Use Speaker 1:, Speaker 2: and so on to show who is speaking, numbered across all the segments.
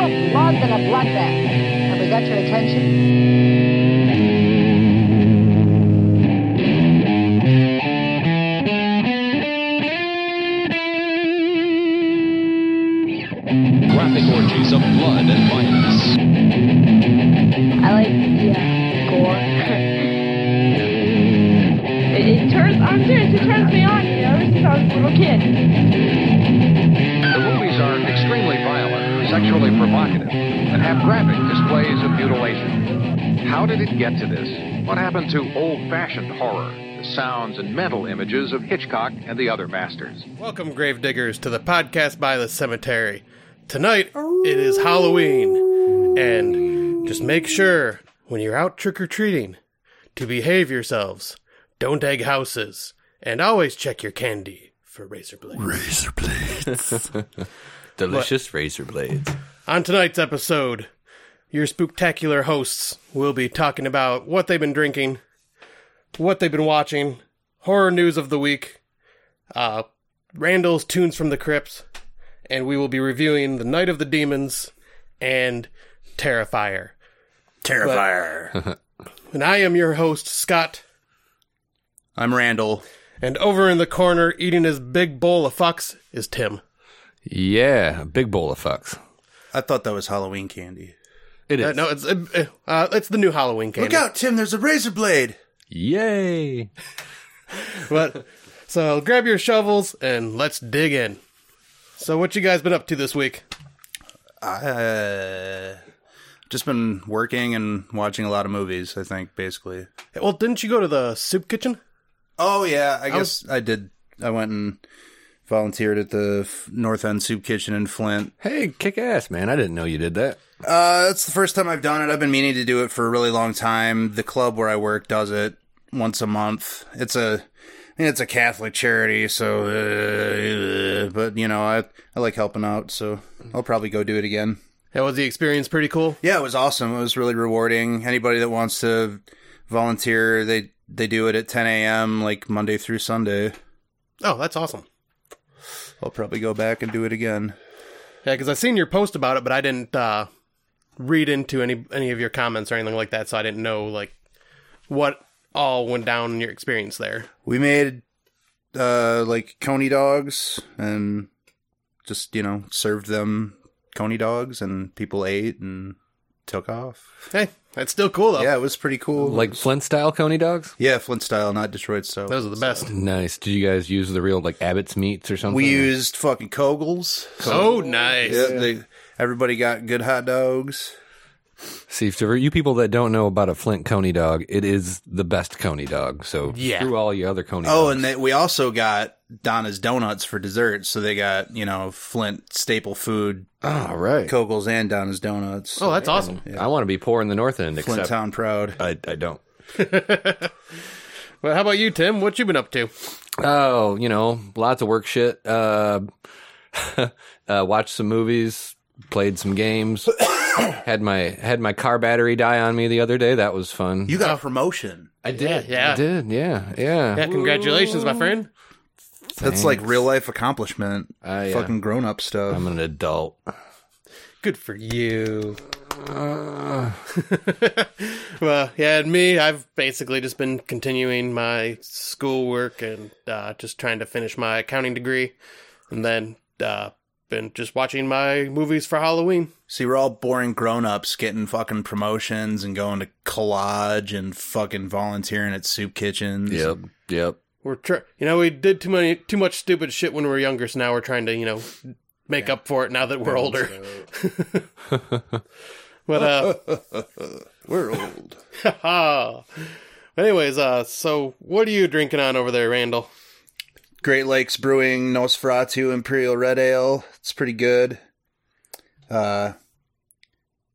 Speaker 1: something of bloodbath. Have we got your attention?
Speaker 2: Graphic orgies of blood and violence.
Speaker 3: I like yeah, gore. it, it turns. I'm serious. It turns me on. You know, ever since I was a little kid.
Speaker 4: The movies are extremely violent, sexually provocative, and have graphic displays of mutilation. How did it get to this? What happened to old fashioned horror, the sounds and mental images of Hitchcock and the other masters?
Speaker 5: Welcome, gravediggers, to the podcast by the cemetery. Tonight, it is Halloween, and just make sure when you're out trick or treating to behave yourselves. Don't egg houses, and always check your candy for razor blades.
Speaker 6: Razor blades. Delicious razor blades.
Speaker 5: On tonight's episode, your spooktacular hosts will be talking about what they've been drinking, what they've been watching, horror news of the week, uh, Randall's tunes from the crypts, and we will be reviewing The Night of the Demons and Terrifier.
Speaker 7: Terrifier.
Speaker 5: And I am your host, Scott,
Speaker 7: I'm Randall.
Speaker 5: and over in the corner eating his big bowl of fucks is Tim.
Speaker 6: Yeah, a big bowl of fucks.
Speaker 7: I thought that was Halloween candy.
Speaker 6: It
Speaker 5: Uh,
Speaker 6: is.
Speaker 5: no, it's uh, uh, it's the new Halloween candy.
Speaker 7: Look out, Tim, there's a razor blade.
Speaker 6: Yay.
Speaker 5: But so grab your shovels and let's dig in. So what you guys been up to this week?
Speaker 7: Uh, just been working and watching a lot of movies, I think, basically.
Speaker 5: Well, didn't you go to the soup kitchen?
Speaker 7: Oh, yeah, I
Speaker 5: was-
Speaker 7: guess I did. I went and volunteered at the F- North End Soup Kitchen in Flint.
Speaker 6: Hey, kick ass, man. I didn't know you did that.
Speaker 7: Uh, that's the first time I've done it. I've been meaning to do it for a really long time. The club where I work does it once a month. It's a, I mean, it's a Catholic charity, so, uh, but you know, I I like helping out, so I'll probably go do it again.
Speaker 5: That was the experience pretty cool.
Speaker 7: Yeah, it was awesome. It was really rewarding. Anybody that wants to volunteer, they they do it at 10 a.m. like Monday through Sunday.
Speaker 5: Oh, that's awesome.
Speaker 7: I'll probably go back and do it again.
Speaker 5: Yeah, because I seen your post about it, but I didn't uh, read into any any of your comments or anything like that, so I didn't know like what all went down in your experience there.
Speaker 7: We made uh like coney dogs and just, you know, served them coney dogs and people ate and took off.
Speaker 5: Hey, that's still cool though.
Speaker 7: Yeah, it was pretty cool.
Speaker 6: Like Flint style coney dogs?
Speaker 7: yeah, Flint style, not Detroit style.
Speaker 5: those are the best.
Speaker 6: Nice. Did you guys use the real, like, Abbott's meats or something?
Speaker 7: we used fucking Kogels.
Speaker 5: Oh, nice.
Speaker 7: Yeah, they- everybody got good hot dogs.
Speaker 6: See, for you people that don't know about a Flint coney dog, it is the best coney dog. So,
Speaker 5: Yeah.
Speaker 6: through all your other coney
Speaker 7: Oh,
Speaker 6: dogs.
Speaker 7: and they, we also got Donna's Donuts for dessert. So they got, you know, Flint staple food,
Speaker 6: all right.
Speaker 7: Kogels, and Donna's Donuts.
Speaker 5: Oh, that's awesome.
Speaker 6: I want to be poor in the North End, except
Speaker 7: Flint
Speaker 6: Uh,
Speaker 7: Town Proud.
Speaker 6: I, I don't.
Speaker 5: Well, how about you, Tim? What you been up to?
Speaker 6: Oh, you know, lots of work shit. Uh, uh, watched some movies, played some games. had my had my car battery die on me the other day. That was fun.
Speaker 7: You got a promotion.
Speaker 6: I did.
Speaker 5: yeah.
Speaker 6: I did. Yeah. Yeah.
Speaker 5: Yeah, congratulations, my friend.
Speaker 7: That's like real life accomplishment.
Speaker 6: Ah, yeah.
Speaker 7: Fucking grown up stuff.
Speaker 6: I'm an adult.
Speaker 5: Good for you. well, yeah, and me, I've basically just been continuing my schoolwork and uh, just trying to finish my accounting degree, and then uh, been just watching my movies for Halloween.
Speaker 7: See, we're all boring grown ups getting fucking promotions and going to collage and fucking volunteering at soup kitchens.
Speaker 6: Yep. Yep.
Speaker 5: We're tr- you know we did too many too much stupid shit when we were younger, so now we're trying to you know make up for it now that we're older. but uh,
Speaker 7: We're old.
Speaker 5: ah. anyways, uh, so what are you drinking on over there, Randall?
Speaker 7: Great Lakes Brewing Nosferatu Imperial Red Ale. It's pretty good. Uh,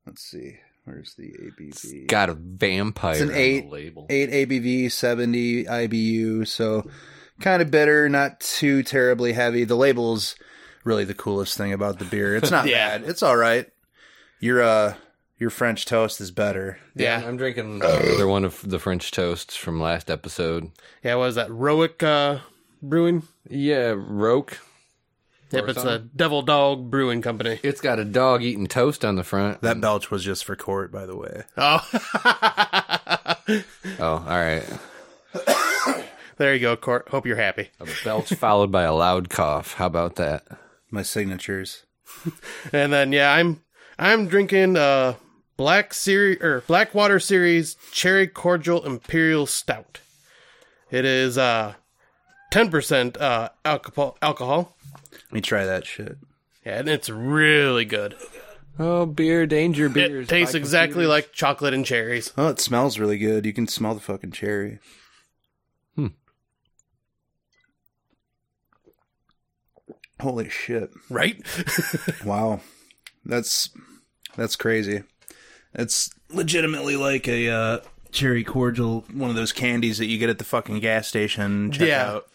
Speaker 7: let's see. Where's the ABV?
Speaker 6: Got a vampire.
Speaker 7: It's an
Speaker 6: on the
Speaker 7: eight,
Speaker 6: label.
Speaker 7: eight ABV, seventy IBU. So kind of bitter, not too terribly heavy. The label's really the coolest thing about the beer. It's not
Speaker 5: Yeah.
Speaker 7: bad. It's all right. Your uh, your French toast is better.
Speaker 5: Yeah,
Speaker 6: I'm drinking Uh, another one of the French toasts from last episode.
Speaker 5: Yeah, what is that? Roic uh, Brewing?
Speaker 6: Yeah, Roke.
Speaker 5: Yep,
Speaker 6: or
Speaker 5: it's a
Speaker 6: something.
Speaker 5: Devil Dog Brewing Company.
Speaker 6: It's got a dog eating toast on the front.
Speaker 7: That belch was just for court, by the way.
Speaker 5: Oh,
Speaker 6: oh, all right.
Speaker 5: there you go, Court. Hope you're happy.
Speaker 6: A belch followed by a loud cough. How about that?
Speaker 7: My signatures.
Speaker 5: And then yeah, I'm I'm drinking uh Black Series or Blackwater Series Cherry Cordial Imperial Stout. It is uh 10% uh alcohol alcohol.
Speaker 7: Let me try that shit.
Speaker 5: Yeah, and it's really good.
Speaker 6: Oh, beer, danger beers.
Speaker 5: it tastes
Speaker 6: by
Speaker 5: exactly
Speaker 6: computers.
Speaker 5: like chocolate and cherries.
Speaker 7: Oh, it smells really good. You can smell the fucking cherry.
Speaker 6: Hmm.
Speaker 7: Holy shit.
Speaker 5: Right?
Speaker 7: Wow. That's that's crazy. It's legitimately like a uh, cherry cordial, one of those candies that you get at the fucking gas station. Check
Speaker 5: Yeah.
Speaker 7: out.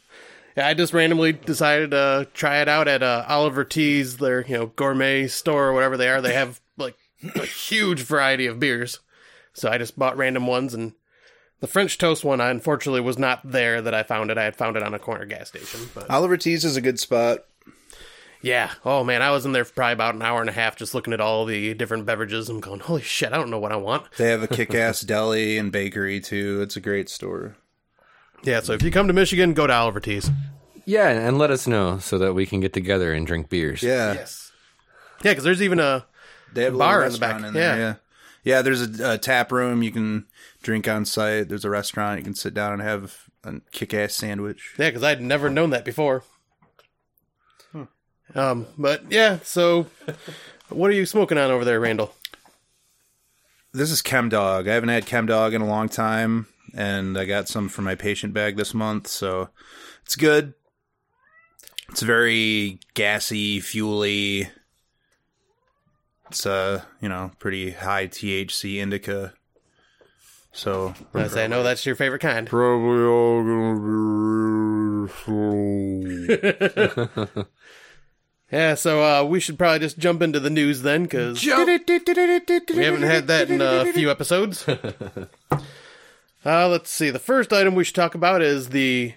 Speaker 5: yeah, I just randomly decided to try it out at uh, Oliver T's, their, you know, gourmet store or whatever they are. They have like a huge variety of beers. So I just bought random ones and the French toast one I unfortunately was not there that I found it. I had found it on a corner gas station. But
Speaker 7: Oliver T's is a good spot.
Speaker 5: yeah. Oh man, I was in there for probably about an hour and a half just looking at all the different beverages. I'm going, holy shit, I don't know what I want.
Speaker 7: They have a kick ass deli and bakery too. It's a great store.
Speaker 5: Yeah, so if you come to Michigan, go to Oliver T's.
Speaker 6: Yeah, and let us know so that we can get together and drink beers.
Speaker 7: Yeah.
Speaker 5: Yes. Yeah, because there's even a
Speaker 7: They have a
Speaker 5: Bar
Speaker 7: bar
Speaker 5: in the back,
Speaker 7: restaurant in there.
Speaker 5: yeah.
Speaker 7: Yeah. yeah. there's a, a tap room you can drink on site. There's a restaurant you can sit down and have a kick ass sandwich.
Speaker 5: Yeah, because I'd never known that before.
Speaker 7: Hmm.
Speaker 5: Um, but yeah, so what are you smoking on over there, Randall?
Speaker 7: This is Chem Dog. I haven't had Chem Dog in a long time, and I got some from my patient bag this month, so it's good. It's very gassy, fuely. It's uh, you know, pretty high THC indica. So
Speaker 5: I say, I know that's your favorite kind.
Speaker 7: probably all gonna be slow.
Speaker 5: Yeah, so uh, we should probably just jump into the news then, because we haven't had that in a few episodes. Uh, let's see. The first item we should talk about is the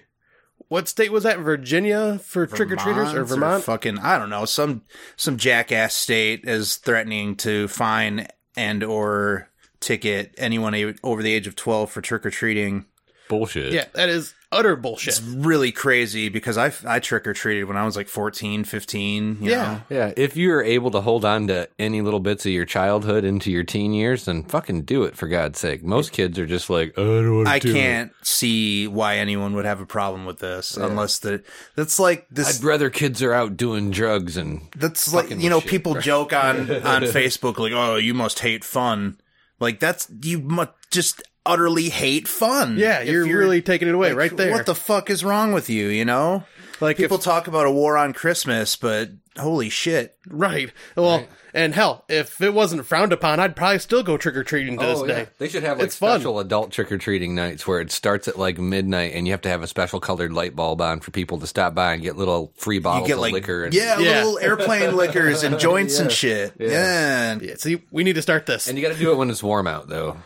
Speaker 5: what state was that? Virginia for trick or treaters or
Speaker 7: Vermont
Speaker 5: Vermont?
Speaker 7: fucking I don't know some some jackass state is threatening to fine and or ticket anyone a- over the age of twelve for trick or treating.
Speaker 6: Bullshit.
Speaker 5: yeah, that is utter bullshit.
Speaker 7: Really crazy because I I trick or treated when I was like 14, 15, you
Speaker 5: Yeah.
Speaker 7: know?
Speaker 6: Yeah, if you're able to hold on to any little bits of your childhood into your teen years, then fucking do it for God's sake. Most kids are just like, I don't want to
Speaker 7: I can't see why anyone would have a problem with this unless the that's like this
Speaker 6: I'd rather kids are out doing drugs and
Speaker 7: That's like you know, people joke on on Facebook like, "Oh, you must hate fun." Like that's you must just utterly hate fun.
Speaker 5: Yeah,
Speaker 7: If
Speaker 5: you're, really taking it away
Speaker 7: like,
Speaker 5: right there.
Speaker 7: What the fuck is wrong with you? You know,
Speaker 5: like if-
Speaker 7: people talk about a war on Christmas, but holy shit,
Speaker 5: Right. Well, and hell, if it wasn't frowned upon, I'd probably still go trick or treating to this
Speaker 6: Oh, yeah.
Speaker 5: day.
Speaker 6: They should have like
Speaker 5: It's fun.
Speaker 6: special adult trick or treating nights where it starts at like midnight and you have to have a special colored light bulb on for people to stop by and get little free bottles
Speaker 7: you get
Speaker 6: of
Speaker 7: like
Speaker 6: liquor. And,
Speaker 7: yeah,
Speaker 5: Yeah.
Speaker 7: little airplane liquors and joints and shit. Yeah, yeah.
Speaker 5: Yeah, see, we need to start this.
Speaker 6: And you got to do it when it's warm out though.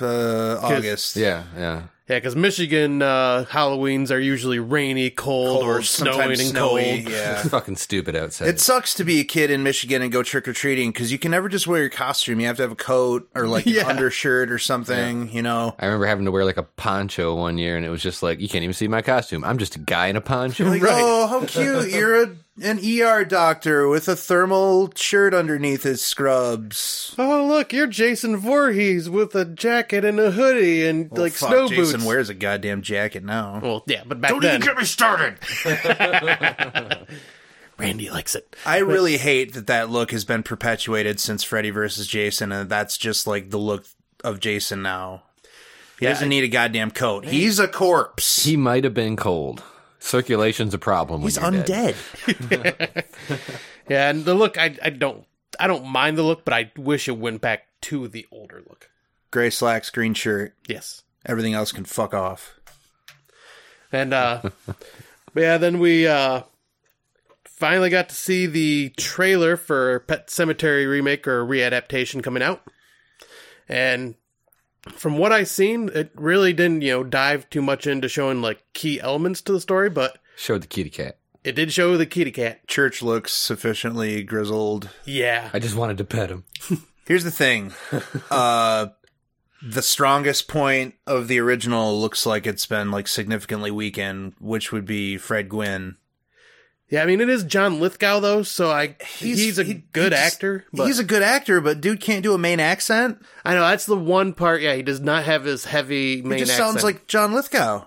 Speaker 7: Uh, August.
Speaker 6: Yeah, yeah.
Speaker 5: yeah, because Michigan uh, Halloweens are usually rainy, cold, or
Speaker 7: Cold,
Speaker 5: snowing and
Speaker 7: sometimes snowy,
Speaker 5: cold.
Speaker 7: Yeah.
Speaker 6: It's fucking stupid outside.
Speaker 7: It sucks to be a kid in Michigan and go trick or treating because you can never just wear your costume. You have to have a coat or like
Speaker 5: Yeah.
Speaker 7: an undershirt or something, you know?
Speaker 6: I remember having to wear like a poncho one year, and it was just like you can't even see my costume. I'm just a guy in a poncho.
Speaker 7: Like, oh, how cute. You're a, an ER doctor with a thermal shirt underneath his scrubs.
Speaker 5: Oh, look, you're Jason Voorhees with a jacket and a hoodie and like
Speaker 7: Oh, Fuck,
Speaker 5: snow
Speaker 7: Jason
Speaker 5: boots.
Speaker 7: wears a goddamn jacket now.
Speaker 5: well, yeah, but back then,
Speaker 8: me started.
Speaker 5: Randy likes it.
Speaker 7: I really hate that that look has been perpetuated since Freddy versus Jason, and that's just like the look of Jason now. He
Speaker 5: Yeah,
Speaker 7: doesn't
Speaker 5: I-
Speaker 7: need a goddamn coat. He's a corpse.
Speaker 6: He might have been cold. Circulation's a problem.
Speaker 7: He's
Speaker 6: when you're Dead.
Speaker 7: undead.
Speaker 5: Yeah, and the look, I, I don't, I don't mind the look, but I wish it went back to the older look.
Speaker 7: Gray slacks, green shirt.
Speaker 5: Yes.
Speaker 7: Everything else can fuck off.
Speaker 5: And uh but yeah, then we uh finally got to see the trailer for Pet Cemetery remake or readaptation coming out. And from what I seen, it really didn't, you know, dive too much into showing like key elements to the story, but
Speaker 6: Showed the kitty cat.
Speaker 5: It did show the kitty cat.
Speaker 7: Church looks sufficiently grizzled.
Speaker 5: Yeah.
Speaker 6: I just wanted to pet him.
Speaker 7: Here's the thing. uh the strongest point of the original looks like it's been like significantly weakened, which would be Fred Gwynn.
Speaker 5: Yeah, I mean it is John Lithgow though, so I he's, a
Speaker 7: he-
Speaker 5: good
Speaker 7: he just-
Speaker 5: actor. But
Speaker 7: He's a good actor, but dude can't do a main accent.
Speaker 5: I know that's the one part. Yeah, he does not have his heavy
Speaker 7: He
Speaker 5: main
Speaker 7: just
Speaker 5: accent.
Speaker 7: sounds like John Lithgow.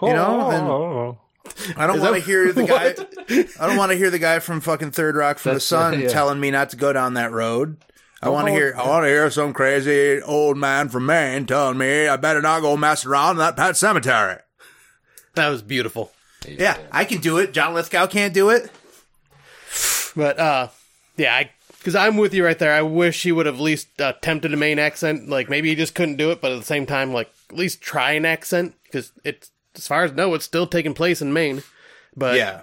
Speaker 7: You know, and I don't
Speaker 5: Is that-
Speaker 7: want to hear the guy. I don't want to hear the guy from fucking Third Rock from
Speaker 6: That's-
Speaker 7: the Sun
Speaker 6: yeah.
Speaker 7: telling me not to go down that road. I want to
Speaker 6: Oh.
Speaker 7: hear. I want to hear some crazy old man from Maine telling me I better not go mess around in that pet cemetery.
Speaker 5: that was beautiful.
Speaker 7: Yeah, I can do it. John Lithgow can't do it.
Speaker 5: But uh, yeah, I because I'm with you right there. I wish he would have at least uh, attempted a main accent. Like maybe he just couldn't do it, but at the same time, like at least try an accent because it's as far as I know, it's still taking place in Maine. But
Speaker 7: yeah,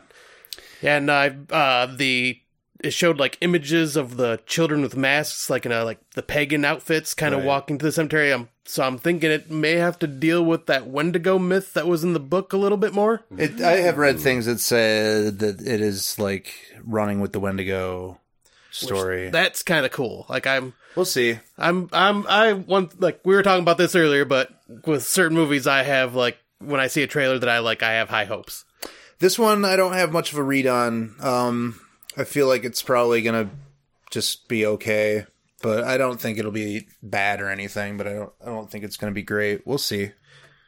Speaker 5: Yeah, and I uh, the it showed like images of the children with masks, like in a, like the pagan outfits, kind of
Speaker 7: Right.
Speaker 5: walking to the cemetery. i so I'm thinking it may have to deal with that Wendigo myth that was in the book a little bit more.
Speaker 7: it, I have read things that say that it is like running with the Wendigo story.
Speaker 5: That's kind of cool. Like I'm
Speaker 7: we'll see.
Speaker 5: I'm I'm I want like we were talking about this earlier, but with certain movies, I have like when I see a trailer that I like, I have high hopes.
Speaker 7: This one I don't have much of a read on. Um, I feel like it's probably gonna just be okay, but I don't think it'll be bad or anything. But I don't, I don't think it's gonna be great. We'll see.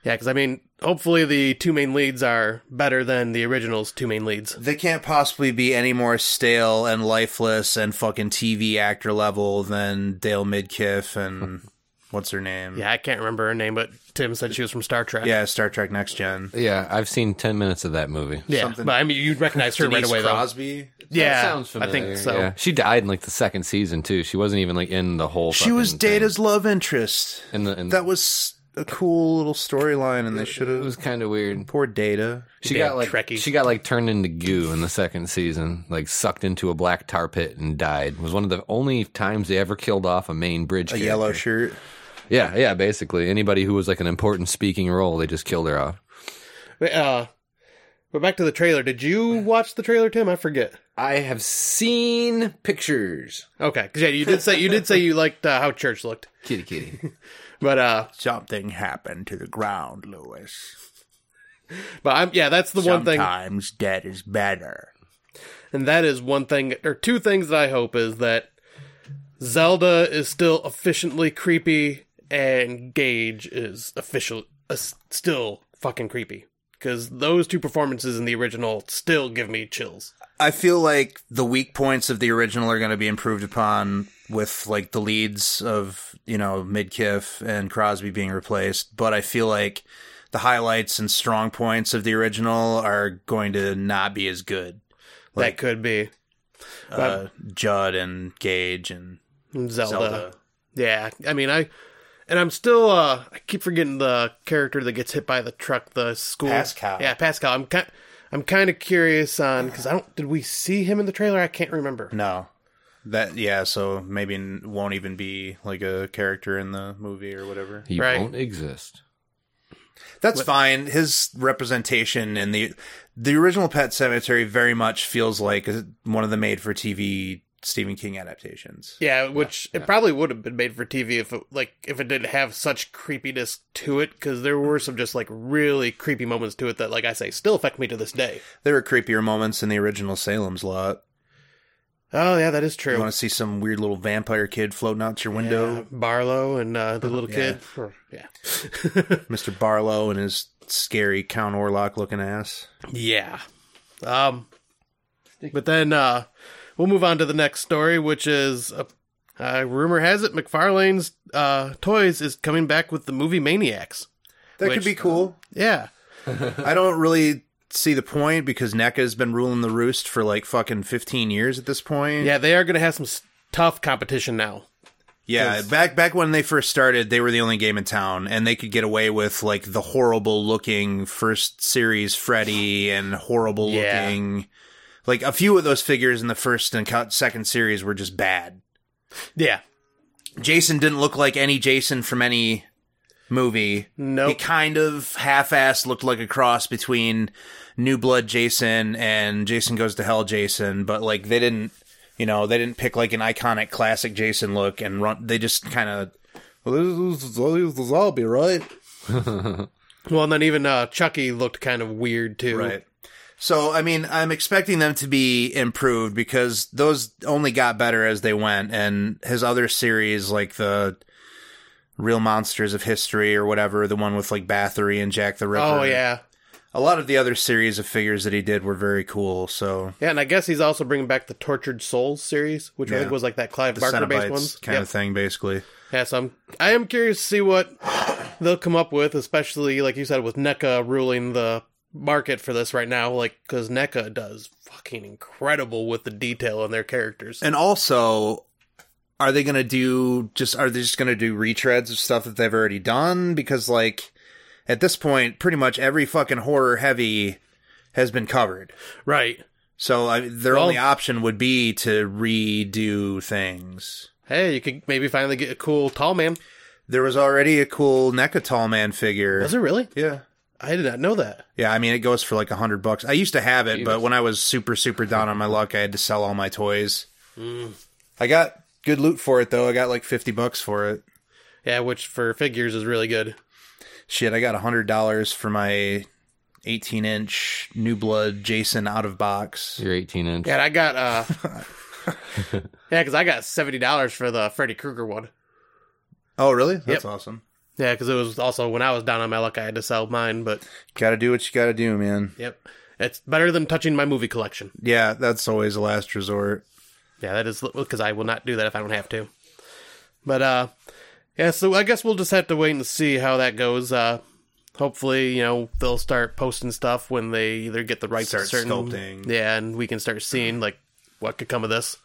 Speaker 5: Yeah, because I mean, hopefully the two main leads are better than the original's two main leads.
Speaker 7: They can't possibly be any more stale and lifeless and fucking TV actor level than Dale Midkiff and what's her name?
Speaker 5: Yeah, I can't remember her name, but Tim said she was from Star Trek.
Speaker 7: yeah, Star Trek Next Gen.
Speaker 6: Yeah, I've seen 10 minutes of that movie.
Speaker 5: Yeah,
Speaker 7: something.
Speaker 5: but I mean, you'd recognize her right
Speaker 7: Denise
Speaker 5: away,
Speaker 7: Crosby.
Speaker 5: though. Yeah,
Speaker 6: sounds familiar.
Speaker 5: I think so.
Speaker 6: Yeah. She died in like the second season too. She wasn't even like in the whole.
Speaker 7: She was
Speaker 6: fucking thing.
Speaker 7: Data's love interest.
Speaker 6: In the in,
Speaker 7: That was a cool little storyline, and they should
Speaker 6: it was
Speaker 7: have.
Speaker 6: kind of weird.
Speaker 7: Poor Data.
Speaker 6: She
Speaker 5: Yeah,
Speaker 6: got like
Speaker 5: Trekkie.
Speaker 6: she got like turned into goo in the second season, like sucked into a black tar pit and died. It was one of the only times they ever killed off a main bridge.
Speaker 7: A yellow
Speaker 6: character.
Speaker 7: shirt.
Speaker 6: Yeah, yeah. Basically, anybody who was like an important speaking role, they just killed her off.
Speaker 5: But, uh, but back to the trailer. Did you watch the trailer, Tim? I forget.
Speaker 6: I have seen pictures.
Speaker 5: Okay, 'cause, yeah, you did say you did say you liked uh, how church looked,
Speaker 6: Kitty, kitty.
Speaker 5: but uh,
Speaker 7: Something happened to the ground, Lewis.
Speaker 5: but I'm yeah, that's the one thing,
Speaker 7: Sometimes dead is better.
Speaker 5: and that is one thing or two things that I hope is that Zelda is still efficiently creepy, and Gage is official uh, still fucking creepy. Because those two performances in the original still give me chills.
Speaker 7: I feel like the weak points of the original are going to be improved upon with like the leads of you know Midkiff and Crosby being replaced, but I feel like the highlights and strong points of the original are going to not be as good.
Speaker 5: that could be
Speaker 7: Uh, Judd and Gage and Zelda.
Speaker 5: Yeah, I mean, I and I'm still uh I keep forgetting the character that gets hit by the truck, the school
Speaker 7: Pascal.
Speaker 5: Yeah, Pascal. I'm kind I'm kind of curious on cuz I don't did we see him in the trailer? I can't remember.
Speaker 7: No. That yeah, so maybe n- won't even be like a character in the movie or whatever.
Speaker 6: He
Speaker 5: Right.
Speaker 6: won't exist.
Speaker 7: That's fine. His representation in the the original Pet Cemetery very much feels like a- one of the made for TV Stephen King adaptations.
Speaker 5: Yeah, which it probably would have been made for TV if it, like if it didn't have such creepiness to it cuz there were some just like really creepy moments to it that like I say still affect me to this day.
Speaker 7: There were creepier moments in the original Salem's Lot.
Speaker 5: Oh yeah, that is
Speaker 7: You
Speaker 5: true.
Speaker 7: want to see some weird little vampire kid floating out your
Speaker 5: Yeah,
Speaker 7: window,
Speaker 5: Barlow and uh, the little
Speaker 7: Yeah.
Speaker 5: kid. Or- Yeah.
Speaker 7: Mr. Barlow and his scary Count Orlock looking ass.
Speaker 5: Yeah. Um but then uh we'll move on to the next story which is uh, uh, rumor has it McFarlane's uh Toys is coming back with the movie Maniacs.
Speaker 7: That
Speaker 5: Which-
Speaker 7: could be cool.
Speaker 5: Yeah.
Speaker 7: I don't really see the point because NECA's been ruling the roost for like fucking 15 years at this point.
Speaker 5: Yeah, they are going to have some s- tough competition now.
Speaker 7: Yeah, back back when they first started, they were the only game in town and they could get away with like the horrible looking first series Freddy and horrible
Speaker 5: Yeah.
Speaker 7: looking like a few of those figures in the first and co- second series were just bad.
Speaker 5: Yeah.
Speaker 7: Jason didn't look like any Jason from any movie.
Speaker 5: Nope.
Speaker 7: He kind of half-assed looked like a cross between New Blood Jason and Jason Goes to Hell Jason, but like they didn't, you know, they didn't pick like an iconic classic Jason look and run. They just kind of, well, this is, this is zombie, right?
Speaker 5: Well, and then even uh, Chucky looked kind of weird too.
Speaker 7: Right. So, I mean, I'm expecting them to be improved because those only got better as they went. And his other series, like the Real Monsters of History or whatever, the one with like Bathory and Jack the Ripper.
Speaker 5: Oh yeah,
Speaker 7: A lot of the other series of figures that he did were very cool. So,
Speaker 5: yeah, and I guess he's also bringing back the Tortured Souls series, which I
Speaker 7: Yeah.
Speaker 5: think was like that Clive
Speaker 7: the
Speaker 5: Barker based
Speaker 7: Cenobites
Speaker 5: ones.
Speaker 7: kind of thing, basically.
Speaker 5: Yeah, so I'm I am curious to see what they'll come up with, especially like you said with NECA ruling the market for this right now, like because NECA does fucking incredible with the detail in their characters.
Speaker 7: And also, are they going to do just are they just going to do retreads of stuff that they've already done? Because like at this point, pretty much every fucking horror heavy has been covered.
Speaker 5: right.
Speaker 7: So I, their
Speaker 5: Well-
Speaker 7: only option would be to redo things.
Speaker 5: Hey, you could maybe finally get a cool tall man.
Speaker 7: There was already a cool NECA Tall Man figure.
Speaker 5: Was it really?
Speaker 7: Yeah.
Speaker 5: I did not know that.
Speaker 7: Yeah, I mean it goes for like a hundred bucks. I used to have it, but when I was super super down on my luck, I had to sell all my toys.
Speaker 5: Mm.
Speaker 7: I got good loot for it though. I got like fifty bucks for it.
Speaker 5: Yeah, which for figures is really good.
Speaker 7: Shit, I got hundred dollars for my eighteen inch New Blood Jason out of box.
Speaker 6: You're 18 inch.
Speaker 5: Yeah, and I got uh Yeah, cuz I got $70 for the Freddy Krueger one.
Speaker 7: Oh really? That's
Speaker 5: Yep.
Speaker 7: awesome.
Speaker 5: Yeah, cuz it was also when I was down on my luck I had to sell mine, but
Speaker 7: Gotta do what you gotta do, man.
Speaker 5: yep. It's better than touching my movie collection.
Speaker 7: Yeah, that's always a last resort.
Speaker 5: Yeah, that is because I will not do that if I don't have to. But uh, yeah, so I guess we'll just have to wait and see how that goes. Uh, hopefully, you know, they'll start posting stuff when they either get the rights to
Speaker 7: Start
Speaker 5: certain
Speaker 7: sculpting.
Speaker 5: Yeah, and we can start seeing like what could come of this.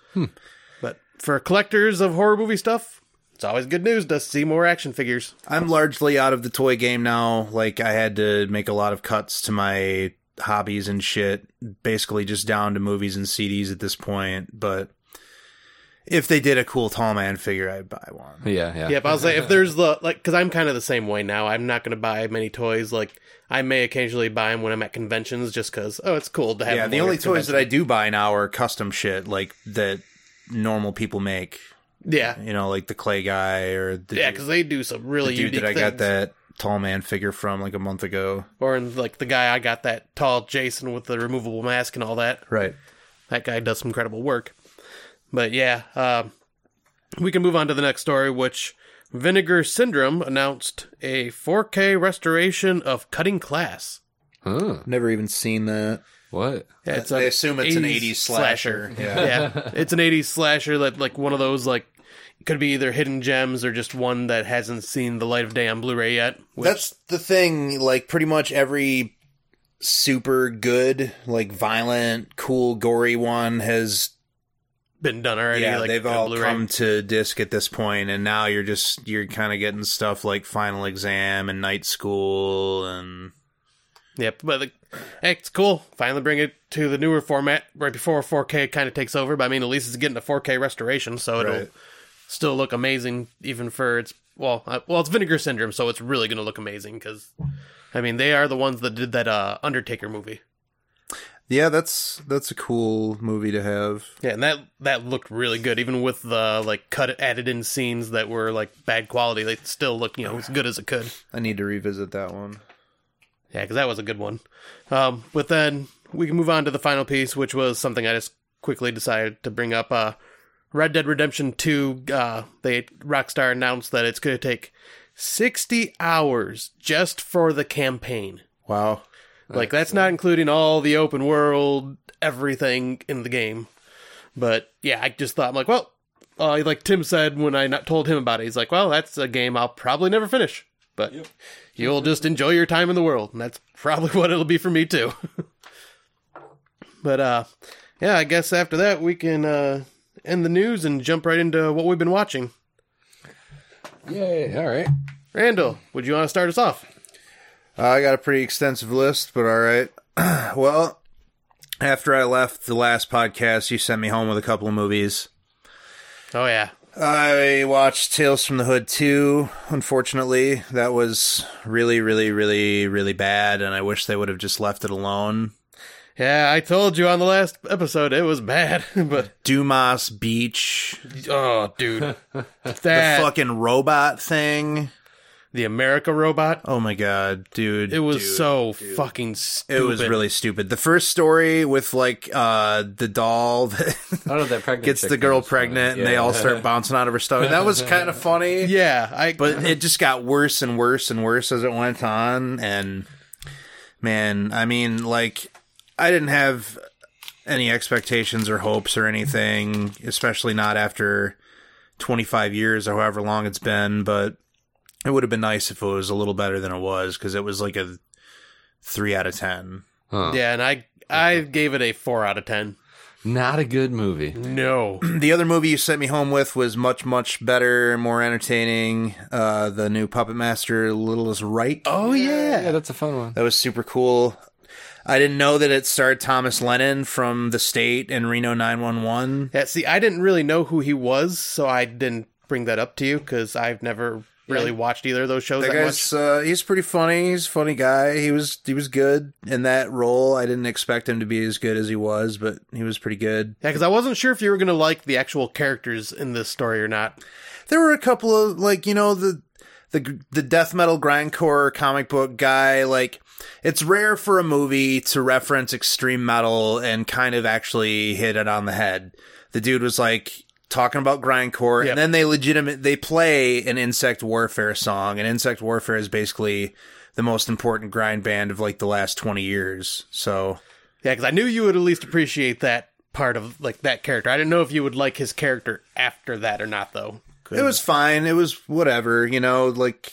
Speaker 5: But for collectors of horror movie stuff, it's always good news to see more action figures.
Speaker 7: I'm largely out of the toy game now. Like I had to make a lot of cuts to my hobbies and shit. Basically just down to movies and CDs at this point, but if they did a cool tall man figure, I'd buy one.
Speaker 6: Yeah, yeah.
Speaker 5: Yep, I was like, if there's the like, because I'm kind of the same way now. I'm not going to buy many toys. Like, I may occasionally buy them when I'm at conventions, just because oh, it's cool to have.
Speaker 7: Yeah,
Speaker 5: them
Speaker 7: the
Speaker 5: while
Speaker 7: only
Speaker 5: you're at
Speaker 7: toys that
Speaker 5: convention.
Speaker 7: I do buy now are custom shit, like that normal people make.
Speaker 5: yeah,
Speaker 7: You know, like the clay guy or the
Speaker 5: Yeah,
Speaker 7: dude-
Speaker 5: because they do some
Speaker 7: the
Speaker 5: really
Speaker 7: dude
Speaker 5: unique
Speaker 7: that I
Speaker 5: things.
Speaker 7: got that tall man figure from like a month ago.
Speaker 5: Or in, like the guy I got that tall Jason with the removable mask and all that.
Speaker 7: Right.
Speaker 5: That guy does some incredible work. But yeah, um, we can move on to the next story, which Vinegar Syndrome announced a 4K restoration of Cutting Class.
Speaker 6: Huh.
Speaker 7: Never even seen that.
Speaker 6: What?
Speaker 5: Yeah, it's
Speaker 7: I
Speaker 5: a
Speaker 7: assume it's an 80s slasher.
Speaker 5: Yeah. it's an 80s slasher that like one of those like could be either hidden gems or just one that hasn't seen the light of day on Blu-ray yet. which-
Speaker 7: That's the thing. Like pretty much every super good, like violent, cool, gory one has.
Speaker 5: been done already.
Speaker 7: Yeah,
Speaker 5: like,
Speaker 7: they've
Speaker 5: on
Speaker 7: all
Speaker 5: Blu-ray.
Speaker 7: come to disc at this point, and now you're just you're kind of getting stuff like Final Exam and Night School, and
Speaker 5: Yep, but the, hey, it's cool. Finally, bring it to the newer format right before 4K kind of takes over. But I mean, at least it's getting a 4K restoration, so it'll
Speaker 7: Right.
Speaker 5: still look amazing, even for its well, uh, well, it's Vinegar Syndrome, so it's really going to look amazing because, I mean, they are the ones that did that uh, Undertaker movie.
Speaker 7: yeah, that's that's a cool movie to have.
Speaker 5: Yeah, and that that looked really good, even with the like cut added in scenes that were like bad quality. They still looked you know as good as it could.
Speaker 7: I need to revisit that one.
Speaker 5: Yeah, because that was a good one. Um, but then we can move on to the final piece, which was something I just quickly decided to bring up. Uh, Red Dead Redemption Two. Uh, they Rockstar announced that it's going to take sixty hours just for the campaign.
Speaker 7: Wow,
Speaker 5: Like that's not including all the open world, everything in the game. But yeah, I just thought I'm like, well, uh, like Tim said when I not told him about it, he's like, well, that's a game I'll probably never finish, but you'll just enjoy your time in the world, and that's probably what it'll be for me too. but uh, yeah, I guess after that we can uh, end the news and jump right into what we've been watching.
Speaker 6: Yay. All right.
Speaker 5: Randall, would you want to start us off?
Speaker 7: Uh, I got a pretty extensive list, but all right. well, after I left the last podcast, you sent me home with a couple of movies.
Speaker 5: Oh yeah,
Speaker 7: I watched Tales from the Hood 2, unfortunately. That was really, really, really, really bad, and I wish they would have just left it alone.
Speaker 5: Yeah, I told you on the last episode it was bad, but
Speaker 7: Dumas Beach,
Speaker 5: oh, dude,
Speaker 7: the
Speaker 5: that the,
Speaker 7: fucking robot thing.
Speaker 5: America robot,
Speaker 7: Oh my god, dude.
Speaker 5: it was
Speaker 7: dude.
Speaker 5: so fucking stupid.
Speaker 7: It was really stupid. The first story with like uh the doll that
Speaker 6: I don't know that pregnant
Speaker 7: gets
Speaker 6: chick
Speaker 7: the girl
Speaker 6: was funny.
Speaker 7: pregnant and they
Speaker 6: Yeah.
Speaker 7: all start bouncing out of her stomach. That was kind of funny.
Speaker 5: yeah. I
Speaker 7: But it just got worse and worse and worse as it went on and man, I mean like I didn't have any expectations or hopes or anything, especially not after 25 years or however long it's been, but it would have been nice if it was a little better than it was cuz it was like a 3 out of 10.
Speaker 6: Huh.
Speaker 5: yeah, and I I gave it a four out of ten.
Speaker 6: Not a good movie.
Speaker 5: No,
Speaker 7: The other movie you sent me home with was much, much better and more entertaining. Uh, the new Puppet Master, Littlest Reich.
Speaker 5: oh
Speaker 6: Yeah,
Speaker 5: yeah,
Speaker 6: that's a fun one.
Speaker 7: That was super cool. I didn't know that it starred Thomas Lennon from The State and Reno 911.
Speaker 5: yeah. See, I didn't really know who he was, so I didn't bring that up to you because I've never really watched either of those shows
Speaker 7: That
Speaker 5: that much.
Speaker 7: guy's uh, he's pretty funny. He's a funny guy. He was he was good in that role. I didn't expect him to be as good as he was, but he was pretty good.
Speaker 5: Yeah, because I wasn't sure if you were gonna like the actual characters in this story or not.
Speaker 7: there were a couple of like you know the the the death metal grindcore comic book guy like it's rare for a movie to reference extreme metal and kind of actually hit it on the head. The dude was like talking about grindcore
Speaker 5: Yep.
Speaker 7: and then they legitimate they play an insect warfare song and insect warfare is basically the most important grind band of like the last 20 years. So
Speaker 5: Yeah, because I knew you would at least appreciate that part of like that character. I didn't know if you would like his character after that or not, though.
Speaker 7: It was fine. It was whatever, you know, like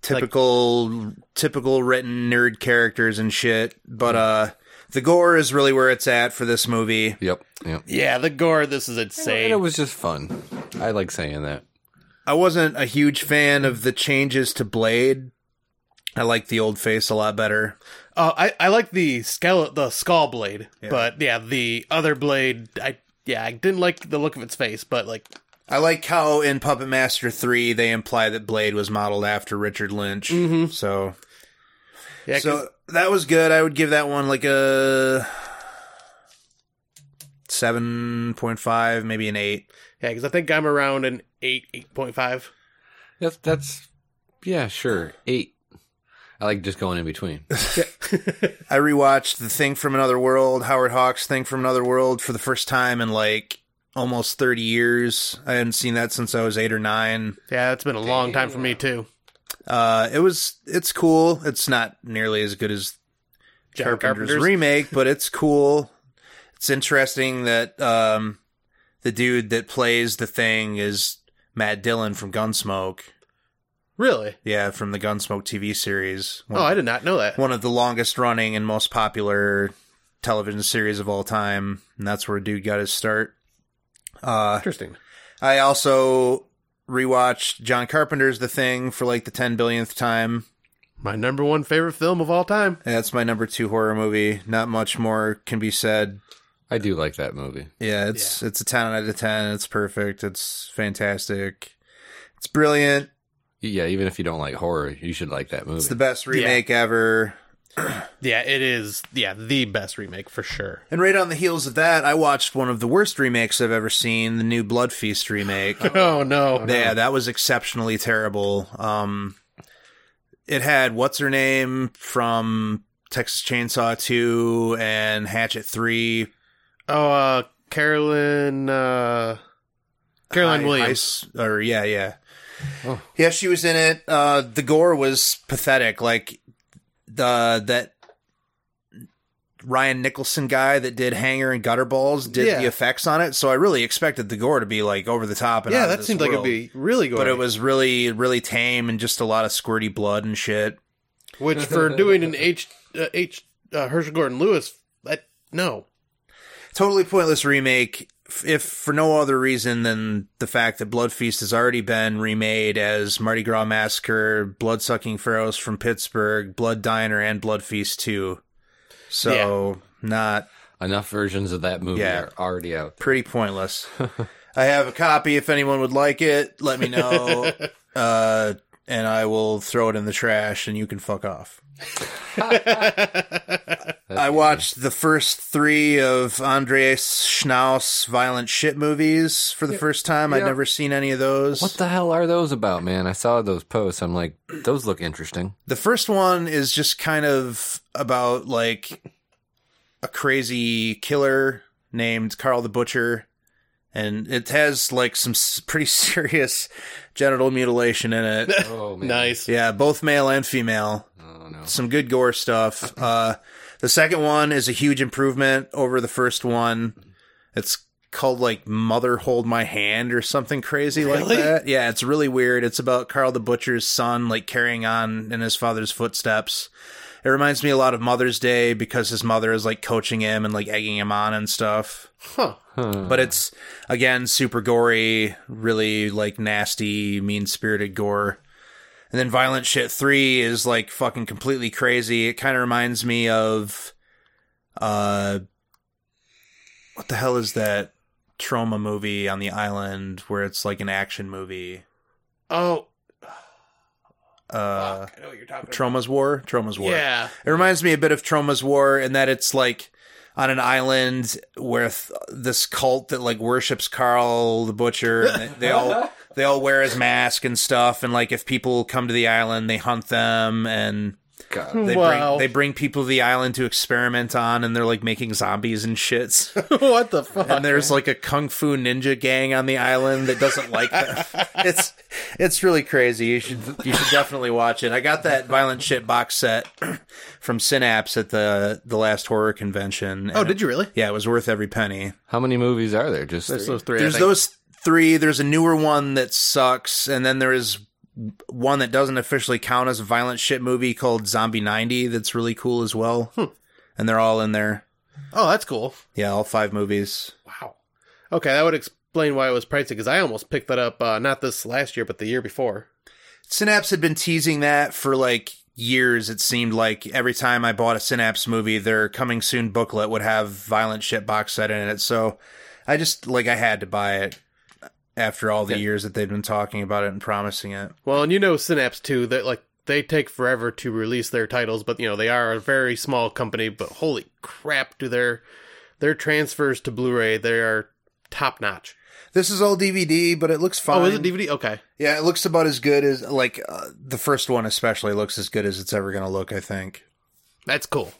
Speaker 7: typical typical written nerd characters and shit. But uh the gore is really where it's at for this movie.
Speaker 6: Yep. Yep.
Speaker 5: Yeah, the gore. This is insane.
Speaker 6: And it was just fun. I like saying that.
Speaker 7: I wasn't a huge fan of the changes to Blade. I like the old face a lot better.
Speaker 5: Uh, I I like the skull the skull blade, but yeah, the other blade. I yeah, I didn't like the look of its face, but like
Speaker 7: I like how in Puppet Master 3 they imply that Blade was modeled after Richard Lynch. So
Speaker 5: yeah, 'cause-
Speaker 7: so Mm-hmm. that was good. I would give that one like a 7.5, maybe an 8.
Speaker 5: yeah, because I think I'm around an eight eight point five.
Speaker 6: That's that's yeah, sure. Eight. I like just going in between.
Speaker 7: I rewatched the thing from another world, Howard Hawks thing from another world for the first time in like almost 30 years. I hadn't seen that since I was 8 or 9.
Speaker 5: Yeah, it's been a long time for me too.
Speaker 7: Uh it was it's cool. It's not nearly as good as
Speaker 5: John
Speaker 7: Carpenter's,
Speaker 5: Carpenter's-
Speaker 7: remake, but it's cool. It's interesting that um the dude that plays the thing is Matt Dillon from Gunsmoke.
Speaker 5: Really?
Speaker 7: Yeah, from the Gunsmoke TV series.
Speaker 5: Oh, I did not know that.
Speaker 7: one of the longest running and most popular television series of all time, and that's where dude got his start. Uh,
Speaker 5: Interesting.
Speaker 7: I also rewatched John Carpenter's The Thing for like the ten billionth time.
Speaker 5: My number one favorite film of all time.
Speaker 7: And that's my number two horror movie. Not much more can be said.
Speaker 6: I do like that movie.
Speaker 7: Yeah, it's it's a ten out of ten. It's perfect. It's fantastic. It's brilliant.
Speaker 6: Yeah, even if you don't like horror, you should like that movie.
Speaker 7: It's the best remake ever.
Speaker 5: Yeah, it is. Yeah, the best remake for sure.
Speaker 7: And right on the heels of that, I watched one of the worst remakes I've ever seen, the new Blood Feast remake.
Speaker 5: Oh no.
Speaker 7: Yeah, that was exceptionally terrible. Um, it had what's her name from Texas Chainsaw Two and Hatchet Three.
Speaker 5: Oh, uh, Carolyn. Uh, Caroline
Speaker 7: I-
Speaker 5: Williams. Oh.
Speaker 7: I s- or yeah, yeah, yeah. She was in it. Uh, the gore was pathetic. Like the that Ryan Nicholson guy that did Hanger and Gutter Balls did
Speaker 5: Yeah.
Speaker 7: the effects on it. So I really expected the gore to be like over the top. And out
Speaker 5: yeah,
Speaker 7: of
Speaker 5: that
Speaker 7: this
Speaker 5: seemed like it'd
Speaker 7: world.
Speaker 5: be really good.
Speaker 7: But it was really, really tame and just a lot of squirty blood and shit.
Speaker 5: which for doing an H uh, H uh, Herschel Gordon Lewis. That no.
Speaker 7: totally pointless remake f- if for no other reason than the fact that Blood Feast has already been remade as Mardi Gras Massacre, Blood Sucking Pharaohs from Pittsburgh, Blood Diner, and Blood Feast 2. So, not
Speaker 6: Enough versions of that movie
Speaker 7: Yeah.
Speaker 6: are already out.
Speaker 7: pretty pointless. I have a copy if anyone would like it. Let me know. uh, and I will throw it in the trash and you can fuck off. I watched the first three of Andreas Schnaus violent shit movies for the first time. I'd never seen any of those.
Speaker 6: What the hell are those about, man? I saw those posts. I'm like, those look interesting.
Speaker 7: The first one is just kind of about like a crazy killer named Carl the Butcher, and it has like some s- pretty serious genital mutilation in it.
Speaker 6: Oh man.
Speaker 5: Nice.
Speaker 7: yeah, both male and female.
Speaker 6: Oh no.
Speaker 7: Some good gore stuff. Uh, the second one is a huge improvement over the first one. It's called like Mother Hold My Hand or something crazy like
Speaker 5: Really?
Speaker 7: that. Yeah, it's really weird. It's about Carl the Butcher's son like carrying on in his father's footsteps. It reminds me a lot of Mother's Day because his mother is like coaching him and like egging him on and stuff.
Speaker 5: Huh.
Speaker 7: But it's again super gory, really like nasty, mean spirited gore. And then Violent Shit 3 is like fucking completely crazy. It kind of reminds me of uh what the hell is that trauma movie on the island where it's like an action movie?
Speaker 5: Oh,
Speaker 7: Uh
Speaker 5: I know what you're talking
Speaker 7: Trauma's War? Trauma's War.
Speaker 5: Yeah.
Speaker 7: It reminds me a bit of Troma's War in that it's like on an island with this cult that like worships Carl the Butcher. And they, they all they all wear his mask and stuff. And like if people come to the island, they hunt them and
Speaker 6: God.
Speaker 7: they
Speaker 5: Wow.
Speaker 7: bring they bring people to the island to experiment on. And they're like making zombies and shit. So-
Speaker 5: what the fuck?
Speaker 7: and there's like a kung fu ninja gang on the island that doesn't like them. it's it's really crazy. You should you should definitely watch it. I got that violent shit box set from Synapse at the the last horror convention.
Speaker 5: oh, did you really?
Speaker 7: Yeah, it was worth every penny.
Speaker 6: How many movies are there? Just
Speaker 5: There's
Speaker 6: three?
Speaker 5: those three. I
Speaker 7: There's
Speaker 5: think.
Speaker 7: those three. There's a newer one that sucks, and then there is one that doesn't officially count as a violent shit movie called Zombie 90 that's really cool as well.
Speaker 5: Hmm.
Speaker 7: And they're all in there.
Speaker 5: Oh, that's cool.
Speaker 7: Yeah, all five movies.
Speaker 5: Wow. Okay, that would explain why it was pricey because I almost picked that up uh, not this last year, but the year before.
Speaker 7: Synapse had been teasing that for like years. It seemed like every time I bought a Synapse movie, their coming soon booklet would have violent shit box set in it. So I just like I had to buy it after all the years that they'd been talking about it and promising it.
Speaker 5: Well, and you know Synapse too. That like they take forever to release their titles, but you know they are a very small company. But holy crap, do their their transfers to Blu-ray they are top notch.
Speaker 7: This is all DVD, but it looks fine.
Speaker 5: Oh, is it DVD? Okay,
Speaker 7: Yeah, it looks about as good as like uh, the first one, especially looks as good as it's ever going to look. I think.
Speaker 5: that's cool.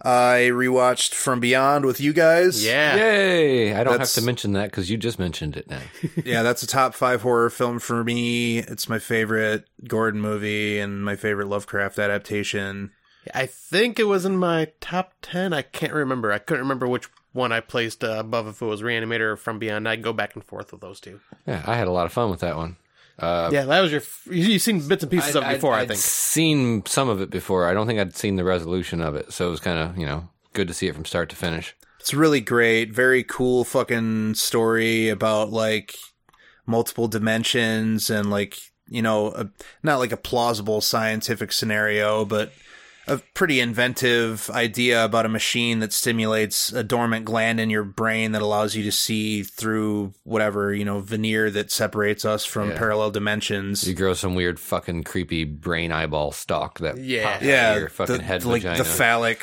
Speaker 7: I rewatched From Beyond with you guys.
Speaker 5: Yeah.
Speaker 6: Yay! I don't
Speaker 7: That's-
Speaker 6: have to mention that because you just mentioned it now.
Speaker 7: yeah, that's a top five horror film for me. It's my favorite Gordon movie and my favorite Lovecraft adaptation.
Speaker 5: I think it was in my top ten. I can't remember. I couldn't remember which one I placed uh, above if it was Reanimator or From Beyond. I go back and forth with those two.
Speaker 6: Yeah, I had a lot of fun with that one.
Speaker 5: yeah, that was your. F- you- you've seen bits and pieces of it before, I,
Speaker 6: I'd
Speaker 5: think.
Speaker 6: seen some of it before. I don't think I'd seen the resolution of it, so it was kind of you know good to see it from start to finish.
Speaker 7: It's really great, very cool fucking story about like multiple dimensions and like, you know, a, not like a plausible scientific scenario, but a pretty inventive idea about a machine that stimulates a dormant gland in your brain that allows you to see through whatever, you know, veneer that separates us from parallel dimensions.
Speaker 6: You grow some weird fucking creepy brain eyeball stalk that
Speaker 5: Yeah.
Speaker 6: pops out of
Speaker 7: yeah,
Speaker 6: your fucking
Speaker 7: the,
Speaker 6: head
Speaker 7: like
Speaker 6: vagina.
Speaker 7: the phallic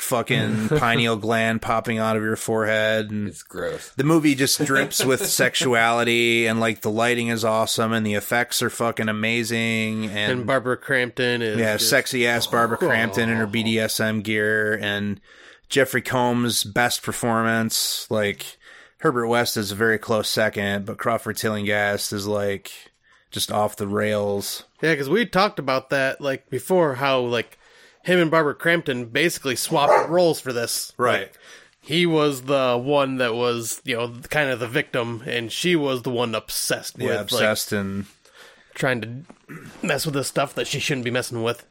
Speaker 7: fucking pineal gland popping out of your forehead, and
Speaker 6: it's gross.
Speaker 7: the movie just drips with sexuality, and like the lighting is awesome, and the effects are fucking amazing, and,
Speaker 5: And Barbara Crampton is
Speaker 7: yeah,
Speaker 5: just-
Speaker 7: sexy ass Barbara Crampton in her BDSM gear, and Jeffrey Combs' best performance, like. Herbert West is a very close second, but Crawford Tillinghast is like just off the rails.
Speaker 5: Yeah, because we talked about that like before, how like him and Barbara Crampton basically swapped roles for this.
Speaker 7: Right.
Speaker 5: He was the one that was you know kind of the victim, and she was the one obsessed with
Speaker 7: Yeah, obsessed and
Speaker 5: like trying to mess with this stuff that she shouldn't be messing with.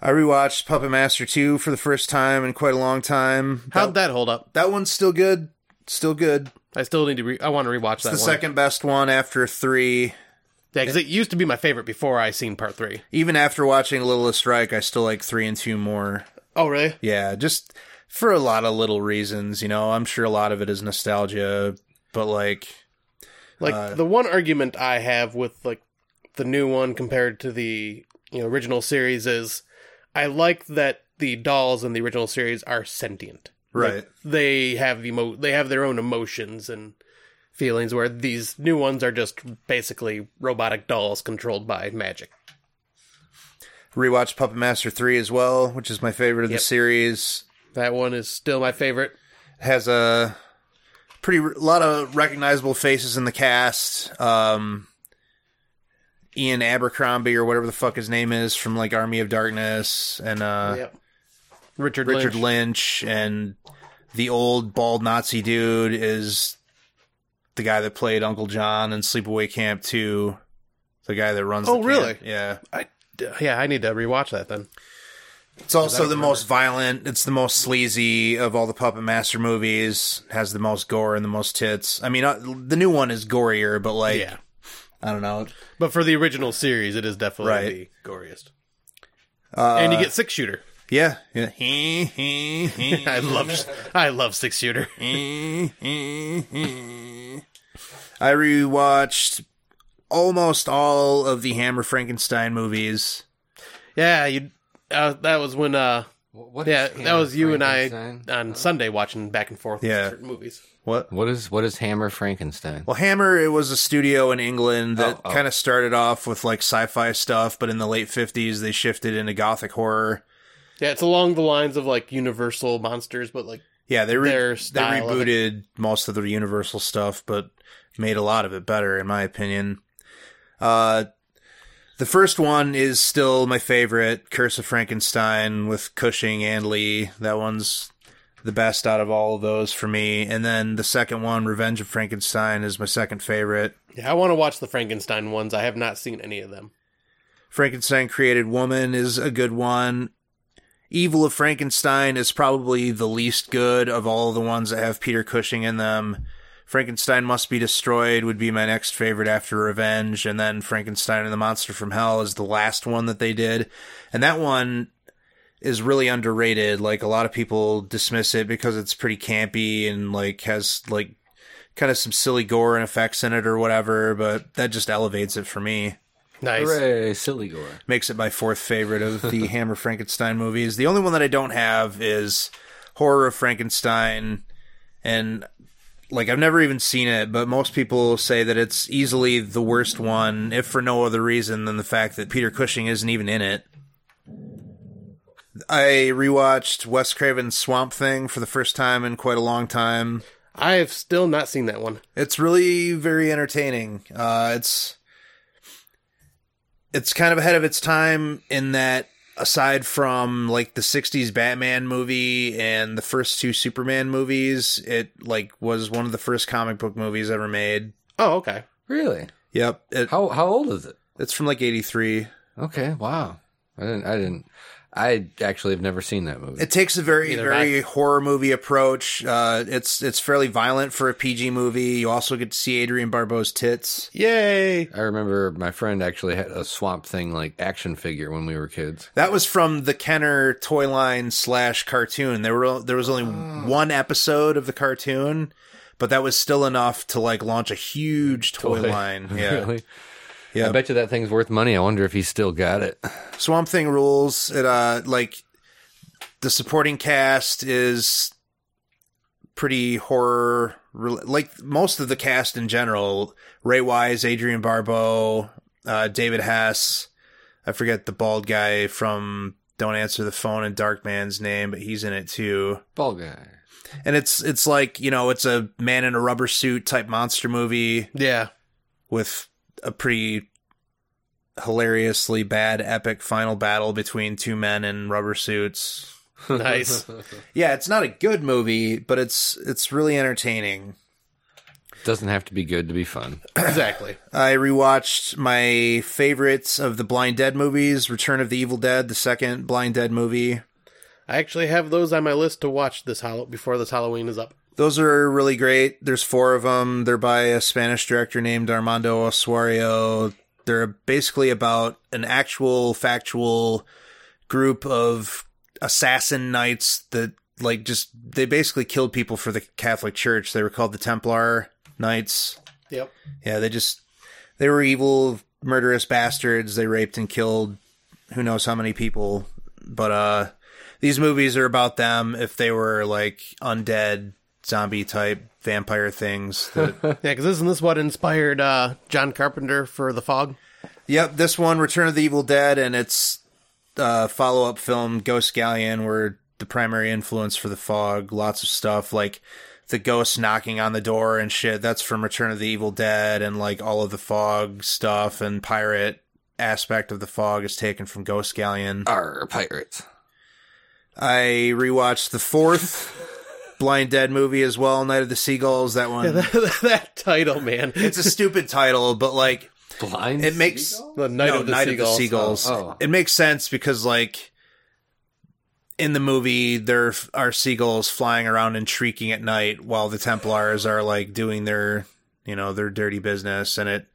Speaker 7: I rewatched Puppet Master 2 for the first time in quite a long time.
Speaker 5: How'd that hold up?
Speaker 7: that one's still good. Still good.
Speaker 5: I still need to. Re- I want to rewatch that
Speaker 7: the
Speaker 5: one.
Speaker 7: second best one after 3.
Speaker 5: yeah, because it used to be my favorite before I seen part three.
Speaker 7: Even after watching Littlest Strike, I still like 3 and 2 more.
Speaker 5: Oh, really?
Speaker 7: Yeah, just for a lot of little reasons, you know. I'm sure a lot of it is nostalgia, but like Uh,
Speaker 5: Like the one argument I have with like the new one compared to the you know, original series is I like that the dolls in the original series are sentient.
Speaker 7: Right.
Speaker 5: They have the mo- they have their own emotions and feelings where these new ones are just basically robotic dolls controlled by magic.
Speaker 7: Rewatched Puppet Master 3 as well, which is my favorite of
Speaker 5: Yep.
Speaker 7: the series.
Speaker 5: That one is still my favorite.
Speaker 7: has a pretty a lot of recognizable faces in the cast. Um, Ian Abercrombie or whatever the fuck his name is from like Army of Darkness and uh,
Speaker 5: yep. Richard
Speaker 7: Richard
Speaker 5: Lynch.
Speaker 7: Lynch. and the old bald Nazi dude is the guy that played Uncle John in Sleepaway Camp 2. The guy that runs.
Speaker 5: Oh,
Speaker 7: the
Speaker 5: really?
Speaker 7: Camp. Yeah.
Speaker 5: yeah, I need to rewatch that then.
Speaker 7: It's also the most violent. It's the most sleazy of all the Puppet Master movies. Has the most gore and the most tits. I mean, uh, the new one is gorier, but like,
Speaker 5: Yeah.
Speaker 7: I don't know.
Speaker 5: But for the original series, it is definitely
Speaker 7: Right. Uh,
Speaker 5: the goriest. and you get six shooter.
Speaker 7: Yeah, yeah. Hee, hee, hee,
Speaker 5: I love, I love six shooter.
Speaker 7: hee, hee, hee. I rewatched almost all of the Hammer Frankenstein movies.
Speaker 5: Yeah, you. Uh, that was when. Uh,
Speaker 6: What
Speaker 5: yeah, that was you and I on Sunday watching back and forth.
Speaker 7: Yeah.
Speaker 5: certain movies.
Speaker 6: What is what is Hammer Frankenstein?
Speaker 7: Well, Hammer it was a studio in England that
Speaker 6: Oh, oh.
Speaker 7: kind of started off with like sci-fi stuff, but in the late fifties they shifted into gothic horror.
Speaker 5: Yeah, it's along the lines of like Universal monsters, but like
Speaker 7: Yeah, they re-
Speaker 5: Their
Speaker 7: they
Speaker 5: style of it.
Speaker 7: rebooted most of the Universal stuff, but made a lot of it better, in my opinion. Uh, the first one is still my favorite, Curse of Frankenstein with Cushing and Lee. That one's the best out of all of those for me. And then the second one, Revenge of Frankenstein, is my second favorite.
Speaker 5: yeah, I want to watch the Frankenstein ones. I have not seen any of them.
Speaker 7: Frankenstein Created Woman is a good one. Evil of Frankenstein is probably the least good of all the ones that have Peter Cushing in them. Frankenstein Must Be Destroyed would be my next favorite after Revenge, and then Frankenstein and the Monster from Hell is the last one that they did. And that one is really underrated. Like a lot of people dismiss it because it's pretty campy and like has like kind of some silly gore and effects in it or whatever, but that just elevates it for me
Speaker 5: Nice.
Speaker 6: Hooray, silly gore.
Speaker 7: makes it my fourth favorite of the Hammer Frankenstein movies. The only one that I don't have is Horror of Frankenstein, and like I've never even seen it, but most people say that it's easily the worst one, if for no other reason than the fact that Peter Cushing isn't even in it. I rewatched Wes Craven's Swamp Thing for the first time in quite a long time.
Speaker 5: I have still not seen that one.
Speaker 7: It's really very entertaining. Uh, it's it's kind of ahead of its time in that aside from like the 60s Batman movie and the first two Superman movies, it like was one of the first comic book movies ever made.
Speaker 5: Oh, okay.
Speaker 6: Really?
Speaker 7: Yep. It,
Speaker 6: How how old is it?
Speaker 7: it's from like 83.
Speaker 6: Okay, wow. I didn't I didn't I actually have never seen that movie.
Speaker 7: It takes a very
Speaker 5: Neither
Speaker 7: very horror movie approach. Uh it's it's fairly violent for a PG movie. You also get to see Adrian Barbeau's tits.
Speaker 5: Yay!
Speaker 6: I remember my friend actually had a swamp thing like action figure when we were kids.
Speaker 7: That was from the Kenner toy line slash cartoon. There were there was only one episode of the cartoon, but that was still enough to like launch a huge toy, line. Yeah,
Speaker 6: really?
Speaker 7: yeah.
Speaker 6: I bet you that thing's worth money. I wonder if he still got it.
Speaker 7: Swamp Thing rules. It uh like the supporting cast is pretty horror rel- like most of the cast in general. Ray Wise, Adrian Barbeau, uh, David Hess. I forget the bald guy from Don't Answer the Phone and Dark Man's name, but he's in it too.
Speaker 6: Ball guy.
Speaker 7: And it's it's like you know it's a man in a rubber suit type monster movie
Speaker 5: Yeah,
Speaker 7: with a pretty hilariously bad epic final battle between two men in rubber suits.
Speaker 5: nice.
Speaker 7: Yeah, it's not a good movie, but it's it's really entertaining.
Speaker 6: Doesn't have to be good to be fun.
Speaker 5: exactly.
Speaker 7: I rewatched my favorites of the Blind Dead movies, Return of the Evil Dead, the second Blind Dead movie.
Speaker 5: I actually have those on my list to watch this Hall- before this Halloween is up.
Speaker 7: Those are really great. There's four of them. They're by a Spanish director named Armando Osuario. They're basically about an actual factual group of assassin knights that like just they basically killed people for the Catholic Church. They were called the Templar Knights.
Speaker 5: Yep.
Speaker 7: Yeah, they just they were evil murderous bastards. They raped and killed who knows how many people. But uh, these movies are about them if they were like undead zombie type vampire things. That,
Speaker 5: Yeah, because isn't this what inspired uh, John Carpenter for The Fog?
Speaker 7: yep, this one, Return of the Evil Dead, and its uh, follow up film, Ghost Galleon, were the primary influence for The Fog. Lots of stuff like the ghost knocking on the door and shit. That's from Return of the Evil Dead, and like all of the fog stuff and pirate aspect of the fog is taken from Ghost Galleon.
Speaker 6: Our pirates.
Speaker 7: I rewatched the fourth Blind Dead movie as well, Night of the Seagulls. That one.
Speaker 5: that, that title, man.
Speaker 7: Um, it's a stupid title, but like
Speaker 6: Blind.
Speaker 7: it makes
Speaker 5: The Night,
Speaker 7: no,
Speaker 5: of, the
Speaker 7: Night
Speaker 5: Seagulls.
Speaker 7: Seagulls.
Speaker 6: Oh.
Speaker 7: It makes sense because like in the movie there f- are seagulls flying around and shrieking at night while the Templars are like doing their you know their dirty business and it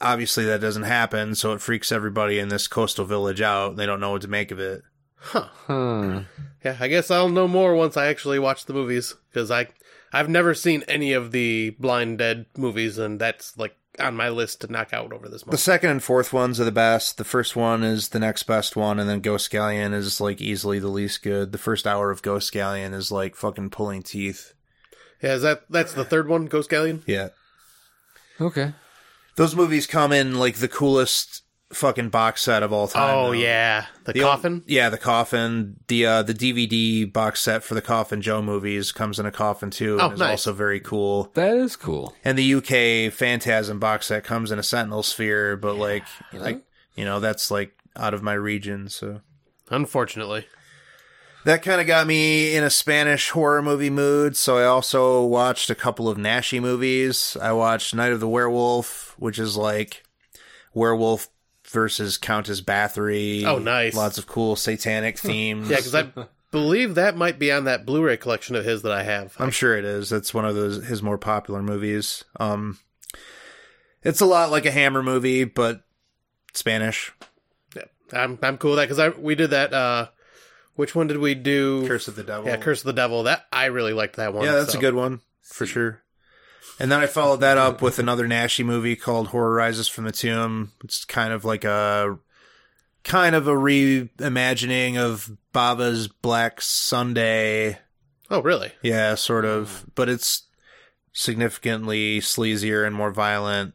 Speaker 7: obviously that doesn't happen so it freaks everybody in this coastal village out they don't know what to make of it
Speaker 6: Huh.
Speaker 5: Yeah, I guess I'll know more once I actually watch the movies because I I've never seen any of the Blind Dead movies, and that's like on my list to knock out over this
Speaker 7: The
Speaker 5: month.
Speaker 7: second and fourth ones are the best. The first one is the next best one, and then Ghost Galleon is like easily the least good. The first hour of Ghost Galleon is like fucking pulling teeth.
Speaker 5: Yeah, is that that's the third one, Ghost Galleon?
Speaker 7: Yeah.
Speaker 6: Okay.
Speaker 7: Those movies come in like the coolest fucking box set of all time.
Speaker 5: Oh
Speaker 7: though.
Speaker 5: yeah, the,
Speaker 7: The
Speaker 5: coffin.
Speaker 7: old- yeah, the coffin. The uh the DVD box set for the Coffin Joe movies comes in a coffin too and
Speaker 5: Oh,
Speaker 7: is
Speaker 5: nice.
Speaker 7: also very cool.
Speaker 6: That is cool.
Speaker 7: And the UK Phantasm box set comes in a Sentinel sphere, but like like you know, that's like out of my region, so
Speaker 5: Unfortunately,
Speaker 7: That kind of got me in a Spanish horror movie mood, so I also watched a couple of Nashi movies. I watched Night of the Werewolf, which is like werewolf versus Countess Bathory.
Speaker 5: Oh, nice. Hmm.
Speaker 7: Lots of cool satanic themes.
Speaker 5: yeah, because I believe that might be on that Blu-ray collection of his that I have.
Speaker 7: I'm sure it is. That's one of those his more popular movies. Um, it's a lot like a Hammer movie, but Spanish.
Speaker 5: I'm I'm cool with that because I we did that. uh Which one did we do?
Speaker 7: Curse of the Devil.
Speaker 5: yeah, Curse of the Devil. That I really liked that one.
Speaker 7: Yeah, that's
Speaker 5: so.
Speaker 7: a good one for sure. And then I followed that up with another Nashi movie called Horror Rises from the Tomb. It's kind of like a kind of a reimagining of Baba's Black Sunday.
Speaker 5: Oh really?
Speaker 7: Yeah, sort of, but it's significantly sleazier and more violent.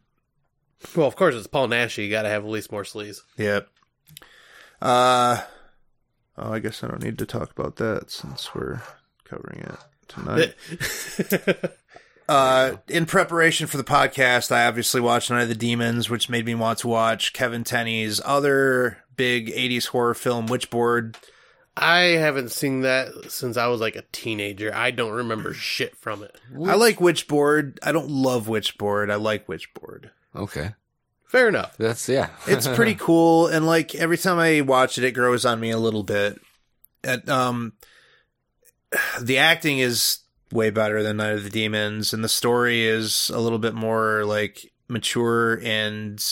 Speaker 5: Well, of course it's Paul Nash. You got to have at least more sleaze.
Speaker 7: Yep. Uh oh, I guess I don't need to talk about that since we're covering it tonight. Uh, in preparation for the podcast, I obviously watched Night of the Demons, which made me want to watch Kevin Tenney's other big 80s horror film, Witchboard.
Speaker 5: I haven't seen that since I was like a teenager. I don't remember shit from it.
Speaker 7: I like Witchboard. I don't love Witchboard. I like Witchboard.
Speaker 6: Okay.
Speaker 5: Fair enough.
Speaker 6: That's yeah.
Speaker 7: It's pretty cool, and like every time I watch it, it grows on me a little bit. At, um, the acting is way better than Night of the Demons, and the story is a little bit more like mature and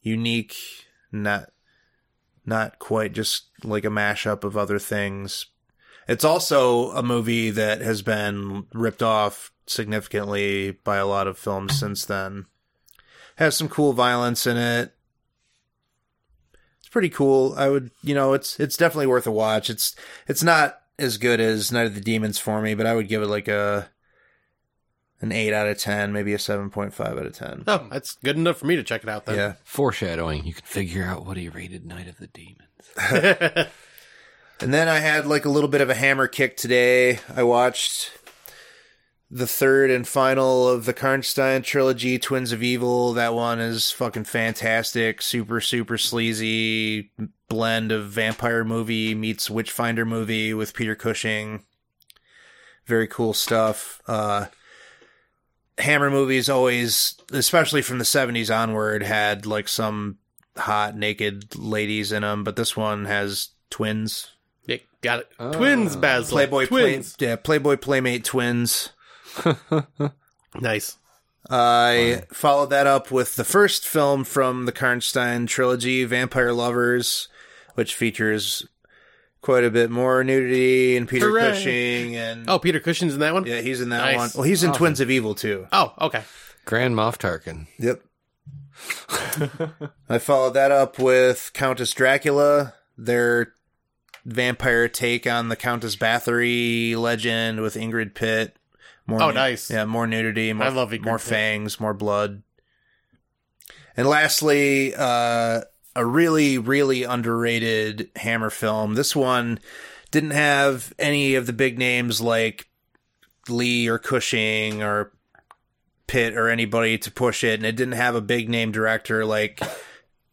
Speaker 7: unique. Not, not quite just like a mashup of other things. It's also a movie that has been ripped off significantly by a lot of films since then has some cool violence in it. It's pretty cool. I would, you know, it's it's definitely worth a watch. It's it's not as good as Night of the Demons for me, but I would give it like a an 8 out of 10, maybe a 7.5 out of 10.
Speaker 5: No, Oh, that's good enough for me to check it out then.
Speaker 7: Hmm. Yeah.
Speaker 6: Foreshadowing. You can figure out what he rated Night of the Demons.
Speaker 7: And then I had like a little bit of a hammer kick today. I watched the third and final of the Karnstein trilogy, Twins of Evil. That one is fucking fantastic. Super, super sleazy blend of vampire movie meets Witchfinder movie with Peter Cushing. Very cool stuff. Uh, Hammer movies always, especially from the 70s onward, had like some hot naked ladies in them, but this one has twins
Speaker 5: Yeah, got it. Twins, Basil.
Speaker 7: Oh. Playboy
Speaker 5: Twins.
Speaker 7: Play, yeah, Playboy Playmate twins.
Speaker 5: Nice.
Speaker 7: I followed that up with the first film from the Karnstein trilogy, Vampire Lovers, which features quite a bit more nudity and Peter
Speaker 5: Hooray.
Speaker 7: Cushing and
Speaker 5: Oh, Peter Cushing's in that one?
Speaker 7: yeah, he's in that
Speaker 5: Nice.
Speaker 7: one. Well, he's in Twins of Evil too.
Speaker 5: Oh, okay.
Speaker 6: Grand Moff Tarkin.
Speaker 7: Yep. I followed that up with Countess Dracula, their vampire take on the Countess Bathory legend with Ingrid Pitt. More
Speaker 5: Oh,
Speaker 7: nu-
Speaker 5: nice.
Speaker 7: Yeah, more nudity. More,
Speaker 5: I love Ingrid
Speaker 7: more
Speaker 5: Pitt.
Speaker 7: fangs, more blood. And lastly, uh, a really, really underrated Hammer film. This one didn't have any of the big names like Lee or Cushing or Pitt or anybody to push it, and it didn't have a big name director like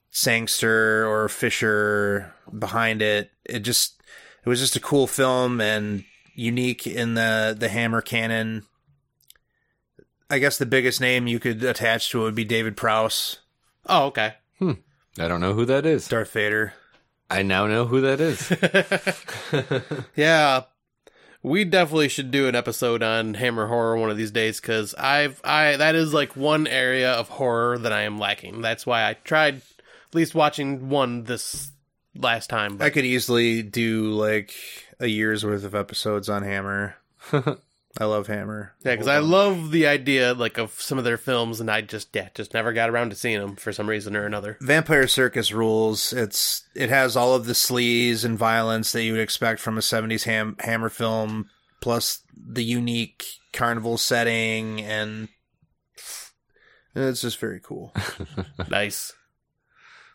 Speaker 7: Sangster or Fisher behind it. It just it was just a cool film and unique in the the Hammer canon. I guess the biggest name you could attach to it would be David Prowse,
Speaker 5: Oh, okay.
Speaker 6: I don't know who that is.
Speaker 7: Darth Vader.
Speaker 6: I now know who that is.
Speaker 5: Yeah, we definitely should do an episode on Hammer horror one of these days because I've I that is like one area of horror that I am lacking. That's why I tried at least watching one this last time.
Speaker 7: I
Speaker 5: But
Speaker 7: could easily do like a year's worth of episodes on Hammer. I love Hammer.
Speaker 5: yeah, because I love the idea like of some of their films, and I just yeah just never got around to seeing them for some reason or another.
Speaker 7: Vampire Circus rules. It's it has all of the sleaze and violence that you would expect from a '70s ham, Hammer film, plus the unique carnival setting, and it's just very cool.
Speaker 5: nice.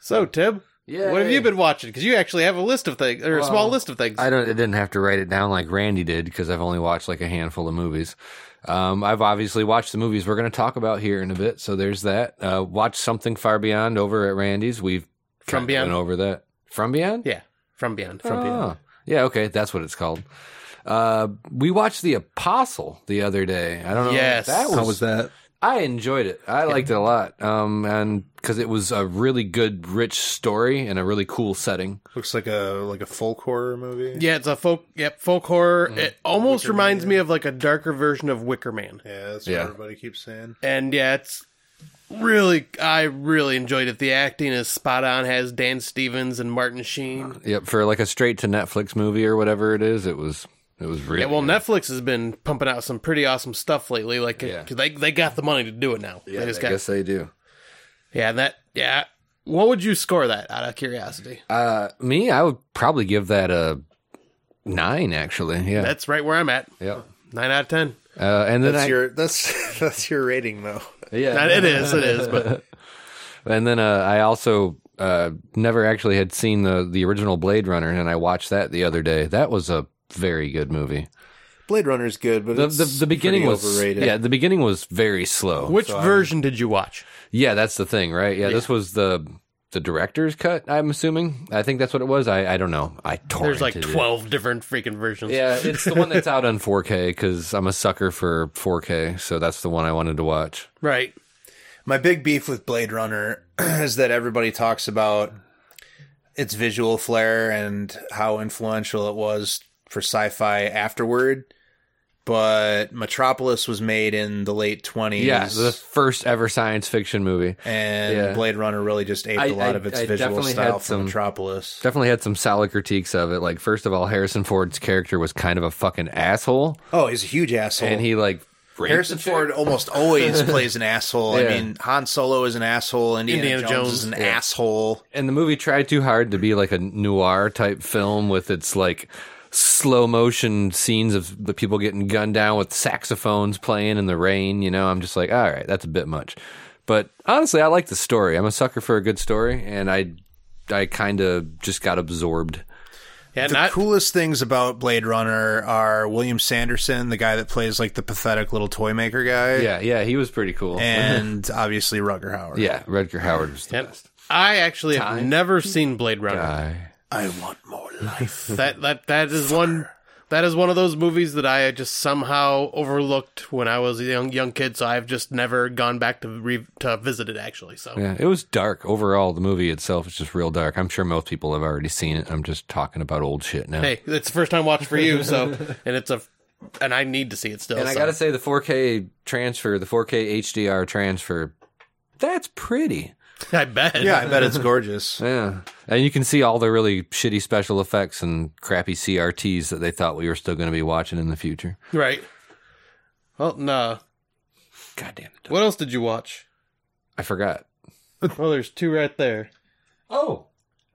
Speaker 5: So Tib,
Speaker 6: Yeah.
Speaker 5: what have you been watching? Because you actually have a list of things or a small
Speaker 6: Well,
Speaker 5: list of things.
Speaker 6: I don't. I didn't have to write it down like Randy did because I've only watched like a handful of movies. Um, I've obviously watched the movies we're going to talk about here in a bit. So there's that. Uh, watch something far beyond over at Randy's. We've
Speaker 5: From
Speaker 6: kind of
Speaker 5: Beyond?
Speaker 6: went over that. From beyond.
Speaker 5: yeah, from beyond, from beyond.
Speaker 6: Oh. Yeah. Okay. That's what it's called. Uh, we watched The Apostle the other day. I don't know.
Speaker 5: Yes.
Speaker 6: That was,
Speaker 5: How
Speaker 7: that?
Speaker 6: I enjoyed it. I liked it a lot. Um, and because it was a really good, rich story and a really cool setting.
Speaker 7: Looks like a like a folk horror movie.
Speaker 5: Yeah, it's a folk. Yep, folk horror.
Speaker 6: Mm-hmm.
Speaker 5: It almost reminds me of like a darker version of Wicker Man.
Speaker 7: Yeah, that's
Speaker 6: Yeah.
Speaker 7: what everybody keeps saying.
Speaker 5: And yeah, it's really. I really enjoyed it. The acting is spot on. Has Dan Stevens and Martin Sheen.
Speaker 6: Yep, for like a straight to Netflix movie or whatever it is, it was it was really
Speaker 5: Yeah, well,
Speaker 6: good.
Speaker 5: Netflix has been pumping out some pretty awesome stuff lately. Like,
Speaker 6: Yeah.
Speaker 5: 'cause they they got the money to do it now.
Speaker 6: Yeah,
Speaker 5: they just
Speaker 6: I
Speaker 5: got,
Speaker 6: guess they do.
Speaker 5: yeah, that yeah. What would you score that out of curiosity?
Speaker 6: Uh, me, I would probably give that a nine. Actually, yeah,
Speaker 5: That's right where I'm at.
Speaker 6: yeah.
Speaker 5: Nine out of ten.
Speaker 6: Uh, and then
Speaker 7: That's
Speaker 6: I,
Speaker 7: your that's that's your rating though.
Speaker 6: yeah,
Speaker 5: That- It is. It is. But
Speaker 6: and then uh, I also uh, never actually had seen the the original Blade Runner, and I watched that the other day. That was a very good movie.
Speaker 7: Blade Runner's good, but
Speaker 6: The
Speaker 7: it's
Speaker 6: the, the beginning
Speaker 7: pretty
Speaker 6: was
Speaker 7: overrated.
Speaker 6: yeah, the beginning was very slow.
Speaker 5: which version did you watch?
Speaker 6: Yeah, that's the thing, right? Yeah, this was the the director's cut. I'm assuming. I think that's what it was. I, I don't know. I torrented
Speaker 5: There's like
Speaker 6: it.
Speaker 5: twelve different freaking versions.
Speaker 6: Yeah, it's the one that's out on 4K because I'm a sucker for 4K, so that's the one I wanted to watch.
Speaker 5: Right.
Speaker 7: My big beef with Blade Runner is that everybody talks about its visual flair and how influential it was for sci-fi afterward. But Metropolis was made in the late 20s.
Speaker 6: Yeah, the first ever science fiction movie.
Speaker 7: and
Speaker 6: yeah.
Speaker 7: Blade Runner really just aped
Speaker 6: I-
Speaker 7: a lot
Speaker 6: I-
Speaker 7: of its
Speaker 6: I
Speaker 7: visual
Speaker 6: definitely
Speaker 7: style
Speaker 6: had
Speaker 7: from
Speaker 6: some-
Speaker 7: Metropolis.
Speaker 6: Definitely had some solid critiques of it. Like, first of all, Harrison Ford's character was kind of a fucking asshole,
Speaker 7: Oh, he's a huge asshole.
Speaker 6: and he like raped
Speaker 7: Harrison
Speaker 6: the chick.
Speaker 7: Ford almost always plays an asshole.
Speaker 6: Yeah.
Speaker 7: I mean, Han Solo is an asshole. Indiana,
Speaker 5: Indiana
Speaker 7: Jones,
Speaker 5: Jones.
Speaker 7: is an asshole.
Speaker 6: and the movie tried too hard to be like a noir type film with its like slow motion scenes of the people getting gunned down with saxophones playing in the rain you know i'm just like all right that's a bit much but honestly i like the story i'm a sucker for a good story and i i kind of just got absorbed
Speaker 5: Yeah.
Speaker 7: the
Speaker 5: not
Speaker 7: coolest things about Blade Runner are William Sanderson, the guy that plays like the pathetic little toy maker guy,
Speaker 6: yeah yeah he was pretty cool
Speaker 7: and obviously Rugger Hauer.
Speaker 6: yeah rudger howard was the
Speaker 5: And
Speaker 6: best
Speaker 5: I actually have never seen Blade Runner.
Speaker 6: guy
Speaker 7: I want more life.
Speaker 5: That that that is one that is one of those movies that I just somehow overlooked when I was a young young kid. So I've just never gone back to re- to visit it actually. So
Speaker 6: yeah it was dark overall the movie itself is just real dark i'm sure most people have already seen it i'm just talking about old shit now
Speaker 5: hey, it's the first time watch for you. So and it's a and I need to see it still.
Speaker 6: And I
Speaker 5: so.
Speaker 6: gotta say, the 4K transfer, the 4K HDR transfer, that's pretty.
Speaker 5: I bet.
Speaker 7: yeah, I bet it's gorgeous.
Speaker 6: Yeah, and you can see all the really shitty special effects and crappy CRTs that they thought we were still going to be watching in the future.
Speaker 5: Right. Well, no.
Speaker 6: God damn it!
Speaker 5: What else did you watch?
Speaker 6: I forgot.
Speaker 5: Well, there's two right there.
Speaker 6: Oh.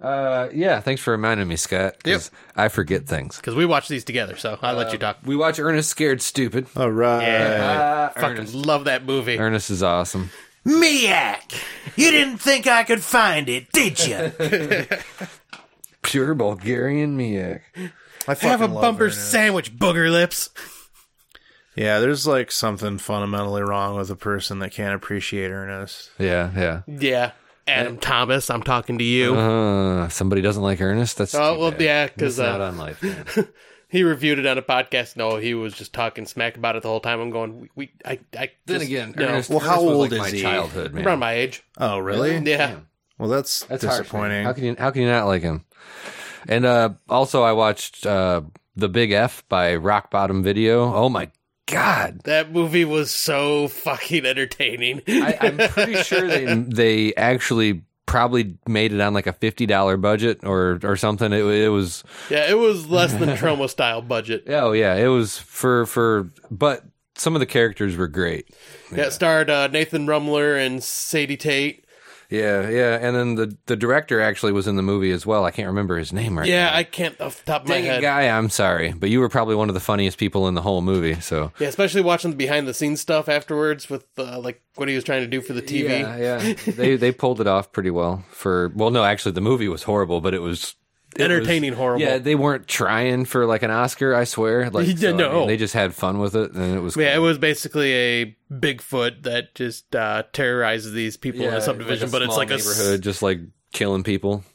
Speaker 6: Uh, yeah, thanks for reminding me, Scott. 'cause I forget things.
Speaker 5: Because we watch these together, so I let you talk.
Speaker 6: We watch Ernest Scared Stupid.
Speaker 7: All right.
Speaker 6: Uh,
Speaker 5: Fucking
Speaker 6: Ernest.
Speaker 5: love that movie.
Speaker 6: Ernest is awesome.
Speaker 7: Miak, you didn't think I could find it, did you?
Speaker 6: Pure Bulgarian Miak.
Speaker 7: I
Speaker 5: Have a
Speaker 7: fucking love
Speaker 5: bumper
Speaker 7: Ernest.
Speaker 5: sandwich, booger lips.
Speaker 7: Yeah, there's like something fundamentally wrong with a person that can't appreciate Ernest.
Speaker 6: Yeah, yeah.
Speaker 5: Yeah. Adam Uh-huh. Thomas, I'm talking to you.
Speaker 6: Uh, somebody doesn't like Ernest. That's
Speaker 5: Oh,
Speaker 6: too
Speaker 5: well,
Speaker 6: bad.
Speaker 5: yeah, 'cause,
Speaker 6: Missing
Speaker 5: uh,
Speaker 6: out on life. man.
Speaker 5: He reviewed it on a podcast. No, he was just talking smack about it the whole time. I'm going, we, we I, I.
Speaker 6: then
Speaker 5: just-
Speaker 6: again,
Speaker 5: no.
Speaker 6: Ernest,
Speaker 9: Well,
Speaker 6: Ernest
Speaker 9: how
Speaker 6: was
Speaker 9: old
Speaker 6: like
Speaker 9: is
Speaker 6: my
Speaker 9: he?
Speaker 6: Childhood, man.
Speaker 5: around my age.
Speaker 7: Oh, really?
Speaker 5: Yeah.
Speaker 7: Well, that's,
Speaker 6: That's harsh, man.
Speaker 7: disappointing.
Speaker 6: how can you how can you not like him? And uh, also, I watched uh, the Big F by Rock Bottom Video. Oh my god!
Speaker 5: That movie was so fucking entertaining.
Speaker 6: I, I'm pretty sure they they actually probably made it on like a fifty dollar budget or or something. It, it was
Speaker 5: yeah, it was less than Troma style budget.
Speaker 6: oh yeah, it was for for but some of the characters were great.
Speaker 5: Yeah, it starred uh, Nathan Rumler and Sadie Tate.
Speaker 6: Yeah, yeah, and then the the director actually was in the movie as well. I can't remember his name right
Speaker 5: Yeah,
Speaker 6: now.
Speaker 5: I can't off the top of my
Speaker 6: Dang it,
Speaker 5: head.
Speaker 6: guy, I'm sorry, but you were probably one of the funniest people in the whole movie. So
Speaker 5: Yeah, especially watching the behind the scenes stuff afterwards with uh, like what he was trying to do for the TV.
Speaker 6: Yeah, yeah. they they pulled it off pretty well. For well, no, actually, the movie was horrible, but it was it
Speaker 5: Entertaining
Speaker 6: was-
Speaker 5: horrible.
Speaker 6: Yeah, they weren't trying for like an Oscar. I swear, like
Speaker 5: Yeah,
Speaker 6: so, I
Speaker 5: no.
Speaker 6: mean, they just had fun with it, and it was
Speaker 5: Yeah, it was basically a Bigfoot that just uh, terrorizes these people in
Speaker 6: Yeah,
Speaker 5: a subdivision,
Speaker 6: a
Speaker 5: but it's
Speaker 6: small
Speaker 5: like a s-
Speaker 6: neighborhood, just like killing people.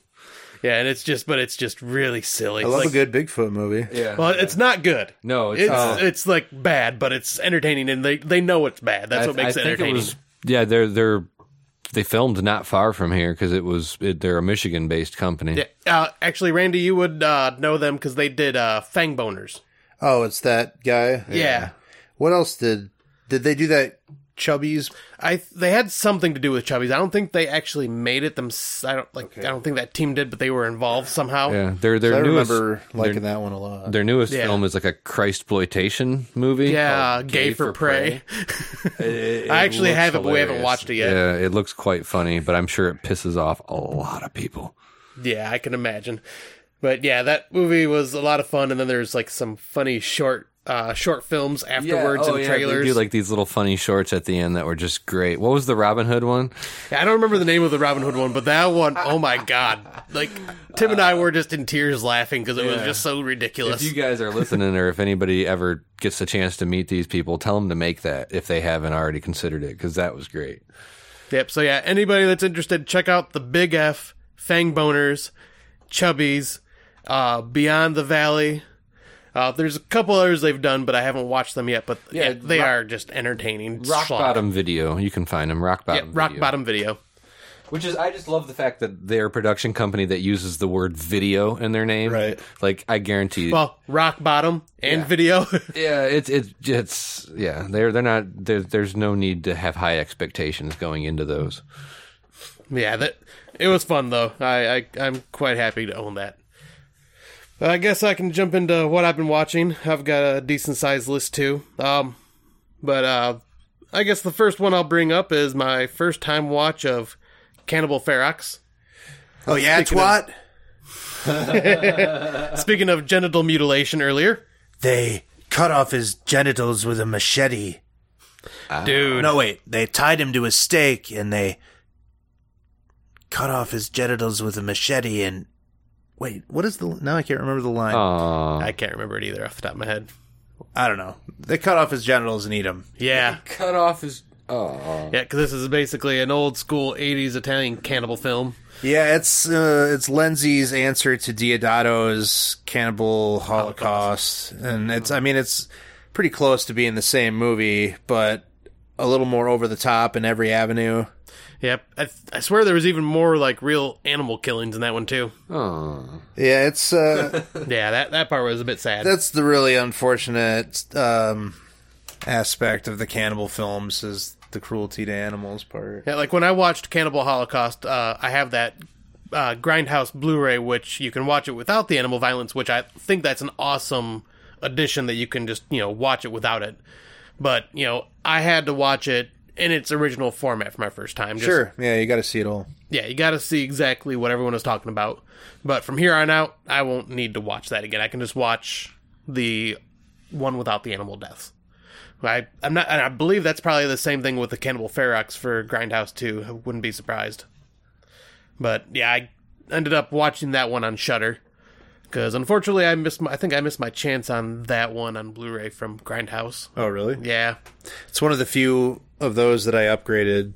Speaker 5: yeah, and it's just but it's just really silly.
Speaker 9: I love
Speaker 5: Like-
Speaker 9: a good Bigfoot movie.
Speaker 6: Yeah,
Speaker 5: Well, it's not good.
Speaker 6: no, it's,
Speaker 5: It's
Speaker 6: uh,
Speaker 5: it's like bad, but it's entertaining, and they they know it's bad. That's
Speaker 6: I-
Speaker 5: what makes
Speaker 6: I
Speaker 5: it
Speaker 6: think
Speaker 5: entertaining.
Speaker 6: was- yeah, they're they're they filmed not far from here because it was it, they're a Michigan based company.
Speaker 5: yeah, uh, actually, Randy, you would uh, know them because they did uh, Fang Boners.
Speaker 9: Oh, it's that guy.
Speaker 5: Yeah,
Speaker 9: What else did did they do that? Chubby's.
Speaker 5: I they had something to do with Chubbies. I don't think they actually made it them. I don't like. I don't think that team did, but they were involved somehow.
Speaker 6: Yeah, their their
Speaker 9: I
Speaker 6: newest
Speaker 9: remember liking that one a lot.
Speaker 6: their newest
Speaker 5: Yeah.
Speaker 6: film is like a Christploitation movie.
Speaker 5: Yeah,
Speaker 6: called
Speaker 5: Gay, for, Prey. I actually
Speaker 6: looks
Speaker 5: have it, but we haven't
Speaker 6: hilarious.
Speaker 5: watched it
Speaker 6: Yeah.
Speaker 5: yet.
Speaker 6: it looks quite funny, but I'm sure it pisses off a lot of people.
Speaker 5: Yeah, I can imagine. But yeah, that movie was a lot of fun, and then there's like some funny short uh short films
Speaker 9: oh,
Speaker 5: afterwards and trailers.
Speaker 6: oh, they do like these little funny shorts at the end that were just great. What was the Robin Hood one?
Speaker 5: Yeah, I don't remember the name of the Robin Hood one, but that one, oh my god! Like Tim and I were just in tears laughing because it was just so
Speaker 6: If
Speaker 5: ridiculous.
Speaker 6: you guys are listening, or if anybody ever gets the chance to meet these people, tell them to make that if they haven't already considered it, because that was great.
Speaker 5: Yep. So yeah, anybody that's interested, check out the Big F, Fang Boners, Chubbies, uh, Beyond the Valley. Uh, there's a couple others they've done, but I haven't watched them yet. But yeah,
Speaker 6: Yeah,
Speaker 5: they
Speaker 6: Rock-
Speaker 5: are just entertaining.
Speaker 6: Rock
Speaker 5: slog.
Speaker 6: Bottom Video, you can find them. Rock
Speaker 5: Yeah,
Speaker 6: Bottom,
Speaker 5: rock
Speaker 6: video.
Speaker 5: bottom video.
Speaker 6: Which is, I just love the fact that they're a production company that uses the word video in their name.
Speaker 9: Right.
Speaker 6: Like, I guarantee.
Speaker 5: Well, rock bottom and video.
Speaker 6: yeah, it's it's it's yeah. They're they're not. There, there's no need to have high expectations going into those.
Speaker 5: yeah, that it was fun though. I, I I'm quite happy to own that. I guess I can jump into what I've been watching. I've got a decent sized list too. Um, but uh, I guess the first one I'll bring up is my first time watch of Cannibal Ferox.
Speaker 9: Oh yeah,
Speaker 5: Speaking
Speaker 9: twat.
Speaker 5: Speaking of genital mutilation earlier,
Speaker 7: They cut off his genitals with a machete.
Speaker 5: dude.
Speaker 7: No, wait. They tied him to a stake and they cut off his genitals with a machete and. Wait, what is the. Now I can't remember the line.
Speaker 6: Oh. Aw.
Speaker 5: I can't remember it either off the top of my head.
Speaker 7: I don't know. They cut off his genitals and eat him.
Speaker 5: Yeah,
Speaker 6: cut off his. Oh,
Speaker 5: yeah, because this is basically an old school '80s Italian cannibal film.
Speaker 7: Yeah, it's uh, it's Lindsay's answer to Diodato's Cannibal Holocaust, and it's I mean it's pretty close to being the same movie, but a little more over the top in every avenue.
Speaker 5: Yep, I, th- I swear there was even more like real animal killings in that one too.
Speaker 7: Yeah, it's uh,
Speaker 5: Yeah, that that part was a bit sad.
Speaker 7: that's the really unfortunate um, aspect of the cannibal films is the cruelty to animals part.
Speaker 5: yeah, like when I watched Cannibal Holocaust, uh, I have that uh, Grindhouse Blu-ray, which you can watch it without the animal violence, which I think that's an awesome addition that you can just you know watch it without it. But you know, I had to watch it in its original format for my first time. Just,
Speaker 7: Sure. Yeah, you got to see it all.
Speaker 5: Yeah, you got to see exactly what everyone was talking about. But from here on out, I won't need to watch that again. I can just watch the one without the animal deaths. I, I'm not, and I believe that's probably the same thing with the Cannibal Ferox for Grindhouse too. I wouldn't be surprised. But yeah, I ended up watching that one on Shutter because unfortunately, I missed. My, I think I missed my chance on that one on Blu-ray from Grindhouse.
Speaker 7: Oh, really?
Speaker 5: Yeah,
Speaker 7: It's one of the few of those that I upgraded.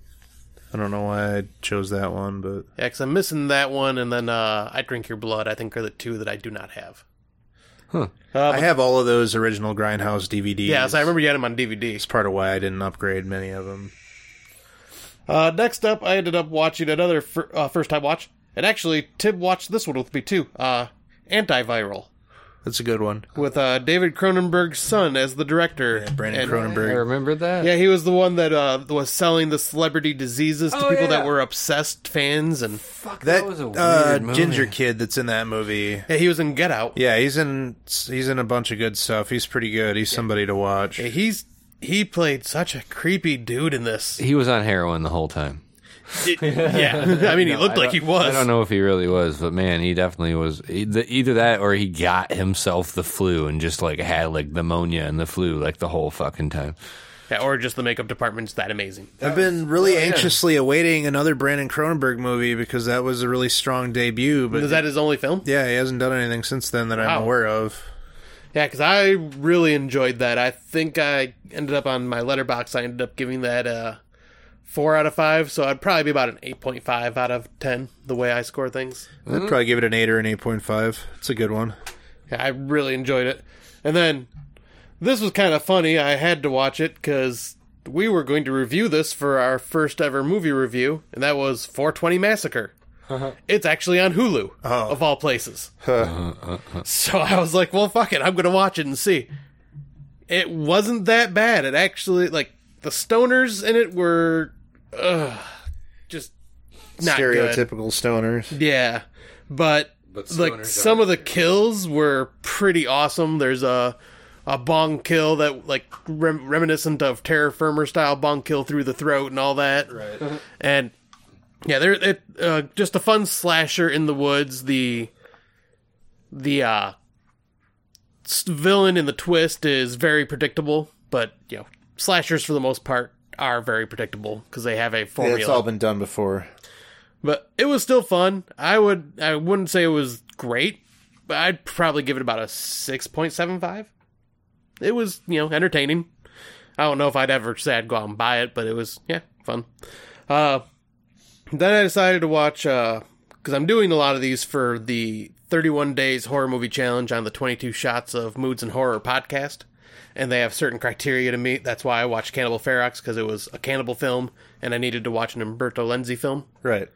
Speaker 7: I don't know why I chose that one, but
Speaker 5: Yeah, because I'm missing that one, and then uh, I Drink Your Blood, I think, are the two that I do not have.
Speaker 7: I have all of those original Grindhouse DVDs.
Speaker 5: Yeah, so I remember you had them on DVD.
Speaker 7: It's part of why I didn't upgrade many of them.
Speaker 5: Uh, next up, I ended up watching another fir- uh, first time watch, and actually, Tib watched this one with me too uh, Antiviral,
Speaker 7: That's a good one.
Speaker 5: with uh, David Cronenberg's son as the director.
Speaker 7: Brandon
Speaker 5: And-
Speaker 6: I
Speaker 7: Cronenberg.
Speaker 6: remember that.
Speaker 5: Yeah, he was the one that uh, was selling the celebrity diseases to people that
Speaker 6: Oh, yeah.
Speaker 5: were obsessed fans, and
Speaker 6: Fuck,
Speaker 7: That,
Speaker 6: that, was a weird
Speaker 7: uh,
Speaker 6: movie.
Speaker 7: ginger kid that's in that movie.
Speaker 5: yeah, he was in Get Out.
Speaker 7: Yeah, he's in he's in a bunch of good stuff. He's pretty good. He's somebody to watch.
Speaker 5: Yeah, He's he played such a creepy dude in this.
Speaker 6: He was on heroin the whole time.
Speaker 5: It- yeah, I mean, he looked like he was.
Speaker 6: I don't know if he really was, but man, he definitely was. e- the- Either that, or he got himself the flu and just like had like pneumonia and the flu like the whole fucking time.
Speaker 5: Yeah, or just the makeup department's that amazing.
Speaker 7: I've
Speaker 6: uh,
Speaker 7: been really anxiously awaiting another Brandon Cronenberg movie because that was a really strong debut. But
Speaker 5: Is that his only film?
Speaker 7: yeah, he hasn't done anything since then that
Speaker 5: Wow.
Speaker 7: I'm aware of.
Speaker 5: Yeah, because I really enjoyed that. I think I ended up on my letterbox. I ended up giving that uh, four out of five, so I'd probably be about an eight point five out of ten the way I score things.
Speaker 6: Hmm?
Speaker 7: I'd probably give it an eight or an eight point five. It's a good one.
Speaker 5: Yeah, I really enjoyed it. And then this was kind of funny. I had to watch it because we were going to review this for our first ever movie review, and that was 420 Massacre. It's actually on Hulu, of all places. So I was like, well, fuck it. I'm going to watch it and see. It wasn't that bad. It actually, like, the stoners in it were ugh, just not good.
Speaker 7: Stereotypical stoners.
Speaker 5: Yeah, but, like some of the kills were pretty awesome. There's a a bong kill that like rem- reminiscent of terra firma style bong kill through the throat and all that. Right. and yeah, there it uh, just a fun slasher in the woods. The the uh s- villain in the twist is very predictable, but you know slashers for the most part are very predictable because they have a formula.
Speaker 7: It's all been done before.
Speaker 5: But it was still fun. I would I wouldn't say it was great, but I'd probably give it about a six point seven five. It was, you know, entertaining. I don't know if I'd ever say I'd go out and buy it, but it was yeah, fun. Uh then I decided to watch uh because I'm doing a lot of these for the 31 days horror movie challenge on the 22 shots of moods and horror podcast, and they have certain criteria to meet. That's why I watched Cannibal Ferox because it was a cannibal film, and I needed to watch an Umberto Lenzi film.
Speaker 7: Right.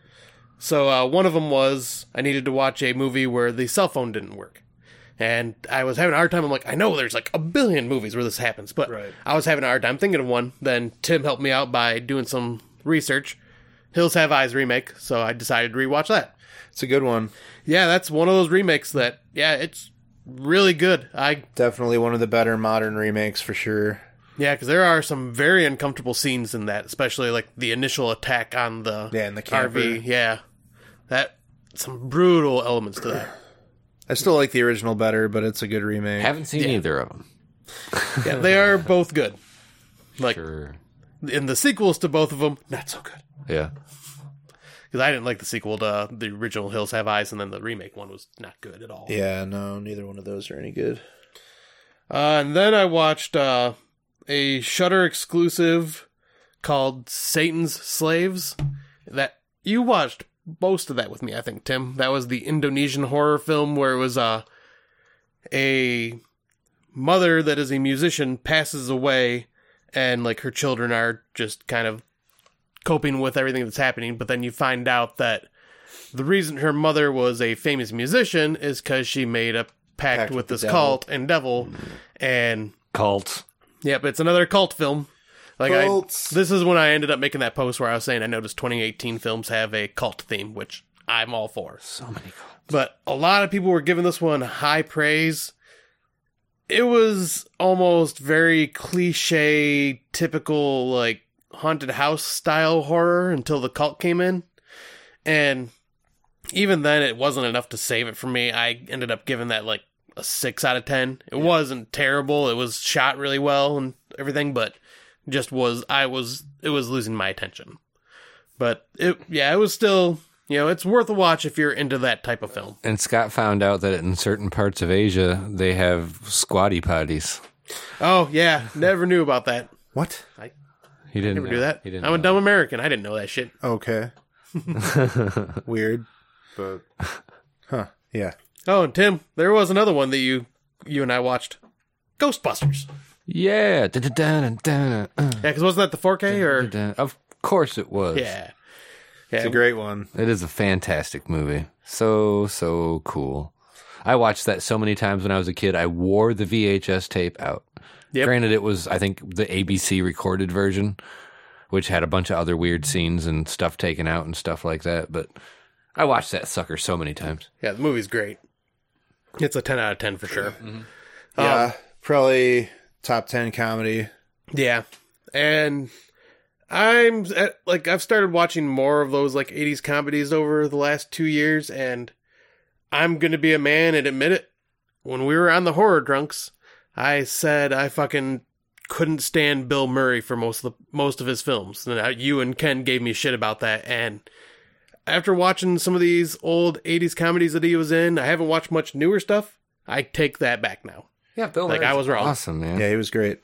Speaker 5: So uh, one of them was I needed to watch a movie where the cell phone didn't work, and I was having a hard time. I'm like, I know there's like a billion movies where this happens, but
Speaker 7: Right.
Speaker 5: I was having a hard time thinking of one. Then Tim helped me out by doing some research. Hills Have Eyes remake, so I decided to rewatch that.
Speaker 7: It's a good one.
Speaker 5: Yeah, that's one of those remakes that yeah, it's really good. I
Speaker 7: Definitely one of the better modern remakes for sure.
Speaker 5: yeah, because there are some very uncomfortable scenes in that, especially like the initial attack on the
Speaker 7: Yeah, in the camper.
Speaker 5: RV. Yeah, that some brutal elements to that.
Speaker 7: I still like the original better, but it's a good remake.
Speaker 6: Haven't seen either of them.
Speaker 5: Yeah, they are both good. Like
Speaker 6: Sure.
Speaker 5: in the sequels to both of them, not so good.
Speaker 6: Yeah.
Speaker 5: Because I didn't like the sequel to the original Hills Have Eyes, and then the remake one was not good at all.
Speaker 7: yeah, no, neither one of those are any good.
Speaker 5: Uh, and then I watched uh, a Shutter exclusive called Satan's Slaves. That you watched most of that with me, I think, Tim. That was the Indonesian horror film where it was uh, a mother that is a musician passes away, and like her children are just kind of coping with everything that's happening. But then you find out that the reason her mother was a famous musician is because she made a pact, with,
Speaker 7: with the
Speaker 5: this
Speaker 7: devil.
Speaker 5: cult and devil, and
Speaker 6: Cult.
Speaker 5: Yep, it's another cult film. Like I,
Speaker 7: Cults.
Speaker 5: this is when I ended up making that post where I was saying I noticed 2018 films have a cult theme, which I'm all for.
Speaker 6: So many cults.
Speaker 5: But a lot of people were giving this one high praise. It was almost very cliche, typical like haunted house style horror until the cult came in. And even then, it wasn't enough to save it for me. I ended up giving that like a six out of 10. It wasn't terrible. It was shot really well and everything, but just was, I was, it was losing my attention. But it, yeah, it was still, you know, it's worth a watch if you're into that type of film.
Speaker 6: And Scott found out that in certain parts of Asia they have squatty potties.
Speaker 5: Oh, yeah. Never knew about that.
Speaker 7: What?
Speaker 6: He didn't
Speaker 5: Never
Speaker 6: know.
Speaker 5: do that.
Speaker 6: He didn't.
Speaker 5: I'm a
Speaker 6: know.
Speaker 5: dumb American. I didn't know that shit.
Speaker 7: Okay. Weird, but huh? Yeah.
Speaker 5: Oh, and Tim, there was another one that you you and I watched. Ghostbusters.
Speaker 6: Yeah. Da-da-da-da-da, uh,
Speaker 5: Yeah, because wasn't that the 4K or
Speaker 6: da-da. Of course it was.
Speaker 5: yeah. Yeah.
Speaker 7: It's a great one.
Speaker 6: It is a fantastic movie. So so cool. I watched that so many times when I was a kid. I wore the VHS tape out.
Speaker 5: Yep.
Speaker 6: Granted, it was I think the ABC recorded version, which had a bunch of other weird scenes and stuff taken out and stuff like that. But I watched that sucker so many times.
Speaker 5: yeah, the movie's great. It's a 10 out of 10 for sure.
Speaker 6: Mm-hmm.
Speaker 5: Um,
Speaker 7: Yeah, Uh, probably top ten comedy.
Speaker 5: Yeah. And I'm at, like I've started watching more of those like 80s comedies over the last 2 years and I'm going to be a man and admit it. When we were on the horror drunks, I said I fucking couldn't stand Bill Murray for most of the, most of his films. And I, you and Ken gave me shit about that and after watching some of these old 80s comedies that he was in, I haven't watched much newer stuff. I take that back now.
Speaker 6: Yeah, Bill.
Speaker 5: Like, Murray's I was wrong.
Speaker 6: Awesome man.
Speaker 7: Yeah, he was great.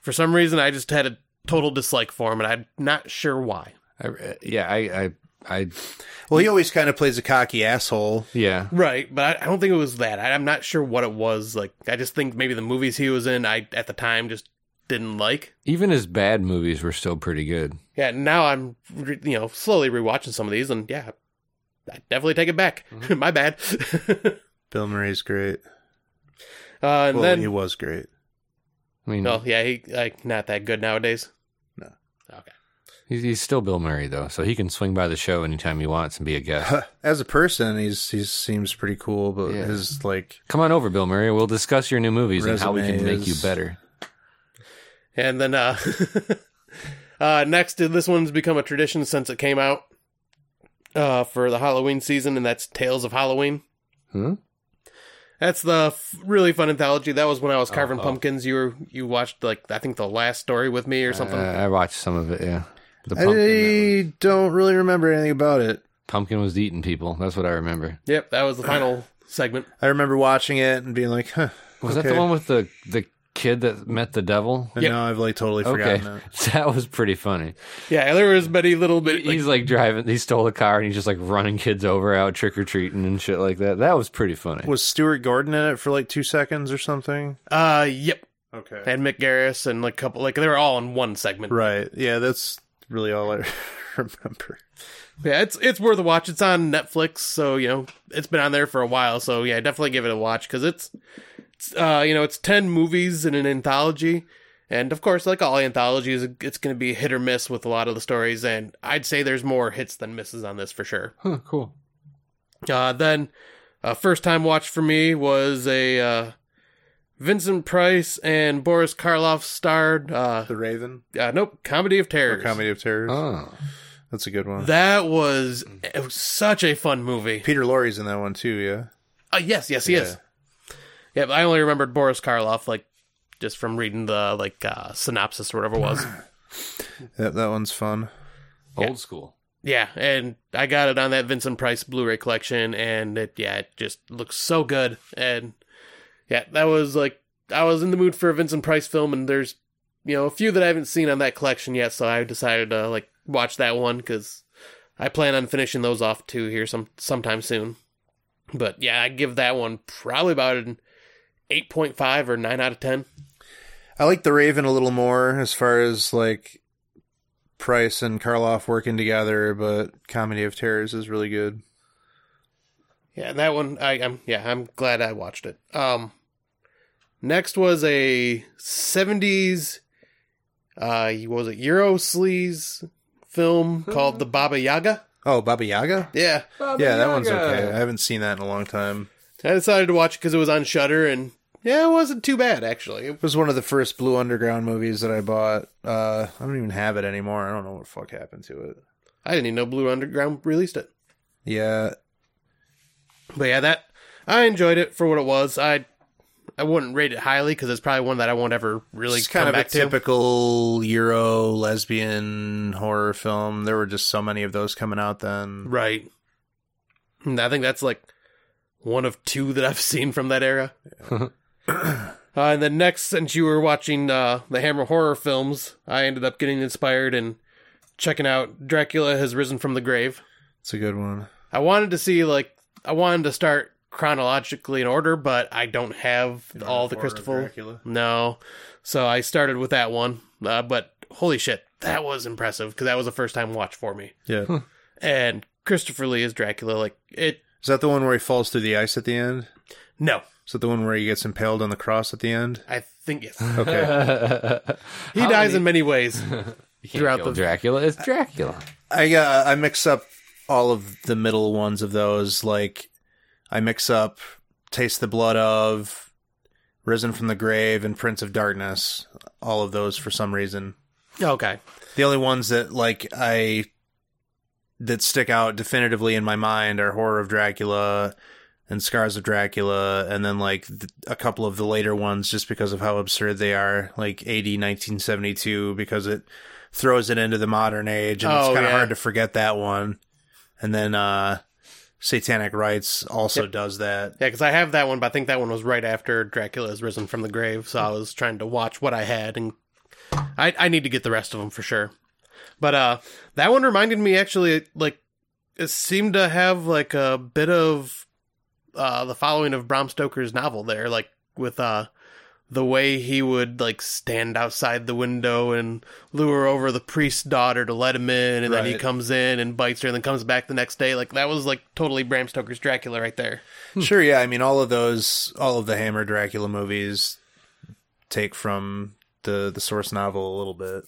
Speaker 5: For some reason, I just had a total dislike for him, and I'm not sure why.
Speaker 6: I, uh, yeah, I, I, I,
Speaker 7: Well, he always kind of plays a cocky asshole.
Speaker 6: yeah.
Speaker 5: Right, but I, I don't think it was that. I, I'm not sure what it was. Like, I just think maybe the movies he was in, I at the time just didn't like.
Speaker 6: Even his bad movies were still pretty good.
Speaker 5: Yeah, now I'm re- you know slowly rewatching some of these, and yeah, I definitely take it back. My bad. uh,
Speaker 7: Bill Murray's great.
Speaker 5: and
Speaker 7: Well,
Speaker 5: then
Speaker 7: he was great.
Speaker 6: I mean,
Speaker 5: no, yeah, he like not that good nowadays.
Speaker 7: No.
Speaker 5: Okay.
Speaker 6: he's, he's still Bill Murray though, so he can swing by the show anytime he wants and be a guest.
Speaker 7: As a person, he's he seems pretty cool, but
Speaker 6: Yeah.
Speaker 7: his like
Speaker 6: Come on over, Bill Murray. We'll discuss your new movies and how we can
Speaker 7: Resume
Speaker 6: make you
Speaker 7: is-
Speaker 6: better.
Speaker 5: And then uh, uh next uh, this one's become a tradition since it came out uh for the Halloween season and that's Tales of Halloween.
Speaker 6: Hmm?
Speaker 5: That's the f- really fun anthology. That was when I was carving
Speaker 6: Uh-huh.
Speaker 5: pumpkins. You were you watched like I think the last story with me or something.
Speaker 6: Uh, I watched some of it. Yeah, the
Speaker 7: I
Speaker 6: pumpkin. that
Speaker 7: don't really remember anything about it.
Speaker 6: was- pumpkin was eating people. That's what I remember.
Speaker 5: yep, that was the final segment.
Speaker 7: I remember watching it and being like, huh.
Speaker 6: Was that
Speaker 7: Okay.
Speaker 6: the one with the the kid that met the devil?
Speaker 7: And
Speaker 5: Yep.
Speaker 7: now I've like totally
Speaker 6: Okay,
Speaker 7: forgotten it.
Speaker 6: that was pretty funny.
Speaker 5: Yeah, there was many little bit. Like,
Speaker 6: he's like driving. He stole a car and he's just like running kids over out trick or treating and shit like that. That was pretty funny.
Speaker 7: Was Stuart Gordon in it for like two seconds or something?
Speaker 5: uh, yep,
Speaker 7: Okay.
Speaker 5: and Mick Garris and like a couple like they were all in one segment.
Speaker 7: right. Yeah, that's really all I remember.
Speaker 5: Yeah, it's it's worth a watch. It's on Netflix, so you know it's been on there for a while. So yeah, definitely give it a watch because it's, it's uh you know it's ten movies in an anthology, and of course, like all anthologies, it's going to be hit or miss with a lot of the stories. And I'd say there's more hits than misses on this for sure.
Speaker 6: Huh, cool.
Speaker 5: Uh, then uh, first time watch for me was a uh, Vincent Price and Boris Karloff starred uh,
Speaker 7: The Raven
Speaker 5: uh nope comedy of
Speaker 7: or
Speaker 5: terrors.
Speaker 7: Comedy of Terrors.
Speaker 6: Oh,
Speaker 7: That's a good one.
Speaker 5: That was, it was such a fun movie.
Speaker 7: Peter Lorre's in that one too, yeah.
Speaker 5: Uh, yes, yes, he is.
Speaker 7: Yeah.
Speaker 5: Yeah, but I only remembered Boris Karloff, like, just from reading the, like, uh, synopsis or whatever it was.
Speaker 7: Yep, that one's fun.
Speaker 6: old school.
Speaker 5: yeah, and I got it on that Vincent Price Blu-ray collection, and it, yeah, it just looks so good. And, yeah, that was, like, I was in the mood for a Vincent Price film, and there's, you know, a few that I haven't seen on that collection yet, so I decided to, like, watch that one, because I plan on finishing those off, too, here some sometime soon. But, yeah, I give that one probably about an 8.5 or 9 out of 10.
Speaker 7: I like The Raven a little more as far as like Price and Karloff working together, but Comedy of Terrors is really good.
Speaker 5: Yeah, that one I, I'm yeah, I'm glad I watched it. Um next was a seventies uh what was it Euro sleaze film called The Baba Yaga.
Speaker 7: Oh, Baba Yaga?
Speaker 5: Yeah.
Speaker 7: yeah, that one's okay. I haven't seen that in a long time.
Speaker 5: I decided to watch it because it was on Shutter and Yeah, it wasn't too bad actually. It-
Speaker 7: It was one of the first Blue Underground movies that I bought. Uh, I don't even have it anymore. I don't know what the fuck happened to it.
Speaker 5: I didn't even know Blue Underground released it.
Speaker 7: Yeah,
Speaker 5: But yeah, that I enjoyed it for what it was. I I wouldn't rate it highly because it's probably one that I won't ever really
Speaker 7: it's
Speaker 5: come
Speaker 7: kind of a
Speaker 5: back to.
Speaker 7: typical Euro lesbian horror film. There were just so many of those coming out then.
Speaker 5: Right. And I think that's like one of two that I've seen from that era. uh, and then next, since you were watching uh, the Hammer horror films, I ended up getting inspired and checking out Dracula Has Risen from the Grave.
Speaker 7: It's a good one.
Speaker 5: I wanted to see like I wanted to start chronologically in order, but I don't have all the Christopher. No, so I started with that one. Uh, but holy shit, that was impressive because that was a first time watch for me.
Speaker 7: Yeah,
Speaker 5: And Christopher Lee is Dracula. Like it.
Speaker 7: is that the one where he falls through the ice at the end?
Speaker 5: No,
Speaker 7: Is that the one where he gets impaled on the cross at the end?
Speaker 5: I think yes.
Speaker 7: Okay,
Speaker 5: He dies in many ways.
Speaker 6: Throughout
Speaker 5: the-
Speaker 6: Dracula is Dracula.
Speaker 7: I uh, I mix up all of the middle ones of those. Like I mix up Taste the Blood of, Risen from the Grave, and Prince of Darkness. All of those for some reason.
Speaker 5: okay.
Speaker 7: The only ones that like I that stick out definitively in my mind are Horror of Dracula and Scars of Dracula, and then like th- a couple of the later ones just because of how absurd they are, like AD 1972, because it throws it into the modern age, and it's
Speaker 5: Oh,
Speaker 7: kind of
Speaker 5: yeah.
Speaker 7: hard to forget that one. And then uh Satanic Rites also does that.
Speaker 5: Yeah, because I have that one, but I think that one was right after Dracula has risen from the grave. So I was trying to watch what I had, and I I need to get the rest of them for sure. But uh, that one reminded me actually like it seemed to have like a bit of uh the following of Bram Stoker's novel there, like with uh the way he would like stand outside the window and lure over the priest's daughter to let him in, and then he
Speaker 7: Right.
Speaker 5: comes in and bites her, and then comes back the next day. Like that was like totally Bram Stoker's Dracula right there.
Speaker 7: Sure, yeah. I mean, all of those, all of the Hammer Dracula movies take from the the source novel a little bit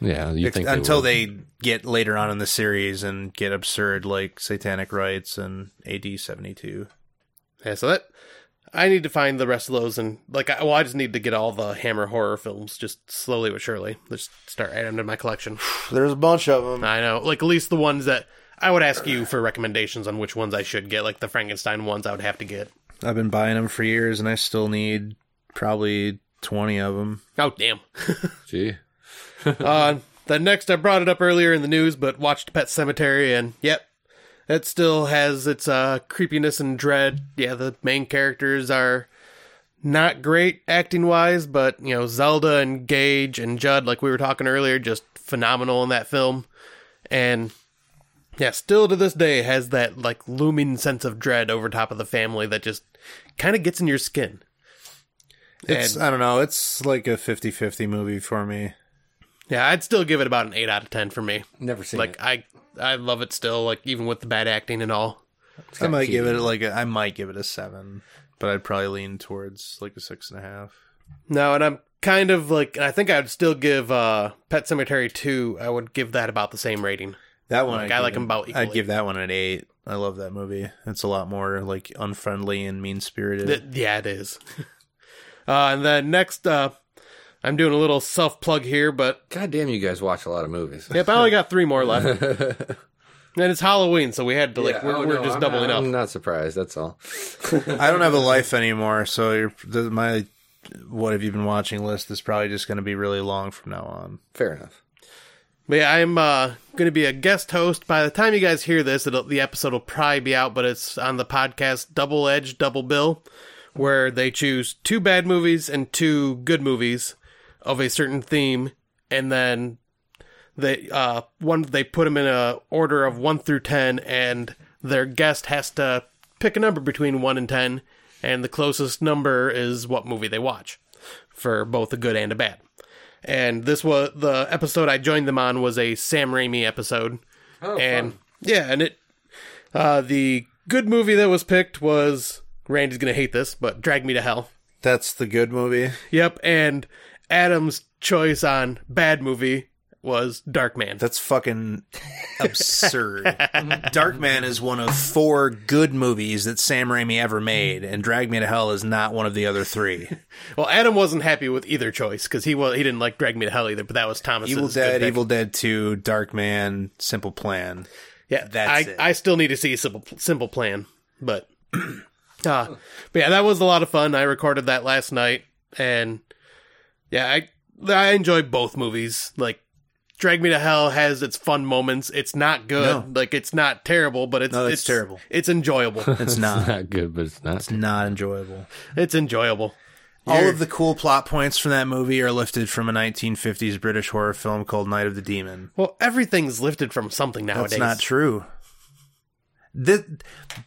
Speaker 6: Yeah, you
Speaker 7: Ex-
Speaker 6: think
Speaker 7: until
Speaker 6: would.
Speaker 7: they, get later on in the series and get absurd like Satanic Rites and AD seventy two.
Speaker 5: Yeah, so that I need to find the rest of those, and like, I, well, I just need to get all the Hammer horror films just slowly but surely. Just start adding to my collection.
Speaker 7: There's a bunch of them.
Speaker 5: I know, like at least the ones that I would ask you for recommendations on which ones I should get. Like the Frankenstein ones, I would have to get.
Speaker 7: I've been buying them for years, and I still need probably twenty of them.
Speaker 5: Oh damn!
Speaker 6: Gee.
Speaker 5: uh, then next, I brought it up earlier in the news, but watched Pet Cemetery, and yep, it still has its uh, creepiness and dread. Yeah, the main characters are not great acting wise, but you know, Zelda and Gage and Judd, like we were talking earlier, just phenomenal in that film, and yeah, still to this day has that like looming sense of dread over top of the family that just kind of gets in your skin.
Speaker 7: It's
Speaker 5: And-
Speaker 7: I don't know. It's like a 50-50 movie for me.
Speaker 5: Yeah, I'd still give it about an eight out of ten for me.
Speaker 6: Never seen
Speaker 5: like
Speaker 6: it.
Speaker 5: I I love it still, like even with the bad acting and all.
Speaker 7: I might give
Speaker 6: cheating.
Speaker 7: it like a, I might give it a seven, but I'd probably lean towards like a six and a half.
Speaker 5: No, and I'm kind of like and I think I would still give uh Pet Cemetery 2, I would give that about the same rating.
Speaker 7: That one,
Speaker 5: Like, I
Speaker 7: I'd give
Speaker 5: like
Speaker 7: an-
Speaker 5: 'em about
Speaker 7: I'd
Speaker 5: equally.
Speaker 7: give that one an eight. I love that movie. It's a lot more like unfriendly and mean spirited.
Speaker 5: Th- yeah, it is. uh and then next uh I'm doing a little self plug here, but
Speaker 6: God damn, you guys watch a lot of movies.
Speaker 5: yep, I only got three more left. and it's Halloween, so we had to like we're, we're just doubling
Speaker 6: Oh, I'm
Speaker 5: up.
Speaker 6: not surprised. That's all.
Speaker 7: I don't have a life anymore, so you're, the, my what have you been watching list is probably just going to be really long from now on.
Speaker 6: Fair enough.
Speaker 5: But yeah, I'm uh gonna be a guest host. By the time you guys hear this, it'll, the episode will probably be out, but it's on the podcast Double Edge Double Bill. where they choose two bad movies and two good movies of a certain theme, and then they uh one they put them in a order of one through ten, and their guest has to pick a number between one and ten, and the closest number is what movie they watch for both a good and a bad. And this was the episode I joined them on was a Sam Raimi episode, oh, and yeah, and it uh the good movie that was picked was Randy's gonna hate this, but Drag Me to Hell.
Speaker 7: That's the good movie.
Speaker 5: Yep, and Adam's choice on bad movie was Darkman.
Speaker 7: That's fucking absurd. Darkman is one of four good movies that Sam Raimi ever made, and Drag Me to Hell is not one of the other three.
Speaker 5: Well, Adam wasn't happy with either choice because he was he didn't like Drag Me to Hell either. But that was Thomas.
Speaker 7: Evil Dead, Evil Dead 2, Darkman, Simple Plan.
Speaker 5: Yeah,
Speaker 7: That's
Speaker 5: I,
Speaker 7: it.
Speaker 5: I still need to see simple simple plan, but uh, but yeah, that was a lot of fun. I recorded that last night, and yeah, I I enjoy both movies. Like Drag Me to Hell has its fun moments. It's not good, like it's not terrible, but it's
Speaker 7: No, it's
Speaker 5: it's
Speaker 7: terrible.
Speaker 5: It's enjoyable.
Speaker 7: It's not.
Speaker 6: Not good, but it's not.
Speaker 7: Not enjoyable.
Speaker 5: it's enjoyable.
Speaker 7: All of the cool plot points from that movie are lifted from a 1950s British horror film called Night of the Demon.
Speaker 5: Well, everything's lifted from something nowadays.
Speaker 7: That's not true. This,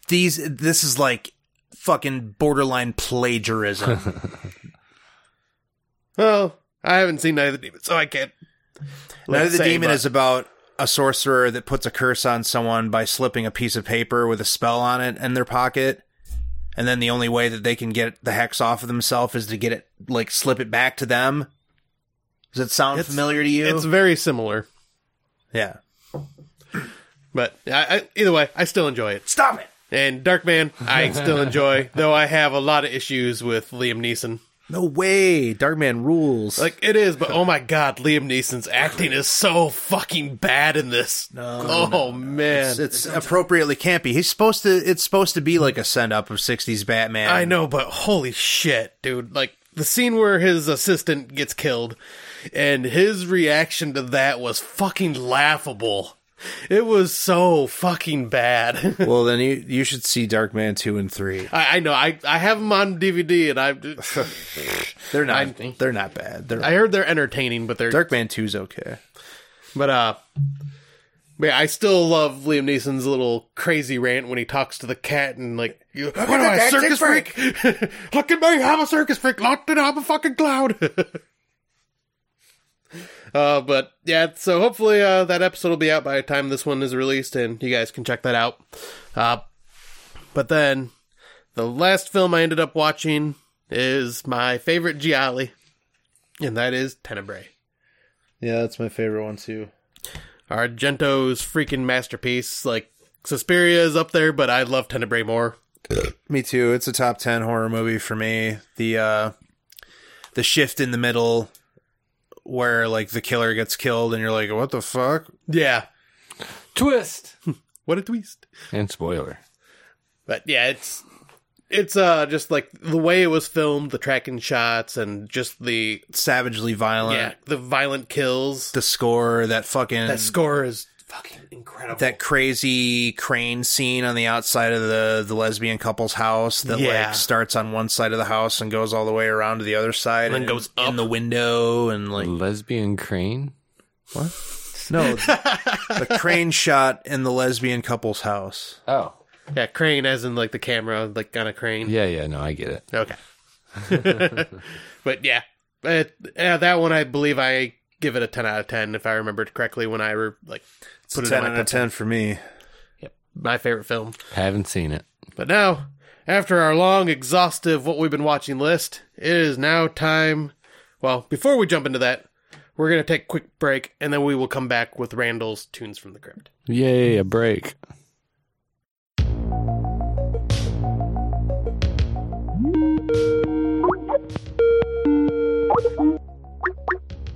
Speaker 7: these, this is like fucking borderline plagiarism.
Speaker 5: Well, I haven't seen Night of the Demon, so I can't.
Speaker 7: Night of the
Speaker 5: say,
Speaker 7: Demon
Speaker 5: but-
Speaker 7: is about a sorcerer that puts a curse on someone by slipping a piece of paper with a spell on it in their pocket. And then the only way that they can get the hex off of themselves is to get it, like, slip it back to them. Does it sound
Speaker 5: It's-
Speaker 7: familiar to you?
Speaker 5: It's very similar,
Speaker 7: yeah.
Speaker 5: but I, I, either way, I still enjoy it.
Speaker 7: Stop it!
Speaker 5: And Darkman, I still enjoy, though I have a lot of issues with Liam Neeson.
Speaker 7: No way! Darkman rules.
Speaker 5: Like it is, but oh my god, Liam Neeson's acting is so fucking bad in this. oh man,
Speaker 7: it's, it's appropriately campy. He's supposed to. It's supposed to be like a send up of '60s Batman.
Speaker 5: I know, but holy shit, dude! Like the scene where his assistant gets killed, and his reaction to that was fucking laughable. It was so fucking bad.
Speaker 7: Well, then you you should see Darkman two and three.
Speaker 5: I, I know. I, I have them on DVD, and I
Speaker 7: They're not. they're not bad. They're
Speaker 5: I heard they're entertaining, but they're
Speaker 7: Darkman two's okay.
Speaker 5: But uh but yeah, I still love Liam Neeson's little crazy rant when he talks to the cat and like, you- "What am I, a circus freak? Look at me, I'm a circus freak. Locked in, I'm a fucking clown." uh, but yeah, so hopefully uh, that episode will be out by the time this one is released, and you guys can check that out. Uh, but then the last film I ended up watching is my favorite Gialli, E, and that is Tenebrae.
Speaker 7: Yeah, that's my favorite one too.
Speaker 5: Argento's freaking masterpiece. Like Suspiria is up there, but I love Tenebrae more.
Speaker 7: Me too. It's a top ten horror movie for me. The uh the shift in the middle where like the killer gets killed and you're like, what the fuck?
Speaker 5: Yeah,
Speaker 6: Twist
Speaker 5: what a twist!
Speaker 6: and spoiler.
Speaker 5: But yeah, it's it's uh just like the way it was filmed, the tracking shots, and just the
Speaker 7: Savagely violent.
Speaker 5: yeah the violent kills.
Speaker 7: The score, that fucking
Speaker 5: that score is fucking incredible.
Speaker 7: Mm. that crazy crane scene on the outside of the the lesbian couple's house that
Speaker 5: Yeah.
Speaker 7: like starts on one side of the house and goes all the way around to the other side
Speaker 5: And then goes up.
Speaker 7: in the window and like
Speaker 6: Lesbian crane.
Speaker 7: no the crane shot in the lesbian couple's house
Speaker 6: Oh,
Speaker 5: yeah, crane as in like the camera, like on a crane.
Speaker 6: yeah, yeah. No, I get it.
Speaker 5: Okay. but yeah, but yeah, that one I believe I give it a ten out of ten if I remembered correctly when I re- like
Speaker 7: it's a
Speaker 5: it on
Speaker 7: 10
Speaker 5: my
Speaker 7: out of 10 for me
Speaker 5: my favorite film.
Speaker 6: Haven't seen it.
Speaker 5: But now, after our long, exhaustive what we've been watching list, it is now time. Well, before we jump into that, we're going to take a quick break and then we will come back with Randall's Tunes from the Crypt.
Speaker 6: Yay, a break.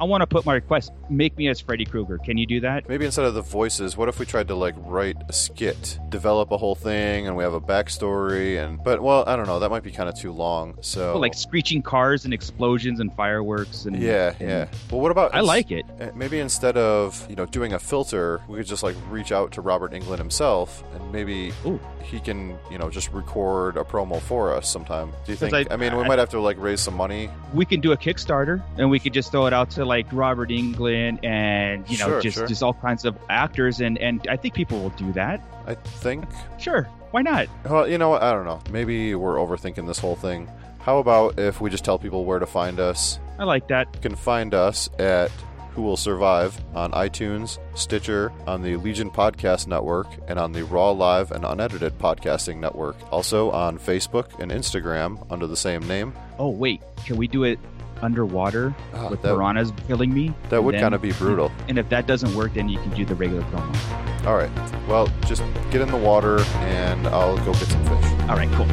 Speaker 10: I want to put my request make me as Freddy Krueger. Can you do that?
Speaker 11: Maybe instead of the voices, what if we tried to like write a skit, develop a whole thing and we have a backstory and but well, I don't know, that might be kind of too long. So
Speaker 10: Well, like screeching cars and explosions and fireworks and
Speaker 11: yeah, yeah. Well, what about
Speaker 10: Mm. I like it.
Speaker 11: Uh, Maybe instead of you know doing a filter, we could just like reach out to Robert England himself, and maybe
Speaker 10: Ooh.
Speaker 11: he can you know just record a promo for us sometime. Do you think?
Speaker 10: Because I-
Speaker 11: I, mean, we
Speaker 10: I-
Speaker 11: might have to like raise some money.
Speaker 10: We can do a Kickstarter and we could just throw it out to like Robert England and you know
Speaker 11: Sure,
Speaker 10: just
Speaker 11: sure.
Speaker 10: just all kinds of actors and and I think people will do that.
Speaker 11: I think.
Speaker 10: Sure, why not?
Speaker 11: Well, you know, what? I don't know. Maybe we're overthinking this whole thing. How about if we just tell people where to find us?
Speaker 10: I like that.
Speaker 11: You can find us at Who Will Survive on iTunes, Stitcher, on the Legion Podcast Network, and on the Raw Live and Unedited Podcasting Network. Also on Facebook and Instagram under the same name.
Speaker 10: Oh wait, can we do it underwater
Speaker 11: Ah,
Speaker 10: with
Speaker 11: that-
Speaker 10: piranhas killing me?
Speaker 11: That
Speaker 10: And
Speaker 11: would
Speaker 10: then-
Speaker 11: kind of be brutal.
Speaker 10: And if that doesn't work, then you can do the regular promo.
Speaker 11: All right. Well, just get in the water and I'll go get some fish.
Speaker 10: All right, cool.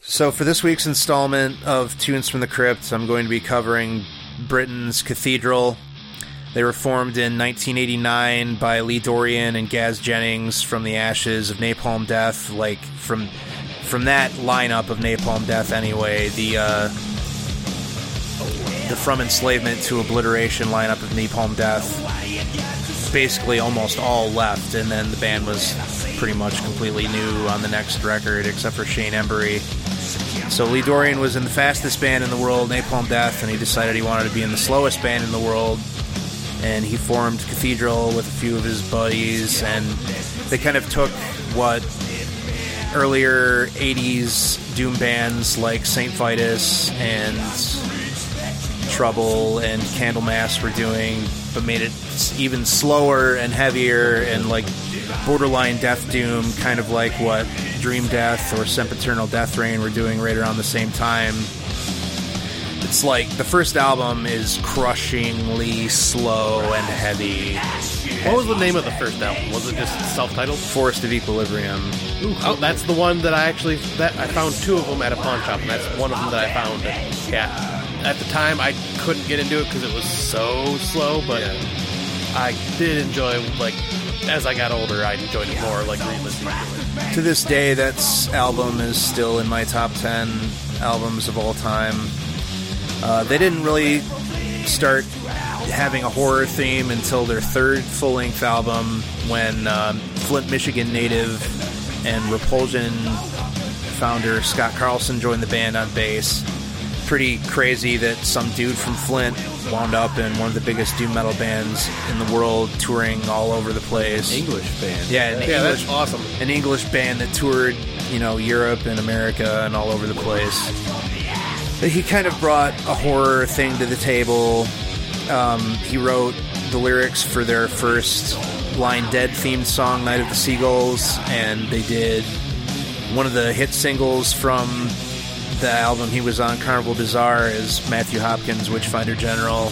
Speaker 7: So, for this week's installment of Tunes from the Crypt, I'm going to be covering Britain's Cathedral. They were formed in 1989 by Lee Dorian and Gaz Jennings from the ashes of Napalm Death. Like from from that lineup of Napalm Death, anyway, the uh, the From Enslavement to Obliteration lineup of Napalm Death, basically almost all left, and then the band was pretty much completely new on the next record, except for Shane Embury. So Lee Dorian was in the fastest band in the world, Napalm Death, and he decided he wanted to be in the slowest band in the world. And he formed Cathedral with a few of his buddies, and they kind of took what earlier 80s doom bands like St. Vitus and Trouble and Candlemass were doing, but made it s- even slower and heavier and like borderline death doom, kind of like what Dream Death or Sempiternal Death Rain were doing right around the same time. It's like the first album is crushingly slow and heavy.
Speaker 5: What was the name of the first album? Was it just self-titled?
Speaker 7: Forest of Equilibrium.
Speaker 5: Oh, that's the one that I actually that I found two of them at a pawn shop, and that's one of them that I found. yeah, at the time I couldn't get into it because it was so slow, but I did enjoy like as I got older, I enjoyed it more. Like re-listening to it.
Speaker 7: To this day, that s- album is still in my top 10 albums of all time. Uh, they didn't really start having a horror theme until their third full length album when um, Flint, Michigan native and Repulsion founder Scott Carlson joined the band on bass. Pretty crazy that some dude from Flint wound up in one of the biggest doom metal bands in the world, touring all over the place.
Speaker 6: English band.
Speaker 7: Yeah, an
Speaker 5: Yeah,
Speaker 7: English
Speaker 5: that's awesome.
Speaker 7: an English band that toured, you know, Europe and America and all over the place. But he kind of brought a horror thing to the table. Um, he wrote the lyrics for their first Blind Dead themed song, Night of the Seagulls, and they did one of the hit singles from the album he was on, Carnival Bazaar, is Matthew Hopkins, Witchfinder General.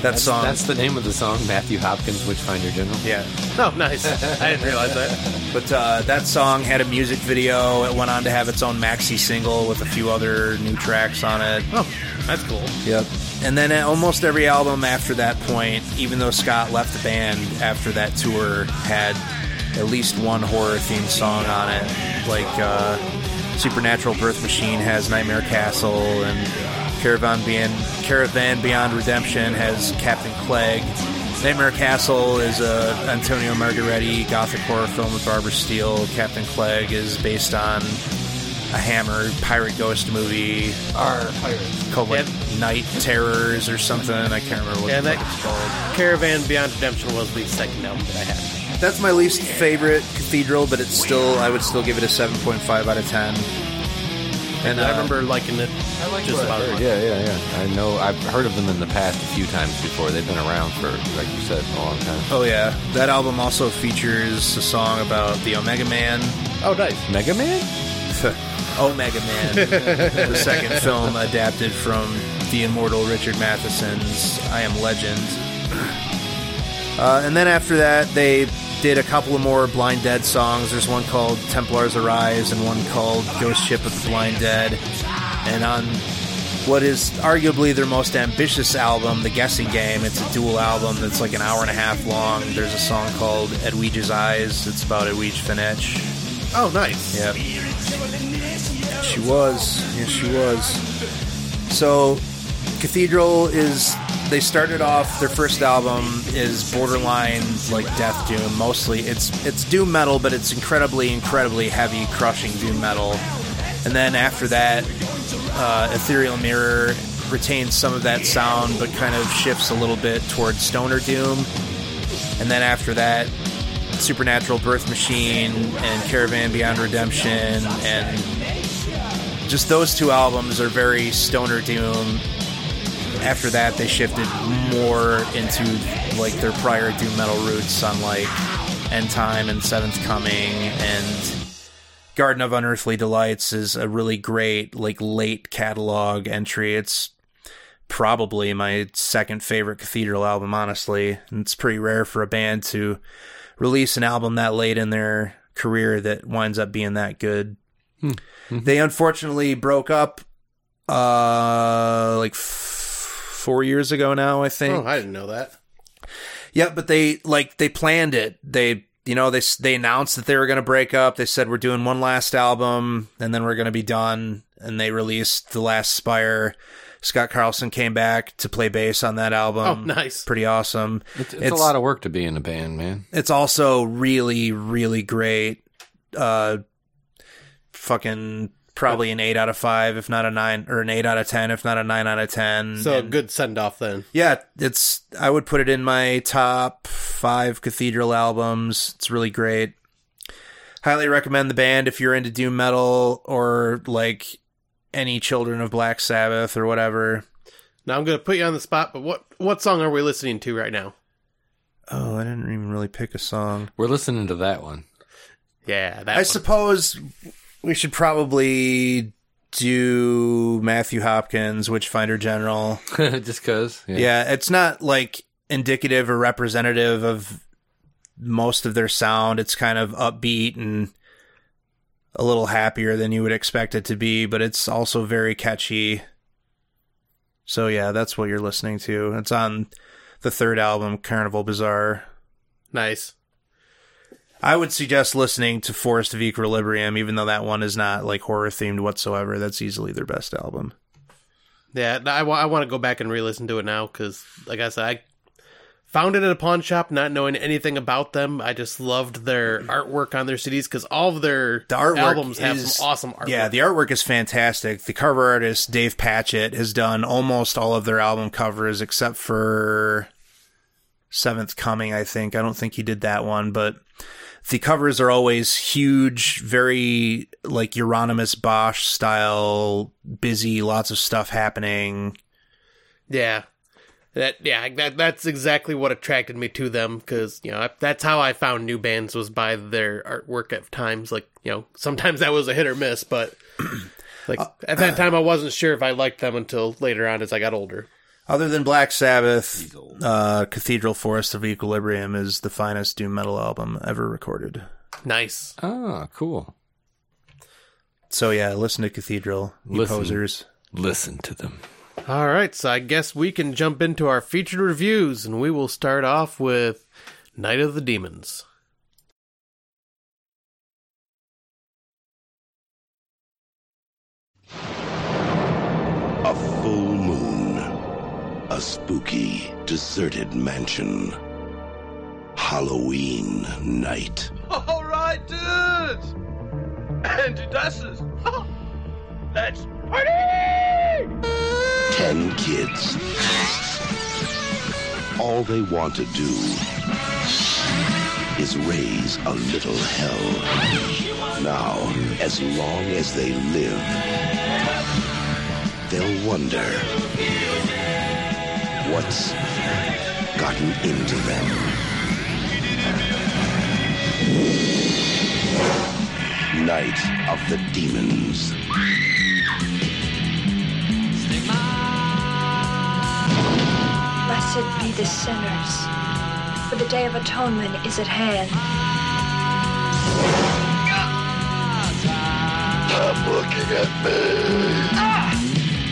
Speaker 7: That
Speaker 6: That's,
Speaker 7: song.
Speaker 6: that's the name of the song, Matthew Hopkins, Witchfinder General.
Speaker 7: yeah.
Speaker 5: Oh, nice. I didn't realize that.
Speaker 7: But uh, that song had a music video. It went on to have its own maxi single with a few other new tracks on it.
Speaker 5: Oh, that's cool.
Speaker 7: Yep. And then uh, almost every album after that point, even though Scott left the band after that tour, had at least one horror themed song on it. Like uh, Supernatural Birth Machine has Nightmare Castle, and Caravan Beyond, Caravan Beyond Redemption has Captain Clegg. Nightmare Castle is a Antonio Margheriti gothic horror film with Barbara Steele. Captain Clegg is based on a Hammer pirate ghost movie called like Night Terrors or something. I can't remember what
Speaker 5: Yeah,
Speaker 7: the
Speaker 5: that-
Speaker 7: fuck it's called.
Speaker 5: Caravan Beyond Redemption was the second album that I had.
Speaker 7: That's my least favorite Cathedral, but it's still I would still give it a seven point five out of ten. And
Speaker 5: I
Speaker 7: uh,
Speaker 5: remember liking it just about. a month.
Speaker 6: Yeah, yeah, yeah. I know. I've heard of them in the past a few times before. They've been around for, like you said, a long time.
Speaker 7: Oh yeah, that album also features a song about the Omega Man.
Speaker 5: Oh, nice.
Speaker 6: Mega Man?
Speaker 7: Omega Man, the second film adapted from the immortal Richard Matheson's I Am Legend. Uh, and then after that, they did a couple of more Blind Dead songs. There's one called Templars Arise and one called Ghost Ship of the Blind Dead. And on what is arguably their most ambitious album, The Guessing Game, it's a dual album that's like an hour and a half long. There's a song called Edwige's Eyes. It's about Edwige Finch.
Speaker 5: Oh, nice.
Speaker 7: Yep. She was. Yes, she was. So, Cathedral is. They started off. Their first album is borderline like death doom. Mostly, it's it's doom metal, but it's incredibly, incredibly heavy, crushing doom metal. And then after that, uh, Ethereal Mirror retains some of that sound, but kind of shifts a little bit towards stoner doom. And then after that, Supernatural, Birth Machine, and Caravan Beyond Redemption, and just those two albums are very stoner doom. After that, they shifted more into like their prior doom metal roots on like End Time and Seventh Coming and Garden of Unearthly Delights is a really great like late catalog entry. It's probably my second favorite Cathedral album, honestly. And it's pretty rare for a band to release an album that late in their career that winds up being that good. They unfortunately broke up uh like f- 4 years ago now, I think.
Speaker 5: Oh, I didn't know that.
Speaker 7: Yeah, but they like they planned it. They you know they s- they announced that they were going to break up. They said we're doing one last album and then we're going to be done. And they released the last Spire. Scott Carlson came back to play bass on that album.
Speaker 5: Oh, nice.
Speaker 7: Pretty awesome.
Speaker 6: It's, it's, a lot of work to be in a band, man.
Speaker 7: It's also really really great. Uh, fucking probably an eight out of five, if not a nine, or an eight out of ten, if not a nine out of ten.
Speaker 5: So a
Speaker 7: And-
Speaker 5: good send off then.
Speaker 7: yeah, it's I would put it in my top five Cathedral albums. It's really great. Highly recommend the band if you're into doom metal or like any Children of Black Sabbath or whatever.
Speaker 5: Now I'm going to put you on the spot, but what what song are we listening to right now?
Speaker 7: Oh, I didn't even really pick a song.
Speaker 6: We're listening to that one.
Speaker 5: Yeah,
Speaker 7: I
Speaker 5: that's
Speaker 7: suppose we should probably do Matthew Hopkins, Witchfinder General.
Speaker 6: Just because. Yeah.
Speaker 7: Yeah, it's not like indicative or representative of most of their sound. It's kind of upbeat and a little happier than you would expect it to be, but it's also very catchy. So yeah, that's what you're listening to. It's on the third album, Carnival Bazaar.
Speaker 5: nice.
Speaker 7: I would suggest listening to Forest of Equilibrium, even though that one is not like horror themed whatsoever. That's easily their best album.
Speaker 5: Yeah, I want to go back and re-listen to it now because, like I said, I found it at a pawn shop, not knowing anything about them. I just loved their artwork on their CDs because all of their
Speaker 7: the artwork
Speaker 5: albums have
Speaker 7: is-
Speaker 5: some awesome artwork.
Speaker 7: Yeah, the artwork is fantastic. The cover artist Dave Patchett has done almost all of their album covers except for Seventh Coming. I think I don't think he did that one, but the covers are always huge, very like Euronymous Bosch style, busy, lots of stuff happening.
Speaker 5: yeah, that yeah, that, that's exactly what attracted me to them because you know I, that's how I found new bands was by their artwork at times. Like you know, sometimes that was a hit or miss, but like at that time I wasn't sure if I liked them until later on as I got older.
Speaker 7: Other than Black Sabbath, uh, Cathedral Forest of Equilibrium is the finest doom metal album ever recorded.
Speaker 5: Nice.
Speaker 6: Ah, cool.
Speaker 7: So yeah, listen to Cathedral, you
Speaker 6: Listen.
Speaker 7: posers.
Speaker 6: Listen to them.
Speaker 5: All right, so I guess we can jump into our featured reviews, and we will start off with Night of the Demons.
Speaker 12: A full moon. A spooky, deserted mansion. Halloween night.
Speaker 2: Alright, dudes! And it does. Let's party!
Speaker 12: Ten kids. All they want to do is raise a little hell. Now, as long as they live, they'll wonder what's gotten into them. Night of the Demons.
Speaker 13: Blessed be the sinners, for the day of atonement is at hand.
Speaker 12: Stop looking at me.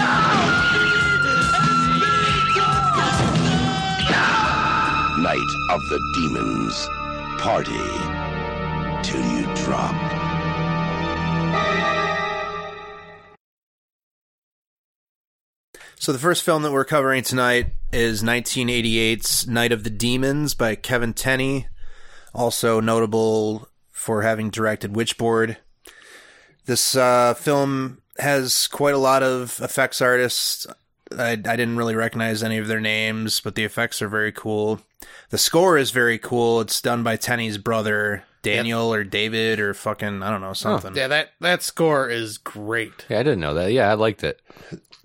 Speaker 2: No!
Speaker 12: of the demons. Party till you drop.
Speaker 7: So the first film that we're covering tonight is 1988's Night of the Demons by Kevin Tenney, also notable for having directed Witchboard. This uh, film has quite a lot of effects artists. I, I didn't really recognize any of their names, but the effects are very cool. The score is very cool. It's done by Tenney's brother, Daniel or David or fucking, I don't know, something.
Speaker 5: Yeah, that, that score is great.
Speaker 6: Yeah, I didn't know that. Yeah, I liked it.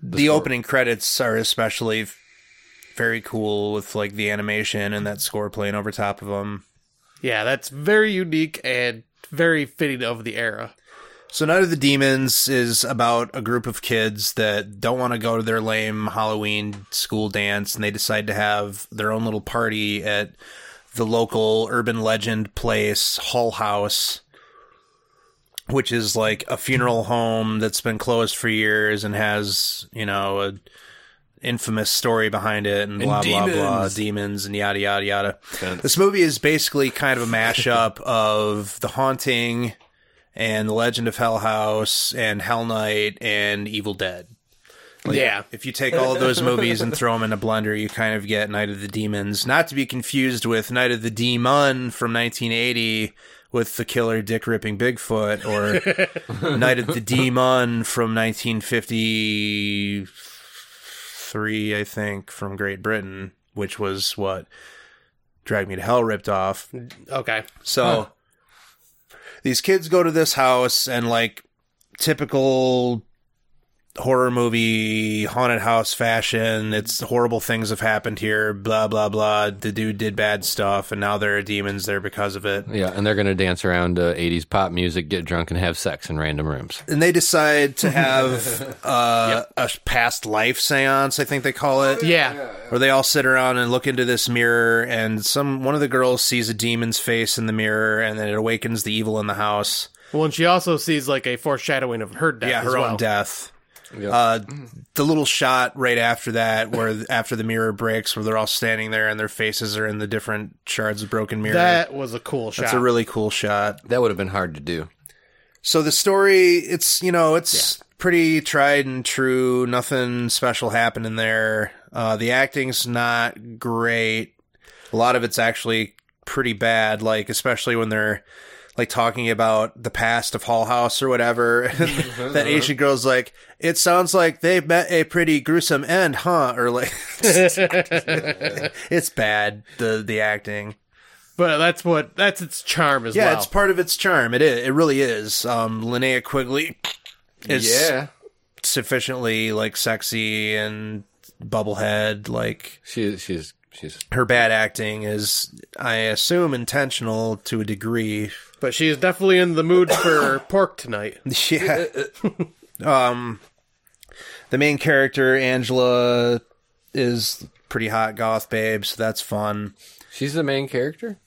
Speaker 7: the, opening credits are especially f- very cool with like the animation and that score playing over top of them.
Speaker 5: Yeah, that's very unique and very fitting of the era.
Speaker 7: So Night of the Demons is about a group of kids that don't want to go to their lame Halloween school dance and they decide to have their own little party at the local urban legend place, Hull House, which is like a funeral home that's been closed for years and has, you know, a infamous story behind it and,
Speaker 9: And
Speaker 7: blah blah blah
Speaker 9: demons.
Speaker 7: demons and yada yada yada. This movie is basically kind of a mashup of The Haunting and The Legend of Hell House and Hell Knight and Evil Dead.
Speaker 5: Yeah.
Speaker 7: If you take all of those movies and throw them in a blender, you kind of get Night of the Demons. Not to be confused with Night of the Demon from 1980 with the killer dick ripping Bigfoot or Night of the Demon from 1953, I think, from Great Britain, which was what Drag Me to Hell ripped off.
Speaker 5: Okay.
Speaker 7: So these kids go to this house and like typical horror movie haunted house fashion it's horrible things have happened here blah blah blah the dude did bad stuff and now there are demons there because of it
Speaker 6: Yeah, and they're going to dance around uh, 80s pop music, get drunk, and have sex in random rooms.
Speaker 7: and they decide to have uh, a past life seance i think they call it
Speaker 5: yeah.
Speaker 7: where they all sit around and look into this mirror and some one of the girls sees a demon's face in the mirror and then it awakens the evil in the house
Speaker 5: Well, and she also sees like a foreshadowing of her death.
Speaker 7: yeah,
Speaker 5: as
Speaker 7: her
Speaker 5: well.
Speaker 7: own death. Uh, the little shot right after that, where th- after the mirror breaks, where they're all standing there and their faces are in the different shards of broken mirror.
Speaker 5: That was a cool shot.
Speaker 7: That's a really cool shot.
Speaker 6: That would have been hard to do.
Speaker 7: So the story, it's you know, it's pretty tried and true. Nothing special happened in there. Uh, the acting's not great. A lot of it's actually pretty bad. Like especially when they're like talking about the past of Hall House or whatever. that Asian girl's like, it sounds like they met a pretty gruesome end, huh? Or like, it's bad. The the acting.
Speaker 5: But that's what that's its charm as
Speaker 7: yeah,
Speaker 5: well.
Speaker 7: it's part of its charm. It is. It really is. Um, Linnea Quigley is
Speaker 6: Yeah.
Speaker 7: sufficiently like sexy and bubblehead. Like
Speaker 6: she, she's she's
Speaker 7: her bad acting is, I assume, intentional to a degree.
Speaker 5: but she is definitely in the mood for pork tonight.
Speaker 7: Yeah. um, the main character Angela is pretty hot goth babe, so that's fun.
Speaker 6: She's the main character.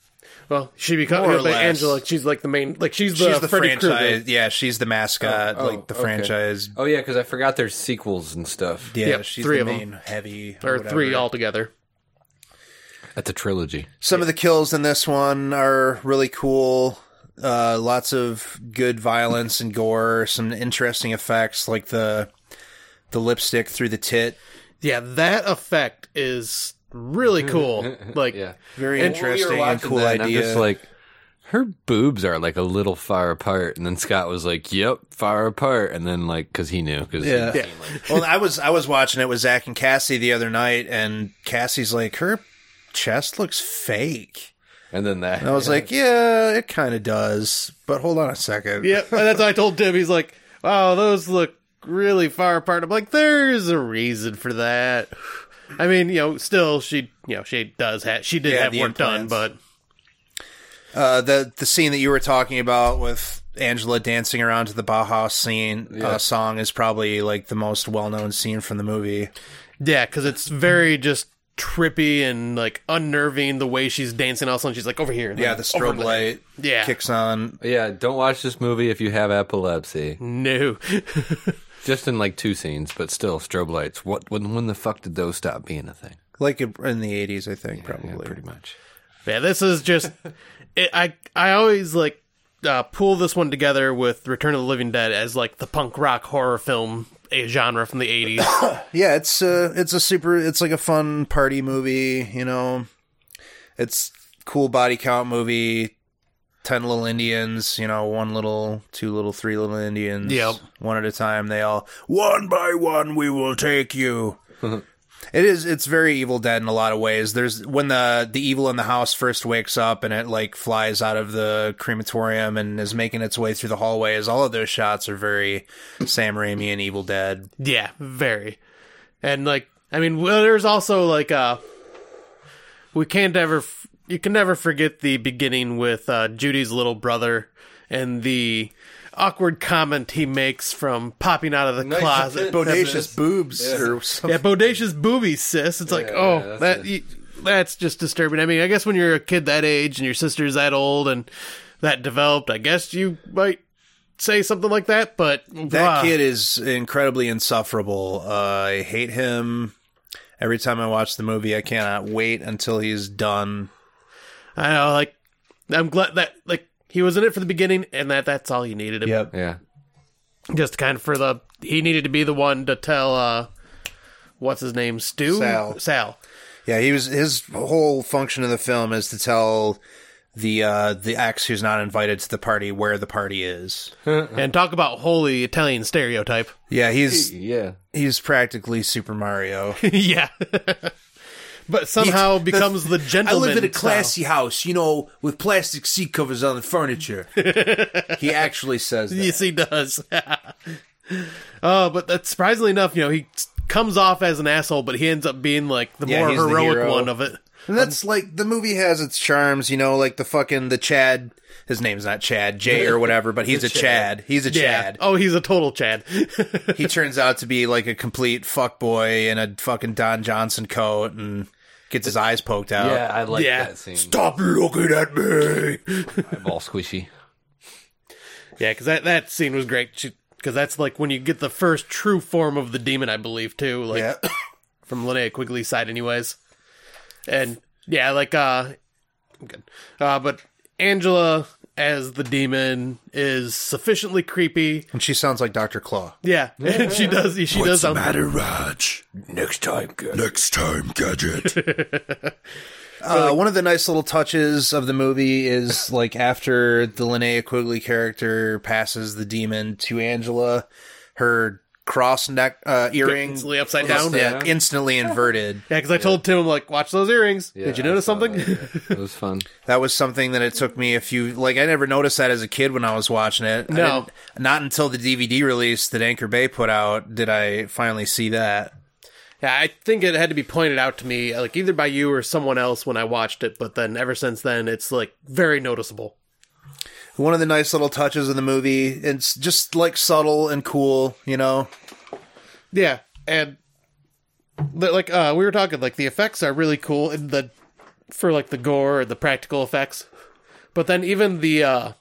Speaker 5: Well, she becomes
Speaker 7: More or
Speaker 5: like
Speaker 7: less.
Speaker 5: Angela. She's like the main. Like she's the, Freddy
Speaker 7: franchise.
Speaker 5: Krueger.
Speaker 7: Yeah, she's the mascot,
Speaker 6: Oh,
Speaker 7: like the
Speaker 6: okay.
Speaker 7: franchise.
Speaker 6: Oh yeah, because I forgot there's sequels and stuff.
Speaker 7: Yeah,
Speaker 5: Yep,
Speaker 7: she's
Speaker 5: three
Speaker 7: the
Speaker 5: of 'em.
Speaker 7: main heavy
Speaker 5: Or three
Speaker 7: whatever.
Speaker 5: altogether.
Speaker 6: That's a trilogy.
Speaker 7: Some of the kills in this one are really cool. Uh, lots of good violence and gore. Some interesting effects, like the the lipstick through the tit.
Speaker 5: Yeah, that effect is really cool. Like
Speaker 6: Yeah.
Speaker 7: Very
Speaker 5: And-
Speaker 7: interesting and cool
Speaker 6: that, and
Speaker 7: idea.
Speaker 6: I'm just like, her boobs are like a little far apart, and then Scott was like, "Yep, far apart," and then like because he knew because
Speaker 7: yeah. well, I was I was watching it with Zach and Cassie the other night, and Cassie's like, her chest looks fake,
Speaker 6: and then that
Speaker 7: and I was like, yeah, it kind of does, but hold on a second.
Speaker 5: Yep, and that's what I told Tim. He's like, "Wow, those look really far apart." I'm like, "There's a reason for that." I mean, you know, still she, you know, she does have she did
Speaker 7: Yeah,
Speaker 5: have
Speaker 7: the
Speaker 5: work done,
Speaker 7: implants.
Speaker 5: but
Speaker 7: Uh, the the scene that you were talking about with Angela dancing around to the Bauhaus scene
Speaker 5: Yeah.
Speaker 7: uh, song is probably like the most well known scene from the movie.
Speaker 5: yeah, because it's very just trippy and like unnerving the way she's dancing. All of a sudden, she's like over here. and
Speaker 7: Yeah,
Speaker 5: then
Speaker 7: the
Speaker 5: over
Speaker 7: strobe
Speaker 5: there.
Speaker 7: light
Speaker 5: Yeah.
Speaker 7: kicks on.
Speaker 6: yeah. Don't watch this movie if you have epilepsy.
Speaker 5: No.
Speaker 6: Just in like two scenes, but still strobe lights. What when when the fuck did those stop being a thing?
Speaker 7: Like in the eighties, I think probably.
Speaker 6: Pretty much.
Speaker 5: Yeah, this is just it, I I always like uh, pull this one together with Return of the Living Dead as like the punk rock horror film a genre from the eighties.
Speaker 7: yeah, it's uh, it's a super. It's like a fun party movie. You know, it's cool body count movie. Ten little Indians. You know, one little, two little, three little Indians.
Speaker 14: Yep.
Speaker 7: one at a time. They all one by one. We will take you. It is. It's very Evil Dead in a lot of ways. There's when the the evil in the house first wakes up and it like flies out of the crematorium and is making its way through the hallways. All of those shots are very Sam Raimi and Evil Dead.
Speaker 5: Yeah, very. And like, I mean, well, there's also like uh we can't ever f- you can never forget the beginning with uh Judy's little brother and the awkward comment he makes from popping out of the
Speaker 7: Nice
Speaker 5: closet
Speaker 7: bodacious boobs
Speaker 5: yeah.
Speaker 7: or something.
Speaker 5: Yeah, bodacious boobies, sis. It's like,
Speaker 7: Yeah,
Speaker 5: oh,
Speaker 7: that's
Speaker 5: that you, that's just disturbing. I mean, I guess when you're a kid that age and your sister's that old and that developed, I guess you might say something like that, but
Speaker 7: That
Speaker 5: wow.
Speaker 7: kid is incredibly insufferable. Uh, I hate him. Every time I watch the movie, I cannot wait until he's done.
Speaker 5: I know, like I'm glad that like he was in it for the beginning, and that that's all you needed. Him. Yep.
Speaker 6: Yeah.
Speaker 5: Just kind of for the he needed to be the one to tell uh what's his name Stu
Speaker 7: Sal.
Speaker 5: Sal.
Speaker 7: Yeah, he was. His whole function of the film is to tell the uh, the ex who's not invited to the party where the party is.
Speaker 5: and talk about holy Italian stereotype.
Speaker 7: Yeah, he's
Speaker 6: yeah
Speaker 7: he's practically Super Mario.
Speaker 5: yeah. But somehow becomes the gentleman.
Speaker 7: house, you know, with plastic seat covers on the furniture. he actually says that.
Speaker 5: Yes, he does. Oh, but that's surprisingly enough, you know, he s- comes off as an asshole, but he ends up being like the
Speaker 7: Yeah,
Speaker 5: more
Speaker 7: he's the
Speaker 5: heroic
Speaker 7: hero.
Speaker 5: one of it.
Speaker 7: And
Speaker 5: Um,
Speaker 7: that's like the movie has its charms, you know, like the fucking the Chad. His name's not Chad, Jay or whatever, but he's
Speaker 5: The
Speaker 7: a Chad.
Speaker 5: Chad.
Speaker 7: He's a
Speaker 5: Yeah.
Speaker 7: Chad.
Speaker 5: Oh, he's a total Chad.
Speaker 7: he turns out to be like a complete fuckboy in a fucking Don Johnson coat and gets his eyes poked out.
Speaker 6: Oh, Yeah, I like that scene.
Speaker 7: Stop looking at me.
Speaker 6: Ball squishy.
Speaker 5: Yeah, because that, that scene was great. Because that's like when you get the first true form of the demon, I believe, too. Like from Linnea Quigley's side, anyways. And yeah, like uh, I'm good. Uh, but Angela as the demon is sufficiently creepy.
Speaker 7: And she sounds like Dr. Claw.
Speaker 5: Yeah, she does. She does.
Speaker 7: What's the
Speaker 5: sound-
Speaker 7: matter, Raj? Next time, Gadget. Next time, Gadget. Uh, one of the nice little touches of the movie is like after the Linnea Quigley character passes the demon to Angela, her cross neck uh, earring
Speaker 5: Instantly upside down.
Speaker 7: Yeah, instantly inverted.
Speaker 5: Yeah, because I told Tim, I'm like, watch those earrings.
Speaker 7: Yeah,
Speaker 5: Did you
Speaker 7: I
Speaker 5: notice something?
Speaker 6: It was fun.
Speaker 7: That was something that it took me a few. Like I never noticed that as a kid when I was watching it. I
Speaker 5: No.
Speaker 7: didn't- not until the DVD release that Anchor Bay put out did I finally see that.
Speaker 5: Yeah, I think it had to be pointed out to me, like either by you or someone else when I watched it. But then ever since then, it's like very noticeable.
Speaker 7: One of the nice little touches in the movie. It's just like subtle and cool, you know.
Speaker 5: Yeah, and the- like uh, we were talking, like the effects are really cool, and the for like the gore and the practical effects. But then even the uh,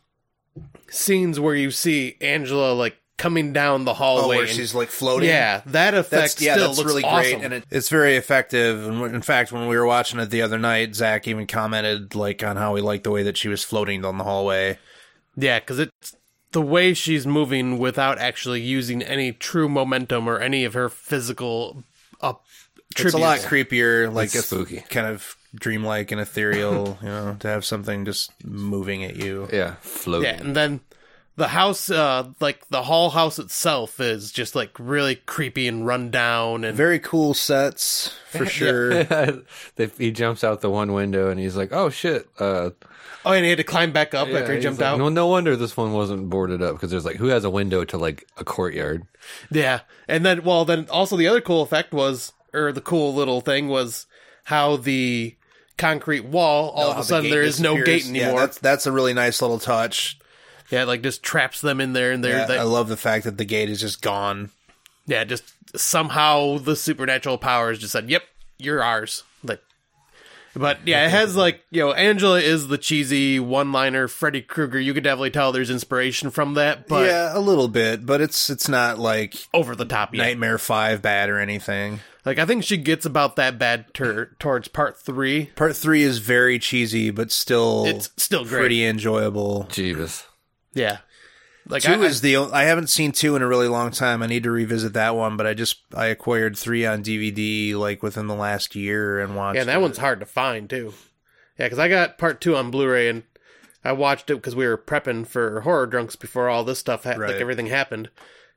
Speaker 5: scenes where you see Angela like coming down the
Speaker 7: Oh,
Speaker 5: hallway,
Speaker 7: where
Speaker 5: and-
Speaker 7: she's like floating.
Speaker 5: Yeah, that effect
Speaker 7: That's, yeah,
Speaker 5: still
Speaker 7: that's
Speaker 5: looks
Speaker 7: really
Speaker 5: awesome.
Speaker 7: great, and it, it's very effective. And in fact, when we were watching it the other night, Zach even commented like on how he liked the way that she was floating down the hallway.
Speaker 5: Yeah, because it's the way she's moving without actually using any true momentum or any of her physical. Uh,
Speaker 7: It's a lot
Speaker 5: tributes.
Speaker 7: creepier, like
Speaker 5: It's
Speaker 7: it's spooky, kind of dreamlike and ethereal. you know, to have something just moving at you.
Speaker 6: Yeah, floating.
Speaker 5: Yeah, and then the house, uh, like the Hall house itself, is just like really creepy and run down and
Speaker 7: very cool sets for sure.
Speaker 6: They- he jumps out the one window and he's like, "Oh shit!" Uh,
Speaker 5: Oh, and he had to climb back up
Speaker 6: yeah,
Speaker 5: after he
Speaker 6: he's
Speaker 5: jumped
Speaker 6: like,
Speaker 5: out.
Speaker 6: No, no wonder this one wasn't boarded up because there's like, who has a window to like a courtyard?
Speaker 5: Yeah, and then well, then also the other cool effect was, or the cool little thing was how the concrete wall all of a sudden there is no gate
Speaker 7: Yeah,
Speaker 5: anymore.
Speaker 7: that's that's a really nice little touch.
Speaker 5: Yeah, it, like just traps them in there, and they're
Speaker 7: Yeah,
Speaker 5: they,
Speaker 7: I love the fact that the gate is just gone.
Speaker 5: yeah, just somehow the supernatural powers just said, "Yep, you're ours." Like, But yeah, it has like you know, Angela is the cheesy one-liner Freddy Krueger. You can definitely tell there's inspiration from that, but
Speaker 7: yeah, a little bit, but it's it's not like
Speaker 5: over the top yet.
Speaker 7: Nightmare Five bad or anything.
Speaker 5: Like I think she gets about that bad tur- towards part three.
Speaker 7: Part three is very cheesy, but still
Speaker 5: It's still great.
Speaker 7: pretty enjoyable.
Speaker 6: Jeebus.
Speaker 5: Yeah, like
Speaker 7: two
Speaker 5: I-
Speaker 7: is the o- I haven't seen two in a really long time. I need to revisit that one, but I just I acquired three on DVD like within the last year and watched.
Speaker 5: Yeah, that one's hard to find too. Yeah, because I got part two on Blu-ray and I watched it because we were prepping for Horror Drunks before all this stuff, ha-
Speaker 7: Right.
Speaker 5: like everything happened.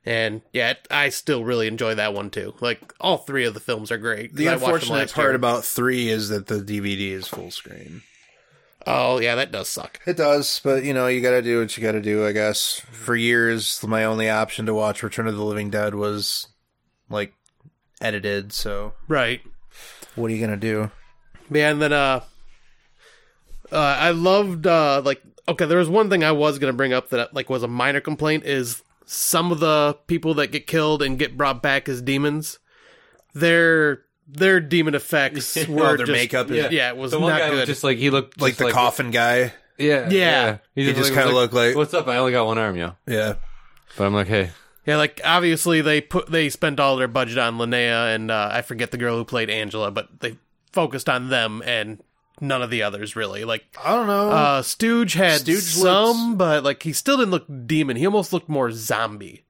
Speaker 5: And yeah, it, I still really enjoy that one too. Like all three of the films are great. 'cause
Speaker 7: The
Speaker 5: I watched them
Speaker 7: unfortunate
Speaker 5: last
Speaker 7: part
Speaker 5: year.
Speaker 7: about three is that the DVD is full screen.
Speaker 5: oh yeah, that does suck.
Speaker 7: It does, but you know you got to do what you got to do. I guess for years my only option to watch Return of the Living Dead was like edited. So
Speaker 5: Right.
Speaker 7: what are you gonna do?
Speaker 5: Yeah, and then uh, uh I loved uh like okay, there was one thing I was gonna bring up that like was a minor complaint is some of the people that get killed and get brought back as demons, their their demon effects were
Speaker 7: their
Speaker 5: just-
Speaker 7: makeup is-
Speaker 5: yeah, yeah, it was
Speaker 6: the one
Speaker 5: not
Speaker 6: guy was
Speaker 5: good.
Speaker 6: just like he looked
Speaker 7: Like
Speaker 6: just
Speaker 7: the coffin guy.
Speaker 6: Yeah,
Speaker 5: Yeah.
Speaker 6: He
Speaker 7: He
Speaker 6: just,
Speaker 7: just
Speaker 6: like, was
Speaker 7: kinda looked like-
Speaker 6: "What's up? I only got one arm, yo."
Speaker 7: Yeah.
Speaker 6: But I'm like, "Hey,
Speaker 5: yeah, like obviously they put they spent all their budget on Linnea and uh, I forget the girl who played Angela, but they focused on them and none of the others really. Like
Speaker 7: I don't know.
Speaker 5: Uh, Stooge had
Speaker 7: Uh-huh. Stooge
Speaker 5: some, but like he still didn't look demon. He almost looked more zombie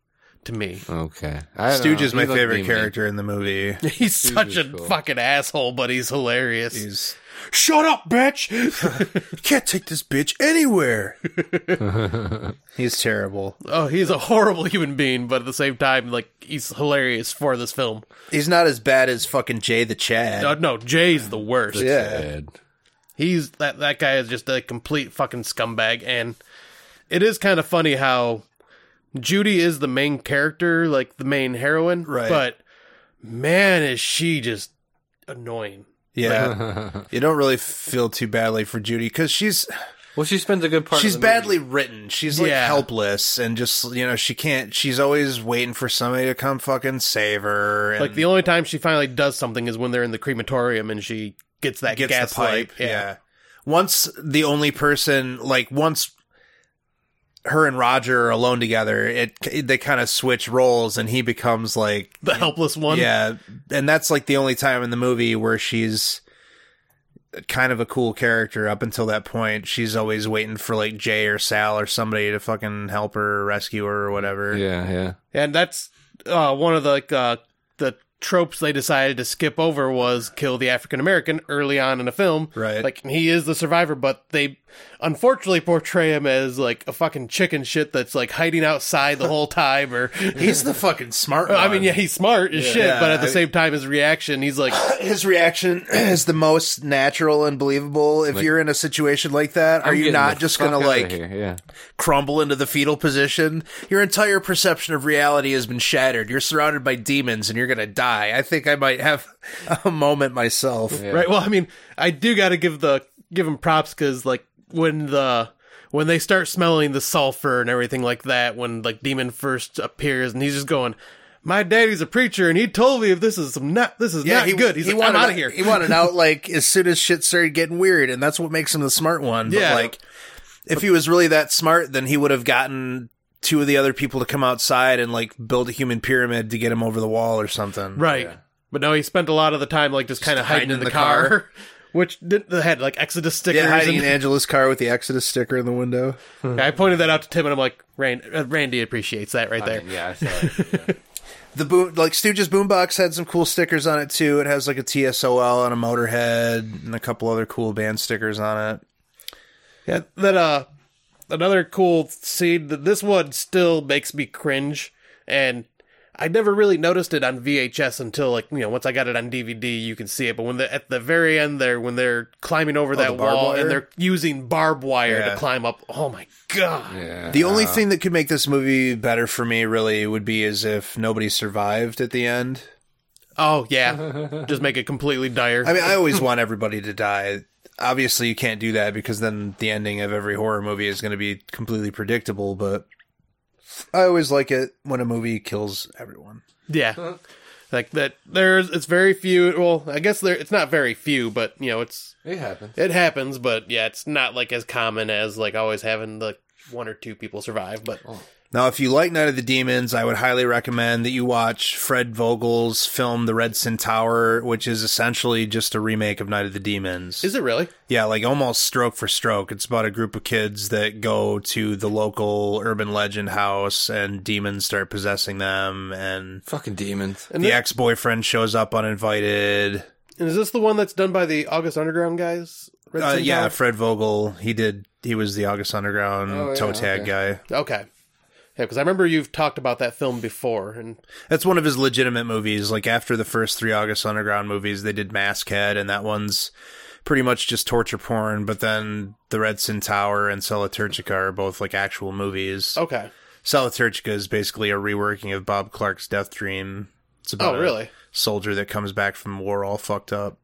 Speaker 5: to me.
Speaker 6: okay." I don't
Speaker 7: Stooge
Speaker 6: know.
Speaker 7: is
Speaker 6: He
Speaker 7: my
Speaker 6: looked
Speaker 7: favorite
Speaker 6: demon-y.
Speaker 7: character in the movie.
Speaker 5: He's
Speaker 6: Stooge
Speaker 5: such
Speaker 6: was
Speaker 5: a
Speaker 6: cool.
Speaker 5: fucking asshole, but he's hilarious.
Speaker 7: He's
Speaker 5: Shut up, bitch!
Speaker 7: you can't take this bitch anywhere. He's terrible.
Speaker 5: oh, he's a horrible human being, but at the same time, like he's hilarious for this film. Uh,
Speaker 7: He's not as bad as fucking Jay the Chad.
Speaker 5: No, no Jay's the worst.
Speaker 7: yeah.
Speaker 6: Dead.
Speaker 5: He's that that guy is just a complete fucking scumbag, and it is kind of funny how Judy is the main character, like the main heroine,
Speaker 7: Right.
Speaker 5: But man, is she just annoying.
Speaker 7: Yeah. you don't really feel too badly for Judy because she's
Speaker 6: Well, she spends a good part.
Speaker 7: she's
Speaker 6: of the movie-
Speaker 7: badly written. She's like
Speaker 5: Yeah.
Speaker 7: helpless and just you know she can't. She's always waiting for somebody to come fucking save her. And
Speaker 5: Like the only time she finally does something is when they're in the crematorium and she gets that
Speaker 7: gets
Speaker 5: gas
Speaker 7: the pipe.
Speaker 5: light.
Speaker 7: Yeah. Once the only person, like once her and Roger are alone together, it they kind of switch roles, and he becomes like,
Speaker 5: the helpless one.
Speaker 7: yeah, and that's like the only time in the movie where she's kind of a cool character. Up until that point, she's always waiting for like Jay or Sal or somebody to fucking help her, or rescue her, or whatever.
Speaker 6: Yeah, yeah.
Speaker 5: and that's uh, one of the like, uh, the tropes they decided to skip over was kill the African American early on in a film.
Speaker 7: Right.
Speaker 5: Like he is the survivor, but they unfortunately portray him as like a fucking chicken shit that's like hiding outside the whole time. Or
Speaker 7: He's the fucking smart.
Speaker 5: I mean,
Speaker 7: one.
Speaker 5: yeah, he's smart as shit,
Speaker 7: Yeah,
Speaker 5: but at the
Speaker 7: I-
Speaker 5: same time, his reaction, he's like,
Speaker 7: his reaction is the most natural and believable. If
Speaker 6: Like-
Speaker 7: you're in a situation like that, are
Speaker 6: I'm
Speaker 7: you
Speaker 6: getting
Speaker 7: not
Speaker 6: the
Speaker 7: just
Speaker 6: fuck
Speaker 7: going to
Speaker 6: outta
Speaker 7: like
Speaker 6: here, Yeah.
Speaker 7: crumble into the fetal position? Your entire perception of reality has been shattered. You're surrounded by demons and you're going to die. I think I might have a moment myself.
Speaker 6: Yeah.
Speaker 5: Right. Well, I mean, I do got to give the give him props because like when the when they start smelling the sulfur and everything like that, when like demon first appears and he's just going, "My daddy's a preacher and he told me if this is some not this is not good." He's like, "I'm out of here."
Speaker 7: He wanted out like as soon as shit started getting weird, and that's what makes him the smart one. But
Speaker 5: Yeah.
Speaker 7: like, if he was really that smart, then he would have gotten two of the other people to come outside and like build a human pyramid to get him over the wall or something.
Speaker 5: right. But no, he spent a lot of the time like just, kind of hiding, in the, car. Which did, they had like Exodus stickers.
Speaker 7: Yeah, hiding in
Speaker 5: and,
Speaker 7: Angela's car with the Exodus sticker in the window.
Speaker 5: I pointed that out to Tim, and I'm like, Rand, uh, "Randy appreciates that right there."
Speaker 6: Yeah, I saw it.
Speaker 7: The boom, like Stooges boombox had some cool stickers on it too. It has like a TSOL and a Motorhead and a couple other cool band stickers on it.
Speaker 5: Yeah, that uh, another cool scene. That this one still makes me cringe, and I never really noticed it on VHS until like you know once I got it on DVD, you can see it. But when the at the very end there, when they're climbing over that
Speaker 7: Oh, the barbed
Speaker 5: wall
Speaker 7: wire?
Speaker 5: and they're using barbed wire
Speaker 7: Yeah.
Speaker 5: to climb up, oh my god!
Speaker 6: Yeah.
Speaker 7: The only thing that could make this movie better for me really would be as if nobody survived at the end.
Speaker 5: Oh yeah, just make it completely dire.
Speaker 7: I mean, I always want everybody to die. Obviously, you can't do that because then the ending of every horror movie is going to be completely predictable, but I always like it when a movie kills everyone.
Speaker 5: yeah, Like that, there's it's very few. Well, I guess there it's not very few, but you know it's
Speaker 6: It happens.
Speaker 5: It happens, but yeah, it's not like as common as like always having like one or two people survive. But
Speaker 7: Now, if you like Night of the Demons, I would highly recommend that you watch Fred Vogel's film The Red Centaur, which is essentially just a remake of Night of the Demons.
Speaker 5: Is it really?
Speaker 7: Yeah, like almost stroke for stroke. It's about a group of kids that go to the local urban legend house and demons start possessing them and
Speaker 6: fucking demons.
Speaker 7: the ex-boyfriend shows up uninvited.
Speaker 5: and is this the one that's done by the August Underground guys? Red
Speaker 7: Uh,
Speaker 5: Centaur?
Speaker 7: yeah, Fred Vogel, he did he was the August Underground
Speaker 5: Oh, yeah,
Speaker 7: toe tag
Speaker 5: okay.
Speaker 7: guy.
Speaker 5: Okay. Yeah, because I remember you've talked about that film before, and
Speaker 7: That's one of his legitimate movies. Like after the first three August Underground movies, they did Maskhead, and that one's pretty much just torture porn. But then The Red Sin Tower and Salaturgica are both like actual movies.
Speaker 5: Okay.
Speaker 7: Salaturgica is basically a reworking of Bob Clark's Death Dream. It's about
Speaker 5: Oh,
Speaker 7: a
Speaker 5: really?
Speaker 7: soldier that comes back from war all fucked up.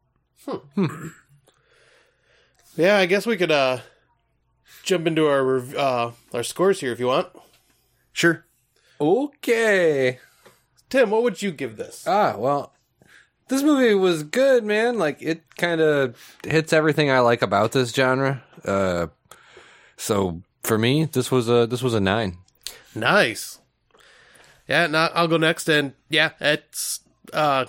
Speaker 5: yeah, I guess we could uh jump into our rev- uh our scores here if you want.
Speaker 7: Sure.
Speaker 6: Okay.
Speaker 5: Tim, what would you give this?
Speaker 6: Ah, well, this movie was good, man. Like it kind of hits everything I like about this genre. Uh, so for me, this was a this was a nine.
Speaker 5: Nice. Yeah, no, I'll go next, and yeah, it's uh,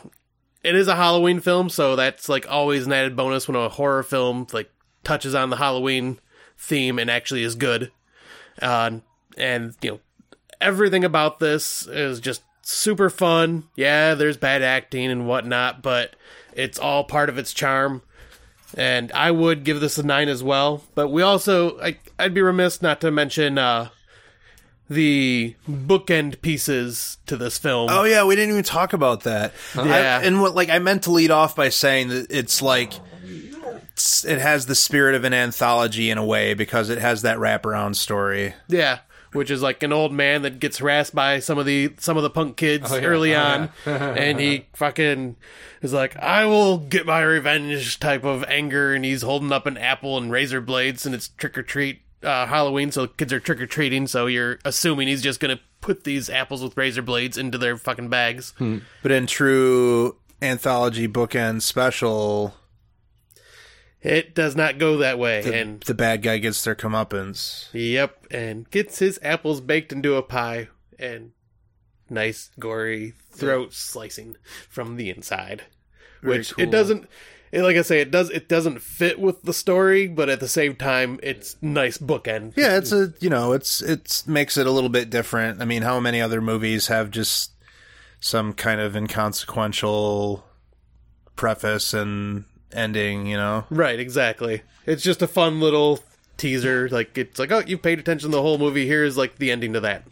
Speaker 5: it is a Halloween film, so that's like always an added bonus when a horror film like touches on the Halloween theme and actually is good. Uh, and you know, everything about this is just super fun. Yeah, there's bad acting and whatnot, but it's all part of its charm. And I would give this a nine as well. But we also, I, I'd be remiss not to mention uh, the bookend pieces to this film.
Speaker 7: Oh yeah, we didn't even talk about that.
Speaker 5: Huh?
Speaker 7: I-
Speaker 5: Yeah.
Speaker 7: and what like I meant to lead off by saying that it's like it's, it has the spirit of an anthology in a way because it has that wraparound story.
Speaker 5: Yeah, which is like an old man that gets harassed by some of the some of the punk kids
Speaker 7: Oh, yeah.
Speaker 5: early
Speaker 7: Oh,
Speaker 5: on,
Speaker 7: yeah.
Speaker 5: and he fucking is like, "I will get my revenge" type of anger, and he's holding up an apple and razor blades, and it's trick or treat uh, Halloween, so kids are trick or treating, so you're assuming he's just gonna put these apples with razor blades into their fucking bags.
Speaker 7: But in true anthology bookend special,
Speaker 5: It does not go that way,
Speaker 7: the,
Speaker 5: and
Speaker 7: the bad guy gets their comeuppance.
Speaker 5: yep, and gets his apples baked into a pie, and nice gory throat slicing from the inside
Speaker 7: Very
Speaker 5: which
Speaker 7: cool.
Speaker 5: it doesn't it, like i say it does it doesn't fit with the story but at the same time it's nice bookend
Speaker 7: Yeah, it's a you know it's it's makes it a little bit different. I mean, how many other movies have just some kind of inconsequential preface and ending? You know.
Speaker 5: right exactly it's just a fun little teaser like it's like oh you paid attention to the whole movie here's like the ending to that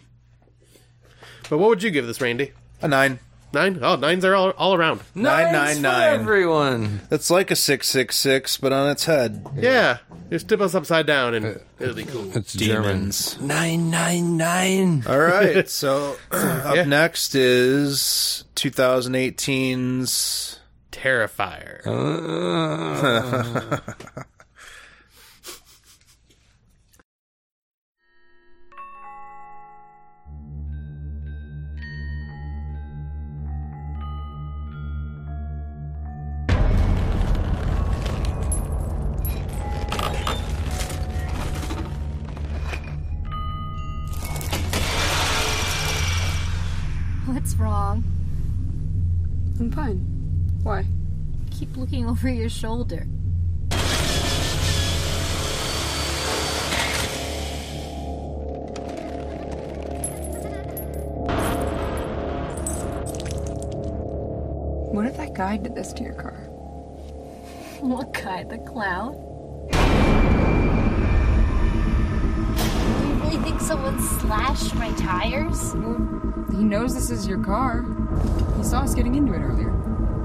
Speaker 5: but what would you give this randy
Speaker 7: a nine
Speaker 5: nine oh nines are all, all around
Speaker 7: Nine, nine, nine.
Speaker 6: Everyone.
Speaker 7: That's like a six six six, but on its head.
Speaker 5: yeah just tip us upside down and
Speaker 7: Uh,
Speaker 5: it'll be cool
Speaker 6: It's
Speaker 7: Demons.
Speaker 6: Nine nine nine.
Speaker 7: All right. So uh, up next is 2018's
Speaker 5: Terrifier.
Speaker 7: Oh. Uh.
Speaker 6: Oh.
Speaker 15: What's wrong?
Speaker 1: I'm fine. Why?
Speaker 15: Keep looking over your shoulder.
Speaker 1: What if that guy did this to your car?
Speaker 15: What guy? The clown? You really think someone slashed my tires?
Speaker 1: He knows this is your car. He saw us getting into it earlier.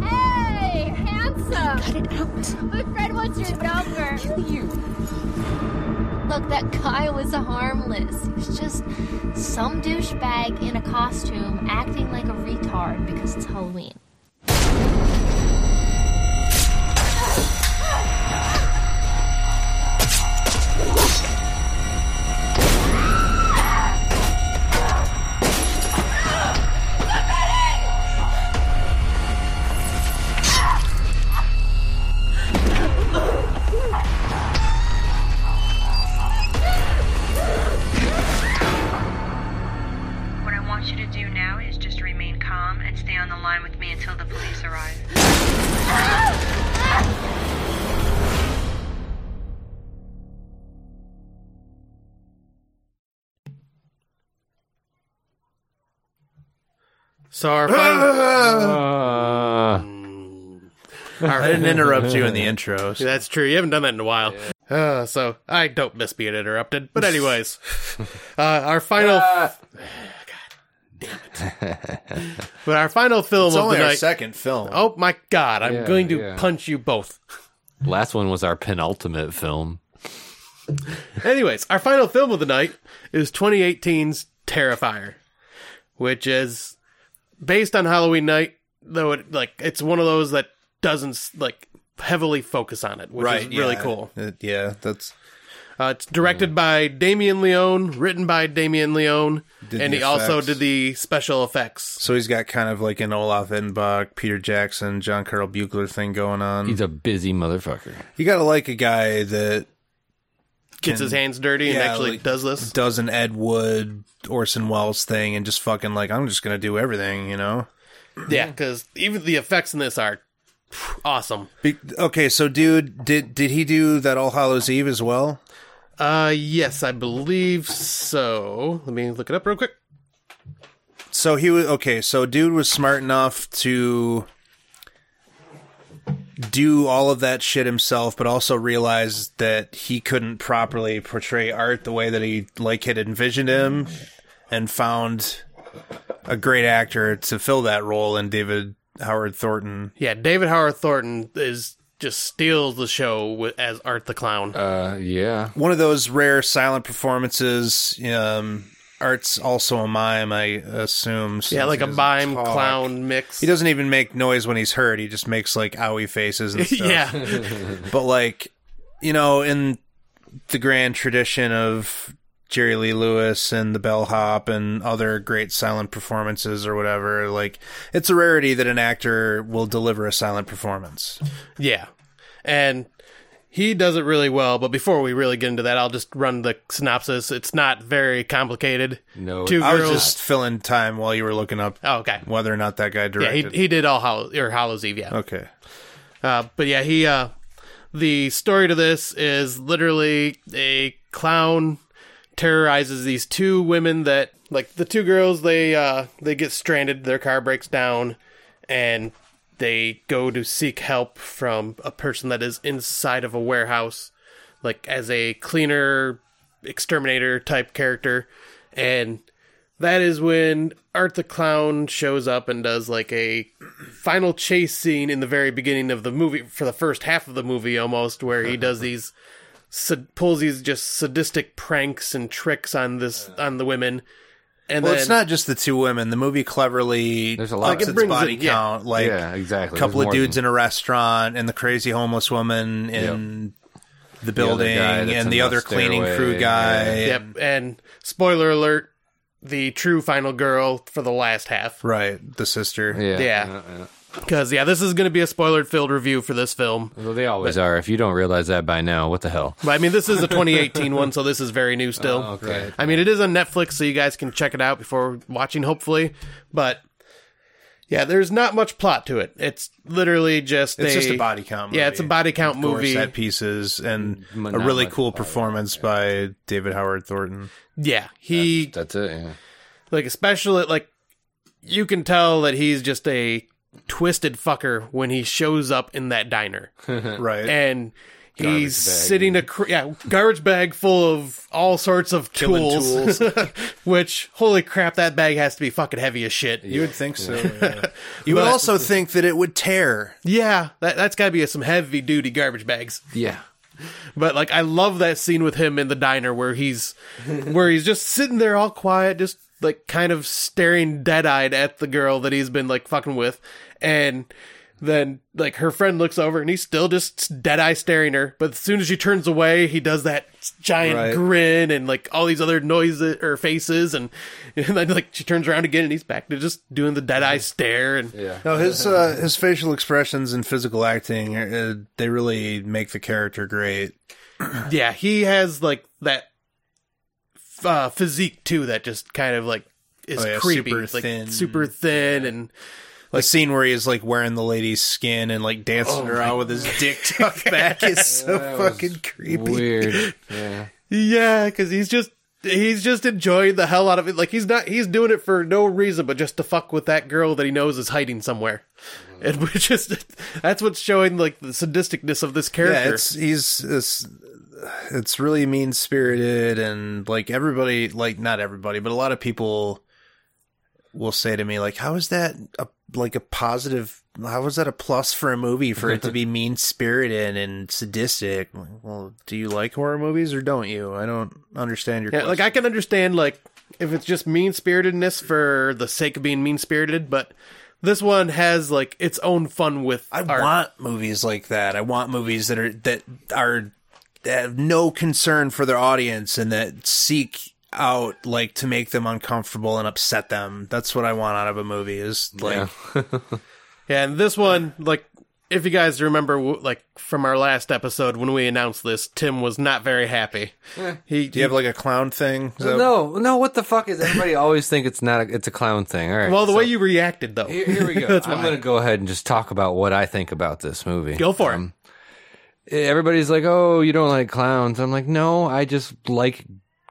Speaker 15: Hey, handsome! Cut it out. My friend wants your number. Kill you. Look, that guy was harmless. He was just some douchebag in a costume acting like a retard because it's Halloween.
Speaker 5: So our final.
Speaker 6: Uh.
Speaker 7: I didn't interrupt you in the intro, so-
Speaker 5: That's true. You haven't done that in a while. Uh, so I don't miss being interrupted. But anyways, uh, our final.
Speaker 7: Ah.
Speaker 5: But our final film
Speaker 7: It's
Speaker 5: of
Speaker 7: only
Speaker 5: the
Speaker 7: our
Speaker 5: night-
Speaker 7: second film.
Speaker 5: Oh my god! I'm
Speaker 6: Yeah,
Speaker 5: going to
Speaker 6: yeah.
Speaker 5: punch you both.
Speaker 6: Last one was our penultimate film.
Speaker 5: Anyways, our final film of the night is 2018's Terrifier, which is based on Halloween night. Though it like it's one of those that doesn't like heavily focus on it, which is really
Speaker 7: yeah. Mm.
Speaker 5: cool.
Speaker 7: Uh, yeah, that's
Speaker 5: Uh, it's directed by Damien Leone, written by Damien Leone,
Speaker 7: Did
Speaker 5: and
Speaker 7: the
Speaker 5: he also
Speaker 7: effects.
Speaker 5: did the special effects.
Speaker 7: so he's got kind of like an Olaf Enbach, Peter Jackson, John Carl Buechler thing going on. He's
Speaker 6: a busy motherfucker.
Speaker 7: You gotta like a guy that
Speaker 5: Gets his hands dirty and actually does this.
Speaker 7: Does an Ed Wood, Orson Welles thing, and just fucking like I'm just gonna do everything, you know?
Speaker 5: Yeah, because even the effects in this are phew, awesome.
Speaker 7: Be- okay, so dude, did did he do that All Hallows Eve as well?
Speaker 5: Uh, yes, I believe so. Let me look it up real quick.
Speaker 7: So he was okay. So dude was smart enough to do all of that shit himself, but also realized that he couldn't properly portray art the way that he like had envisioned him, and found a great actor to fill that role in David Howard Thornton.
Speaker 5: Yeah, David Howard Thornton is just steals the show with, as Art the Clown.
Speaker 6: Uh, yeah.
Speaker 7: One of those rare silent performances. Um, Art's also a mime, I assume. since
Speaker 5: yeah, like
Speaker 7: he
Speaker 5: a
Speaker 7: doesn't
Speaker 5: mime
Speaker 7: talk.
Speaker 5: clown mix.
Speaker 7: He doesn't even make noise when he's hurt. He just makes like owie faces and stuff.
Speaker 5: Yeah.
Speaker 7: but like, you know, in the grand tradition of Jerry Lee Lewis and the Bellhop and other great silent performances or whatever, like it's a rarity that an actor will deliver a silent performance.
Speaker 5: Yeah. And he does it really well, but before we really get into that, I'll just run the synopsis. It's not very complicated.
Speaker 6: No,
Speaker 5: Two
Speaker 7: I was
Speaker 5: girls.
Speaker 7: just filling time while you were looking up.
Speaker 5: Oh, okay.
Speaker 7: Whether or not that guy
Speaker 5: yeah, he,
Speaker 7: directed.
Speaker 5: he did all Hallow- or Hallows Eve, yeah.
Speaker 7: okay.
Speaker 5: Uh, but yeah, he uh, the story to this is literally a clown terrorizes these two women that like the two girls they uh, they get stranded, their car breaks down, and they go to seek help from a person that is inside of a warehouse, like as a cleaner exterminator type character, and that is when Art the Clown shows up and does like a final chase scene in the very beginning of the movie for the first half of the movie almost where he does these sad- pulls these just sadistic pranks and tricks on this on the women and
Speaker 7: well,
Speaker 5: then
Speaker 7: it's not just the two women. The movie cleverly there's a
Speaker 5: lot. Like, it
Speaker 7: its
Speaker 5: brings
Speaker 7: body
Speaker 5: it- yeah.
Speaker 7: count. Like
Speaker 6: Yeah, exactly.
Speaker 7: A couple
Speaker 6: There's
Speaker 7: of
Speaker 6: more
Speaker 7: dudes in a restaurant and the crazy homeless woman in the building
Speaker 6: guy that's in
Speaker 7: and the
Speaker 6: the
Speaker 7: other cleaning
Speaker 6: stairway,
Speaker 7: crew guy. and-
Speaker 5: yep and spoiler alert the true final girl for the last half
Speaker 7: Right, the sister.
Speaker 6: Uh,
Speaker 5: yeah because yeah. this is going to be a spoiler filled review for this film
Speaker 6: Well, they always are. If you don't realize that by now, what the hell?
Speaker 5: But I mean, this is a 2018 one, so this is very new still.
Speaker 6: Oh, okay. Right.
Speaker 5: I mean, it is on Netflix, so you guys can check it out before watching, hopefully. But yeah, there's not much plot to it. It's literally just
Speaker 7: It's
Speaker 5: a,
Speaker 7: just a body count
Speaker 5: Yeah, it's a
Speaker 7: movie.
Speaker 5: body count
Speaker 7: Gore
Speaker 5: movie.
Speaker 7: set pieces and
Speaker 6: Not
Speaker 7: a really
Speaker 6: much
Speaker 7: cool performance by David Howard Thornton.
Speaker 5: Yeah, he
Speaker 6: That's it. Yeah.
Speaker 5: like especially like you can tell that he's just a twisted fucker when he shows up in that diner.
Speaker 7: Right.
Speaker 5: and
Speaker 7: Garbage
Speaker 5: he's
Speaker 7: bag.
Speaker 5: sitting a cr- yeah garbage bag full of all sorts of
Speaker 7: Killing
Speaker 5: tools, which holy crap that bag has to be fucking heavy as shit
Speaker 7: you would think so. yeah. You would
Speaker 5: But-
Speaker 7: also think that it would tear.
Speaker 5: yeah that, that's got to be some heavy duty garbage bags
Speaker 6: Yeah.
Speaker 5: but like i love that scene with him in the diner where he's where he's just sitting there all quiet just like kind of staring dead-eyed at the girl that he's been like fucking with and then like her friend looks over and he's still just dead-eye staring her but as soon as she turns away he does that giant
Speaker 7: Right.
Speaker 5: grin and like all these other noises or faces and, and then like she turns around again and he's back to just doing the dead-eye stare and yeah
Speaker 7: No, his uh, his facial expressions and physical acting uh, they really make the character great.
Speaker 5: Yeah, he has like that f- uh, physique too that just kind of like is
Speaker 7: Oh, yeah,
Speaker 5: creepy,
Speaker 7: super
Speaker 5: like
Speaker 7: thin.
Speaker 5: super thin and
Speaker 7: the scene where he's like wearing the lady's skin and like dancing
Speaker 5: Oh
Speaker 7: around with his dick tucked back is so
Speaker 5: That was
Speaker 7: fucking creepy.
Speaker 6: Weird. Yeah.
Speaker 5: yeah, because he's just he's just enjoying the hell out of it. Like he's not he's doing it for no reason but just to fuck with that girl that he knows is hiding somewhere. And we just that's what's showing like the sadisticness of this character.
Speaker 7: Yeah, it's he's it's, it's really mean spirited and like everybody like not everybody, but a lot of people will say to me like how is that a, like a positive how is that a plus for a movie for it to be mean spirited and sadistic I'm like, well do you like horror movies or don't you i don't understand your
Speaker 5: Yeah, like I can understand like if it's just mean spiritedness for the sake of being mean spirited, but this one has like its own fun with. I
Speaker 7: want movies like that. I want movies that are that are that have no concern for their audience and that seek out like to make them uncomfortable and upset them. That's what I want out of a movie is like
Speaker 5: Yeah, and this one, like, if you guys remember, w- like from our last episode when we announced this, Tim was not very happy.
Speaker 6: Eh.
Speaker 5: He,
Speaker 7: do you have like a clown thing? Is that-
Speaker 6: no, no. What the fuck is everybody always think it's not? A, it's a clown thing. All right.
Speaker 5: well, the
Speaker 6: so
Speaker 5: way you reacted though.
Speaker 6: Here, here we go.
Speaker 5: That's
Speaker 6: I'm
Speaker 5: why.
Speaker 6: going to go ahead and just talk about what I think about this movie.
Speaker 5: Go for
Speaker 6: um, it. Everybody's like, "Oh, you don't like clowns." I'm like, "No, I just like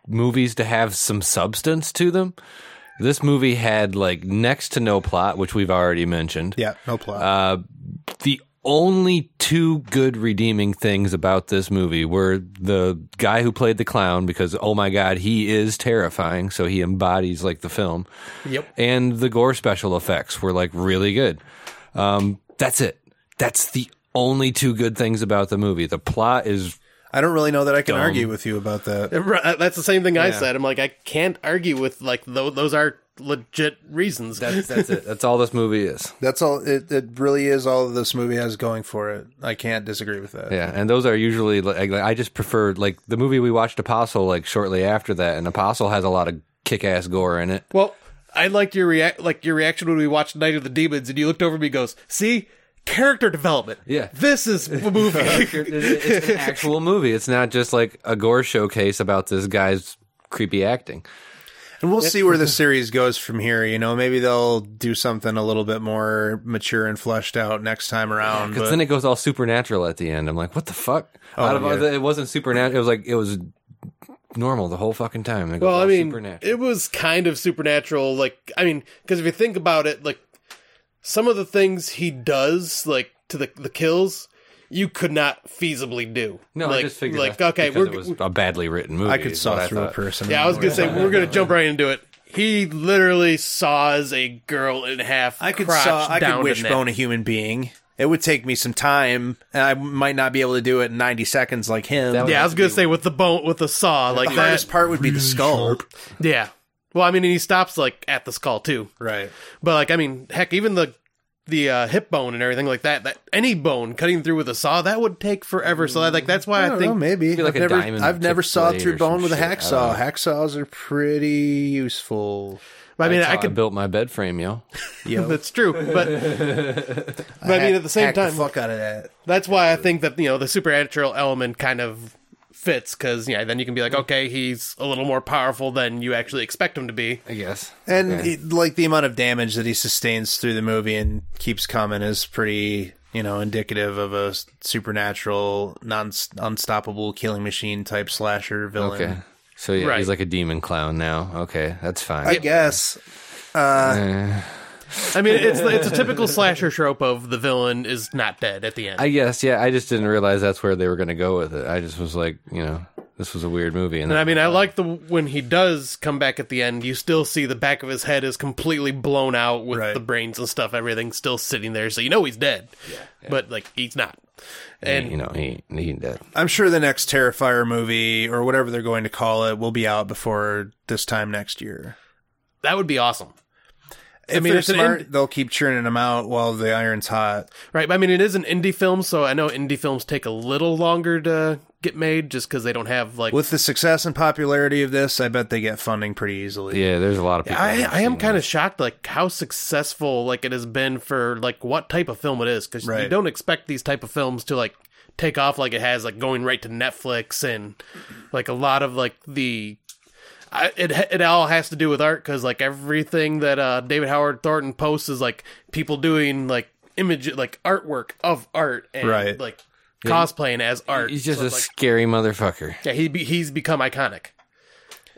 Speaker 6: movies to have some substance to them." This movie had like next to no plot, which we've already mentioned.
Speaker 7: Yeah, no plot.
Speaker 6: Uh, the only two good redeeming things about this movie were the guy who played the clown because oh my god he is terrifying so he embodies like the film
Speaker 5: Yep.
Speaker 6: and the gore special effects were like really good um, that's it that's the only two good things about the movie the plot is
Speaker 7: I don't really know that I can
Speaker 6: Dumb.
Speaker 7: argue with you about that.
Speaker 5: Uh, Right, That's the same thing I
Speaker 6: Yeah.
Speaker 5: said. I'm like, I can't argue with like tho- those are legit reasons.
Speaker 6: That's that's it. That's all this movie is.
Speaker 7: That's all it, it really is all this movie has going for it. I can't disagree with that.
Speaker 6: Yeah, and those are usually like, like I just prefer like the movie we watched Apostle like shortly after that, and Apostle has a lot of kick ass gore in it.
Speaker 5: Well, I liked your react, like your reaction when we watched Night of the Demons, and you looked over at me, and goes, "See, character development.
Speaker 6: Yeah,
Speaker 5: this is a movie.
Speaker 6: it's an actual movie. It's not just like a gore showcase about this guy's creepy acting.
Speaker 7: And we'll see where the series goes from here. You know, maybe they'll do something a little bit more mature and fleshed out next time around.
Speaker 6: Because
Speaker 7: but-
Speaker 6: then it goes all supernatural at the end. I'm like, what the fuck?
Speaker 7: Oh,
Speaker 6: Out of all
Speaker 7: yeah.
Speaker 6: the- it wasn't supernatural. It was like it was normal the whole fucking time. It goes
Speaker 5: Well, I
Speaker 6: all
Speaker 5: mean,
Speaker 6: supernatural.
Speaker 5: it was kind of supernatural. Like, I mean, because if you think about it, like some of the things he does, like to the the kills, you could not feasibly do.
Speaker 6: No,
Speaker 5: like,
Speaker 6: I just figured
Speaker 5: like
Speaker 6: that's
Speaker 5: okay,
Speaker 6: because
Speaker 5: we're
Speaker 6: it was a badly written movie.
Speaker 7: I could
Speaker 6: is
Speaker 7: saw
Speaker 6: what
Speaker 7: through a
Speaker 6: thought.
Speaker 7: person.
Speaker 5: yeah, I was gonna say
Speaker 6: Yeah.
Speaker 5: we're gonna jump right into it. He literally saws a girl in half.
Speaker 7: I could
Speaker 5: crotch
Speaker 7: saw, I
Speaker 5: down
Speaker 7: could
Speaker 5: to
Speaker 7: wishbone
Speaker 5: neck.
Speaker 7: a human being. It would take me some time, and I might not be able to do it in ninety seconds like him.
Speaker 5: Yeah, I was gonna say with the bone with the saw, like
Speaker 7: the
Speaker 5: that.
Speaker 7: hardest part would be the skull.
Speaker 5: Yeah. Well, I mean, and he stops like at the skull too.
Speaker 7: Right.
Speaker 5: But like, I mean, heck, even the the uh, hip bone and everything like that. That any bone cutting through with a saw that would take forever. So I, like that's why
Speaker 7: I
Speaker 5: I,
Speaker 7: don't
Speaker 5: think
Speaker 7: know, maybe
Speaker 6: like
Speaker 7: I've
Speaker 6: a
Speaker 7: never,
Speaker 6: diamond
Speaker 7: I've never
Speaker 6: tip
Speaker 7: sawed
Speaker 6: blade
Speaker 7: through
Speaker 6: or
Speaker 7: bone
Speaker 6: some
Speaker 7: with a
Speaker 6: shit. I
Speaker 7: hacksaw.
Speaker 6: don't
Speaker 7: Hacksaws are pretty useful.
Speaker 5: I mean,
Speaker 6: That's
Speaker 5: I
Speaker 6: how
Speaker 5: could-
Speaker 6: built my bed frame, yo.
Speaker 5: that's true. But but I, mean, at the same
Speaker 7: Hack the
Speaker 5: time,
Speaker 7: fuck out of that.
Speaker 5: that's why I think that you know the supernatural element kind of fits because yeah, then you can be like, okay, he's a little more powerful than you actually expect him to be.
Speaker 6: I guess.
Speaker 7: And
Speaker 5: Okay.
Speaker 7: it- like the amount of damage that he sustains through the movie and keeps coming is pretty, you know, indicative of a s- supernatural, non unstoppable killing machine type slasher villain.
Speaker 6: Okay. So yeah,
Speaker 7: Right.
Speaker 6: he's like a demon clown now. Okay, that's fine.
Speaker 7: I guess.
Speaker 6: Uh,
Speaker 5: I mean, it's it's a typical slasher trope of the villain is not dead at the end.
Speaker 6: I guess yeah. I just didn't realize that's where they were going to go with it. I just was like, you know, this was a weird movie, and
Speaker 5: And I mean, I like the when he does come back at the end. You still see the back of his head is completely blown out with the brains and stuff. Everything still sitting there, so you know he's dead. But like he's not. And
Speaker 6: you know he he ain't dead.
Speaker 7: I'm sure the next Terrifier movie or whatever they're going to call it will be out before this time next year.
Speaker 5: That would be awesome.
Speaker 7: If
Speaker 5: I mean,
Speaker 7: they're
Speaker 5: it's an
Speaker 7: smart,
Speaker 5: ind-
Speaker 7: they'll keep churning them out while the iron's hot.
Speaker 5: Right. But I mean, it is an indie film, so I know indie films take a little longer to get made just because they don't have like.
Speaker 7: With the success and popularity of this, I bet they get funding pretty easily.
Speaker 6: Yeah, there's a lot of people.
Speaker 5: I, I am kind of shocked, like how successful like it has been for like what type of film it is, because you
Speaker 7: Right.
Speaker 5: don't expect these type of films to like take off like it has, like going right to Netflix and like a lot of like the. I, it it all has to do with art because like everything that uh, David Howard Thornton posts is like people doing like image like artwork of art and
Speaker 6: Right.
Speaker 5: like
Speaker 6: Yeah.
Speaker 5: cosplaying as art.
Speaker 6: He's just
Speaker 5: So
Speaker 6: a
Speaker 5: it's like-
Speaker 6: scary motherfucker.
Speaker 5: yeah, he be, he's become iconic.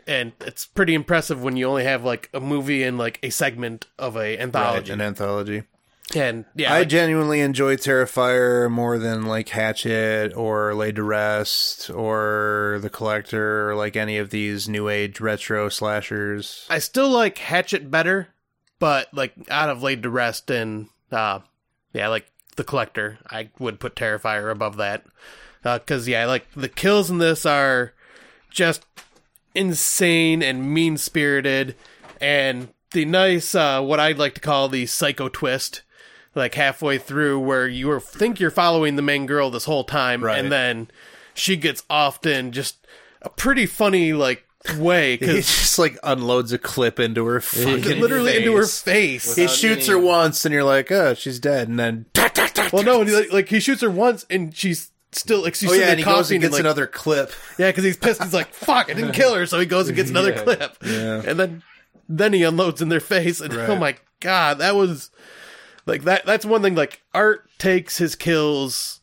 Speaker 5: and it's pretty impressive when you only have like a movie and like a segment of a anthology.
Speaker 7: Right, an anthology.
Speaker 5: And yeah,
Speaker 7: I
Speaker 5: like-
Speaker 7: genuinely enjoy Terrifier more than like Hatchet or Laid to Rest or The Collector or like any of these new age retro slashers.
Speaker 5: I still like Hatchet better, but like out of Laid to Rest and uh yeah, like The Collector, I would put Terrifier above that. Uh 'cause cuz yeah, like the kills in this are just insane and mean-spirited and the nice uh what I'd like to call the psycho twist like halfway through where you are, think you're following the main girl this whole time and then she gets offed in just a pretty funny like way
Speaker 7: He
Speaker 5: 'cause-
Speaker 7: just like unloads a clip into her fucking
Speaker 5: literally
Speaker 7: face.
Speaker 5: into her face.
Speaker 7: He shoots her once, and you're like, "Oh, she's dead," and then
Speaker 5: Well, no, and he, like, like he shoots her once, and she's still like she's
Speaker 7: oh
Speaker 5: sitting
Speaker 7: yeah,
Speaker 5: there
Speaker 7: and he goes
Speaker 5: coughing
Speaker 7: and gets
Speaker 5: like-
Speaker 7: another clip.
Speaker 5: Yeah, because he's pissed. He's like, "Fuck, I didn't kill her," so he goes and gets another
Speaker 7: Yeah.
Speaker 5: clip,
Speaker 7: Yeah.
Speaker 5: and then then he unloads in their face, and
Speaker 7: Right.
Speaker 5: oh my god, that was like that. That's one thing. Like Art takes his kills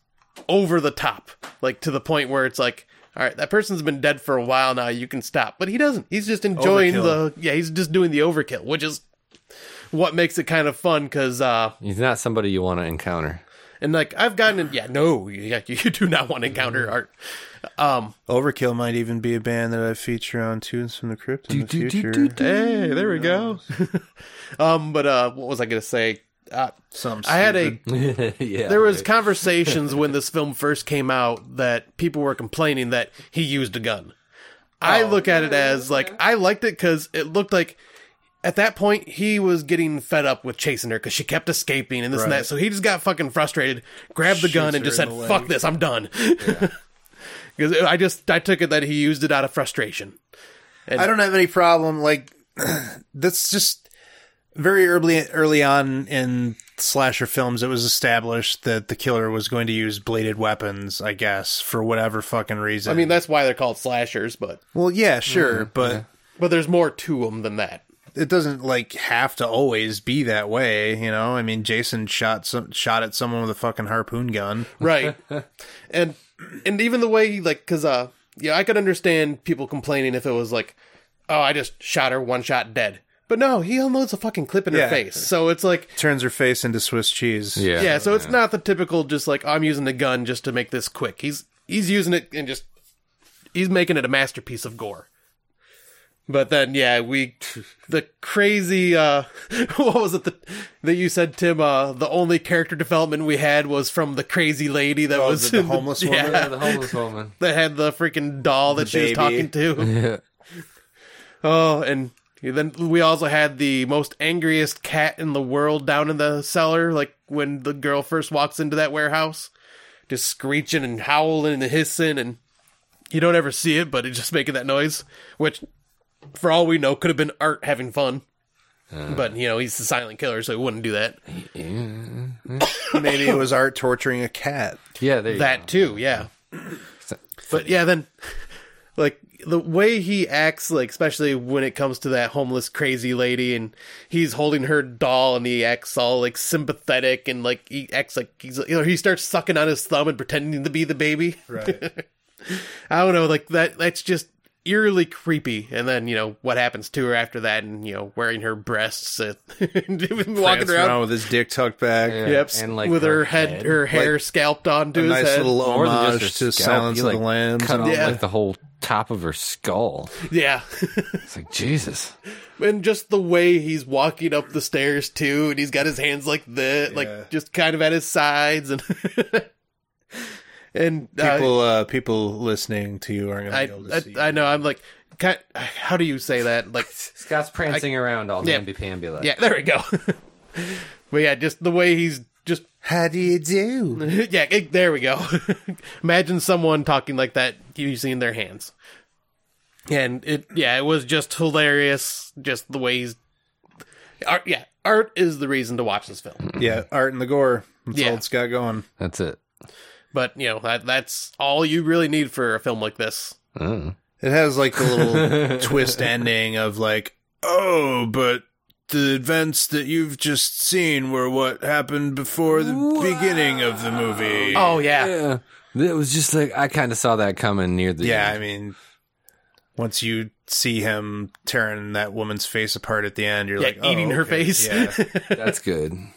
Speaker 5: over the top, like to the point where it's like. All right, that person's been dead for a while now. You can stop, but he doesn't. He's just enjoying
Speaker 6: Overkill.
Speaker 5: the yeah. He's just doing the overkill, which is what makes it kind of fun. Because uh,
Speaker 6: He's not somebody you want to encounter.
Speaker 5: and like I've gotten, in, yeah, no, you, you do not want to encounter art. Um,
Speaker 7: Overkill might even be a band that I feature on Tunes from the Crypt in the future.
Speaker 5: Hey, there we go. um, but uh, what was I gonna say? Uh,
Speaker 7: Some
Speaker 5: I had a
Speaker 6: stupid- Yeah,
Speaker 5: There was
Speaker 6: right.
Speaker 5: conversations when this film first came out that people were complaining that he used a gun.
Speaker 6: Oh.
Speaker 5: I look at it as like I liked it because it looked like at that point he was getting fed up with chasing her because she kept escaping and this and
Speaker 6: Right.
Speaker 5: that. So he just got fucking frustrated, grabbed the gun,
Speaker 6: Shoots
Speaker 5: and
Speaker 6: her
Speaker 5: just
Speaker 6: in
Speaker 5: said,
Speaker 6: the leg.
Speaker 5: "Fuck this, I'm done." Because I just I took it that he used it out of frustration. And-
Speaker 7: I don't have any problem. Like that's just very early early on in slasher films. It was established that the killer was going to use bladed weapons. I guess for whatever fucking reason.
Speaker 5: I mean, that's why they're called slashers, but
Speaker 7: well, yeah, sure,
Speaker 5: Mhm,
Speaker 7: but
Speaker 5: but there's more to them than that.
Speaker 7: it doesn't like have to always be that way. You know, I mean, Jason shot some shot at someone with a fucking harpoon gun,
Speaker 5: right and and even the way like because uh yeah i could understand people complaining if it was like oh i just shot her one shot dead but no he unloads a fucking clip in her
Speaker 7: Yeah.
Speaker 5: face so it's like
Speaker 7: Turns her face into Swiss cheese.
Speaker 5: yeah, so it's not the typical just like i'm using a gun just to make this quick he's he's using it and just he's making it a masterpiece of gore but then yeah we the crazy uh what was it that, that you said tim uh the only character development we had was from the crazy lady that
Speaker 6: Oh,
Speaker 5: was
Speaker 6: the- the
Speaker 5: in
Speaker 6: homeless woman? Yeah, the homeless woman.
Speaker 5: that had the freaking doll that
Speaker 6: The
Speaker 5: she was
Speaker 6: baby.
Speaker 5: talking to oh and then we also had the most angriest cat in the world down in the cellar like when the girl first walks into that warehouse just screeching and howling and hissing and you don't ever see it but it's just making that noise which for all we know could have been art having fun but you know he's the silent killer so he wouldn't do that
Speaker 7: Maybe it was art torturing a cat.
Speaker 6: Yeah,
Speaker 5: that too yeah but yeah then like the way he acts like especially when it comes to that homeless crazy lady and he's holding her doll and he acts all like sympathetic and like he acts like he's you know he starts sucking on his thumb and pretending to be the baby
Speaker 7: Right.
Speaker 5: i don't know like that that's just eerily creepy and then you know what happens to her after that and you know wearing her breasts uh, and walking
Speaker 7: Prancing
Speaker 5: around
Speaker 7: with his dick tucked back.
Speaker 5: Yep, with her, head, her hair scalped onto
Speaker 7: a
Speaker 5: his
Speaker 7: nice
Speaker 5: head.
Speaker 7: little
Speaker 6: More than
Speaker 7: homage
Speaker 6: just her
Speaker 7: to
Speaker 6: scalp,
Speaker 7: Silence
Speaker 6: you,
Speaker 7: of
Speaker 6: like,
Speaker 7: the Lambs.
Speaker 6: Cut
Speaker 7: and
Speaker 6: off
Speaker 7: all
Speaker 6: like the whole top of her skull.
Speaker 5: Yeah.
Speaker 6: It's like Jesus.
Speaker 5: and just the way he's walking up the stairs too, and he's got his hands like this, like just kind of at his sides, and and
Speaker 7: that.
Speaker 5: uh,
Speaker 7: people, uh, people listening to you aren't going to
Speaker 5: I,
Speaker 7: be able to see.
Speaker 5: I, I know I'm like, ki- how do you say that? Like Scott's
Speaker 6: prancing around all namby-pamby like.
Speaker 5: Yeah, there we go. but yeah, just the way he's just.
Speaker 7: How do you do?
Speaker 5: yeah, it- there we go. Imagine someone talking like that using their hands. And it, yeah, it was just hilarious. Just the way he's, art, yeah, art is the reason to watch this film.
Speaker 7: Yeah, art and the gore. That's
Speaker 5: Yeah.
Speaker 7: all it's got going.
Speaker 6: That's it.
Speaker 5: But you know, that, that's all you really need for a film like this.
Speaker 7: It has like the little twist ending of like, oh, but the events that you've just seen were what happened before the beginning of the movie.
Speaker 5: Oh.
Speaker 6: yeah. It was just like I kind of saw that coming near the.
Speaker 7: Yeah, I mean, once you see him tearing that woman's face apart at the end, you're
Speaker 5: Yeah,
Speaker 7: like oh,
Speaker 5: eating her
Speaker 7: okay,
Speaker 5: face.
Speaker 7: Yeah.
Speaker 6: That's good.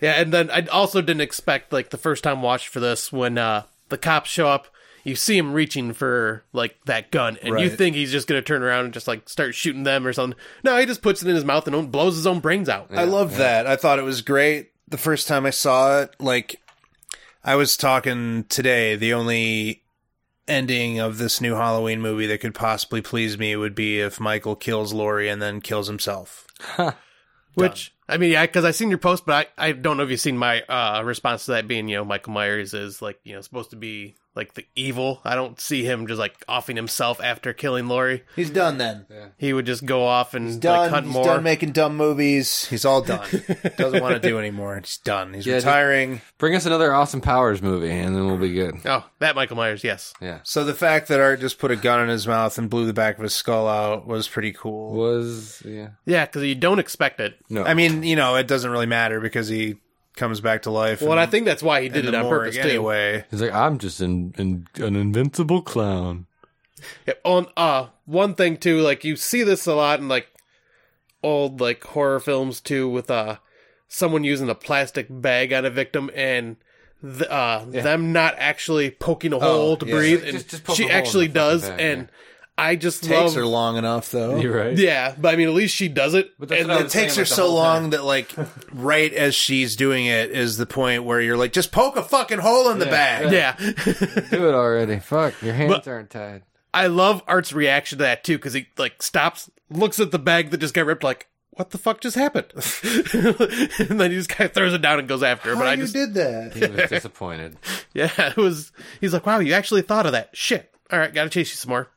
Speaker 5: Yeah, and then I also didn't expect like the first time watch for this when uh the cops show up, you see him reaching for like that gun, and you
Speaker 7: Right.
Speaker 5: think he's just gonna turn around and just like start shooting them or something. No, he just puts it in his mouth and blows his own brains out.
Speaker 7: I love that. I thought it was great the first time I saw it. Like, I was talking today. The only ending of this new Halloween movie that could possibly please me would be if Michael kills Laurie and then kills himself.
Speaker 5: Which I mean, yeah, because I seen your post, but I, I don't know if you've seen my uh, response to that being you know Michael Myers is like you know supposed to be like the evil. I don't see him just like offing himself after killing Laurie.
Speaker 7: He's done then.
Speaker 5: He would just go off and
Speaker 7: He's done.
Speaker 5: like hunt
Speaker 7: he's
Speaker 5: more.
Speaker 7: done making dumb movies. He's all done. Doesn't want to do anymore. He's done. He's retiring.
Speaker 6: Bring us another Austin Powers movie, and then we'll be good.
Speaker 5: oh, that Michael Myers, yes.
Speaker 6: Yeah.
Speaker 7: So the fact that Art just put a gun in his mouth and blew the back of his skull out was pretty cool.
Speaker 6: Was yeah.
Speaker 5: Yeah, because you don't expect it.
Speaker 6: No.
Speaker 7: I mean, you know, it doesn't really matter because he comes back to life.
Speaker 5: Well,
Speaker 7: in-
Speaker 5: and I think that's why he
Speaker 7: in
Speaker 5: did it
Speaker 7: the
Speaker 5: on
Speaker 7: morgue
Speaker 5: purpose too.
Speaker 7: anyway.
Speaker 6: He's like, I'm just an an, an invincible clown.
Speaker 5: Yeah, on uh one thing too, like you see this a lot in like old like horror films too, with uh someone using a plastic bag on a victim and th- uh them not actually poking a hole to
Speaker 7: Oh, yeah.
Speaker 5: breathe.
Speaker 7: Just-
Speaker 5: And
Speaker 7: just poke a
Speaker 5: she
Speaker 7: hole in
Speaker 5: actually
Speaker 7: the fucking
Speaker 5: does,
Speaker 7: bag,
Speaker 5: and I just
Speaker 7: takes
Speaker 5: love
Speaker 7: her long enough though.
Speaker 6: You're right.
Speaker 5: Yeah, but I mean, at least she does it.
Speaker 6: But
Speaker 7: And it takes her so long that like right as she's doing it is the point where you're like, just poke a fucking hole in the bag.
Speaker 5: Yeah.
Speaker 6: Do it already. Fuck, your hands
Speaker 5: But-
Speaker 6: aren't tied.
Speaker 5: I love Art's reaction to that too, because he like stops, looks at the bag that just got ripped, like, what the fuck just happened? and then he just kind of throws it down and goes after her. But I just,
Speaker 7: did that?
Speaker 6: He was disappointed.
Speaker 5: yeah, it was. He's like, wow, you actually thought of that. Shit. All right, gotta chase you some more.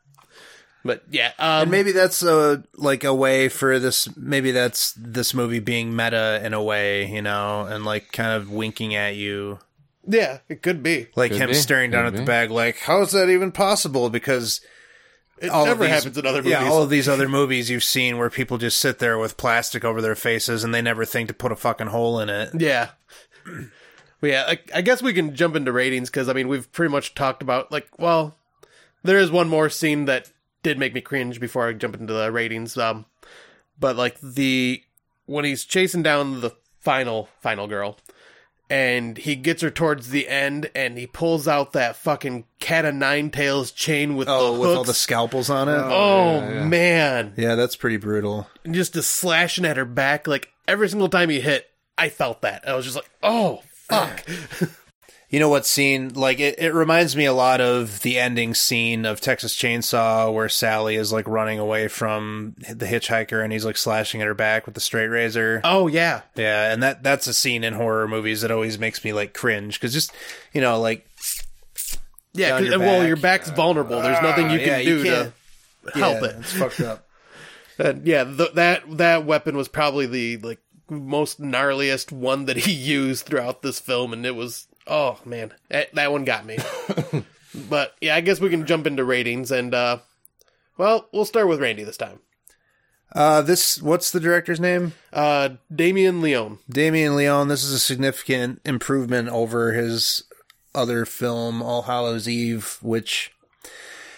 Speaker 5: But yeah, um,
Speaker 7: and maybe that's a like a way for this. Maybe that's this movie being meta in a way, you know, and like kind of winking at you,
Speaker 5: yeah, it could be.
Speaker 7: like
Speaker 6: Could
Speaker 7: him
Speaker 6: be,
Speaker 7: staring down
Speaker 6: could
Speaker 7: at the
Speaker 6: be.
Speaker 7: bag. Like, how is that even possible? Because
Speaker 5: It
Speaker 7: all of
Speaker 5: never
Speaker 7: these-
Speaker 5: happens in other movies.
Speaker 7: Yeah, all of these other movies you've seen where people just sit there with plastic over their faces and they never think to put a fucking hole in it.
Speaker 5: Yeah. But yeah, I, I guess we can jump into ratings because I mean we've pretty much talked about like well, there is one more scene that did make me cringe before I jump into the ratings. Um, but like the when he's chasing down the final final girl, and he gets her towards the end, and he pulls out that fucking cat of nine tails chain with
Speaker 7: Oh,
Speaker 5: the
Speaker 7: with all the
Speaker 5: hooks.
Speaker 7: scalpels on it.
Speaker 5: oh man,
Speaker 7: Yeah, that's pretty brutal.
Speaker 5: and just the slashing at her back like every single time he hit, I felt that I was just like oh fuck.
Speaker 7: You know what scene? Like it, it reminds me a lot of the ending scene of Texas Chainsaw where Sally is like running away from the hitchhiker and he's like slashing at her back with the straight razor.
Speaker 5: Oh yeah,
Speaker 7: Yeah, and that that's a scene in horror movies that always makes me like cringe because just you know like
Speaker 5: yeah.
Speaker 7: down
Speaker 5: 'cause- uh,
Speaker 7: your
Speaker 5: well,
Speaker 7: back. Oh,
Speaker 5: your back's vulnerable. There's nothing you can
Speaker 7: uh, yeah,
Speaker 5: do
Speaker 7: you
Speaker 5: to help
Speaker 7: yeah,
Speaker 5: it.
Speaker 7: It's fucked up.
Speaker 5: And yeah, th- that that weapon was probably the like most gnarliest one that he used throughout this film, and it was oh man, that, that one got me. but yeah, I guess we can jump into ratings, and uh, well, we'll start with Randy this time.
Speaker 7: Uh, this what's the director's name?
Speaker 5: Uh, Damien Leone.
Speaker 7: Damien Leone, this is a significant improvement over his other film, All Hallows Eve, which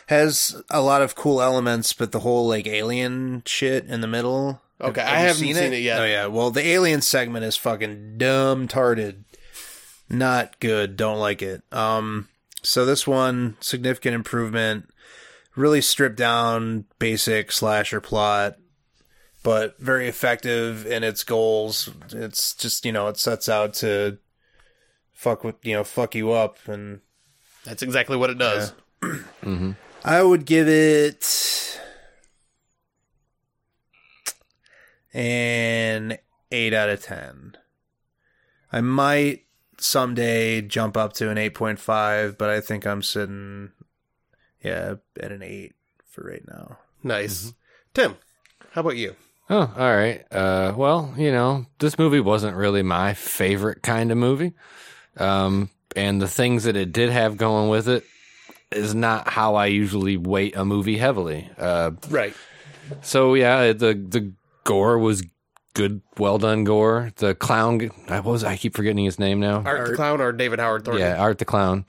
Speaker 7: has a lot of cool elements, but the whole like alien shit in the middle.
Speaker 5: Okay,
Speaker 7: Have-
Speaker 5: I
Speaker 7: have you
Speaker 5: haven't seen, it? yet.
Speaker 7: Oh yeah, well the alien segment is fucking dumb tarted. Not good. Don't like it. Um so this one significant improvement really stripped down basic slasher plot but very effective in its goals. It's just, you know, it sets out to fuck with, you know, fuck you up and
Speaker 5: That's exactly what it does.
Speaker 7: I would give it an 8 out of 10. I might someday jump up to an 8.5, but I think I'm sitting yeah, at an 8 for right now.
Speaker 5: Nice,
Speaker 7: Mm-hmm.
Speaker 5: Tim. How about you?
Speaker 6: Oh, all right. Uh, well, you know, this movie wasn't really my favorite kind of movie. Um, and the things that it did have going with it is not how I usually weight a movie heavily. Uh,
Speaker 5: Right.
Speaker 6: so yeah, the the gore was good, well done gore. The clown, I was I keep forgetting his name now.
Speaker 5: Art, the clown or David Howard Thornton?
Speaker 6: Yeah, Art the clown.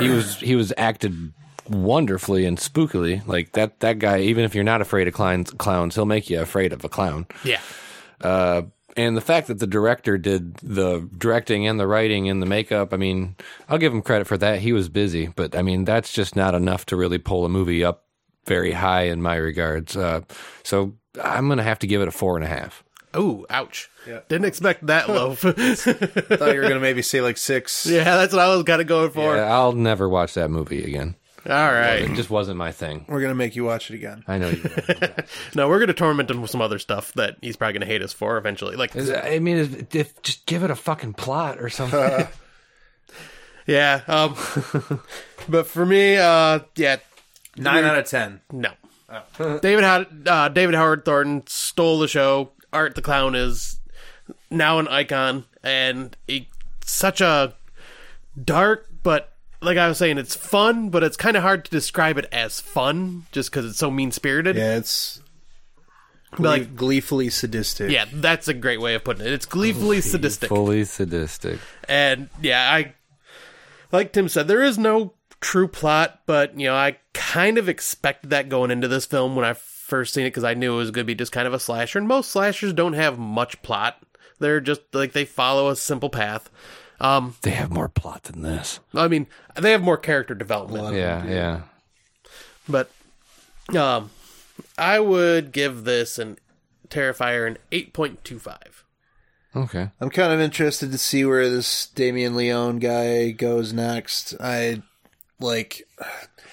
Speaker 6: He was he was acted wonderfully and spookily. Like that that guy, even if you're not afraid of clowns, clowns he'll make you afraid of a clown.
Speaker 5: Yeah.
Speaker 6: Uh, and the fact that the director did the directing and the writing and the makeup, I mean, I'll give him credit for that. He was busy, but I mean, that's just not enough to really pull a movie up very high in my regards. Uh, so I'm going to have to give it a four and a half.
Speaker 5: Oh, ouch. Didn't expect that low.
Speaker 7: Thought you were gonna maybe say like six.
Speaker 5: Yeah, that's what I was kind of going for.
Speaker 6: Yeah, I'll never watch that movie again.
Speaker 5: All right.
Speaker 6: It just wasn't my thing.
Speaker 7: We're gonna make you watch it again.
Speaker 6: I know you.
Speaker 5: no, we're going to torment him with some other stuff that he's probably going to hate us for eventually. Like,
Speaker 6: Is- I mean, is- if, just give it a fucking plot or something.
Speaker 5: yeah. Um, but for me, uh, yeah,
Speaker 7: Nine out of ten.
Speaker 5: No. David Howard, uh, David Howard Thornton stole the show. Art the Clown is now an icon, and he, such a dark, but like I was saying, it's fun, but it's kind of hard to describe it as fun just because it's so mean spirited.
Speaker 7: Yeah, it's
Speaker 5: But, like-
Speaker 7: glee- gleefully sadistic.
Speaker 5: Yeah, that's a great way of putting it. It's gleefully sadistic.
Speaker 6: Fully sadistic.
Speaker 5: And yeah, I like Tim said, there is no true plot, but you know, I kind of expected that going into this film when I first seen it because I knew it was going to be just kind of a slasher. And most slashers don't have much plot; they're just like they follow a simple path. Um,
Speaker 6: They have more plot than this.
Speaker 5: I mean, they have more character development,
Speaker 6: Yeah, yeah.
Speaker 5: but um, I would give this an Terrifier an eight point two five.
Speaker 6: Okay.
Speaker 7: I'm kind of interested to see where this Damien Leone guy goes next. I like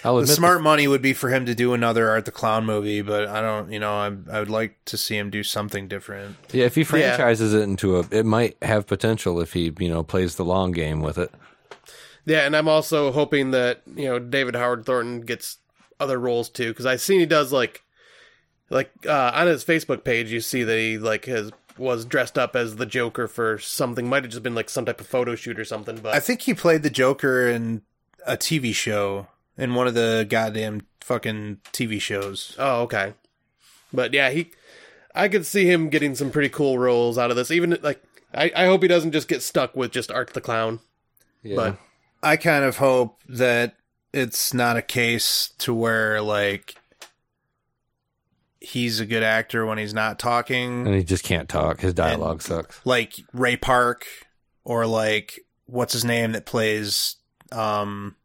Speaker 6: I'll
Speaker 7: the
Speaker 6: admit
Speaker 7: smart money would be for him to do another Art the Clown movie, but I don't. You know, I I would like to see him do something different.
Speaker 6: Yeah, if he franchises it into a, it might have potential if he, you know, plays the long game with it.
Speaker 5: Yeah, and I'm also hoping that you know David Howard Thornton gets other roles too, because I've seen he does like, like uh, on his Facebook page, you see that he like has was dressed up as the Joker for something. Might have just been like some type of photo shoot or something. But
Speaker 7: I think he played the Joker in a TV show in one of the goddamn fucking TV shows.
Speaker 5: oh, okay. But yeah, he, I could see him getting some pretty cool roles out of this. Even like, I, I hope he doesn't just get stuck with just Art the Clown. But
Speaker 7: I kind of hope that it's not a case to where like he's a good actor when he's not talking,
Speaker 6: And he just can't talk. His dialogue sucks.
Speaker 7: like Ray Park or like what's his name that plays um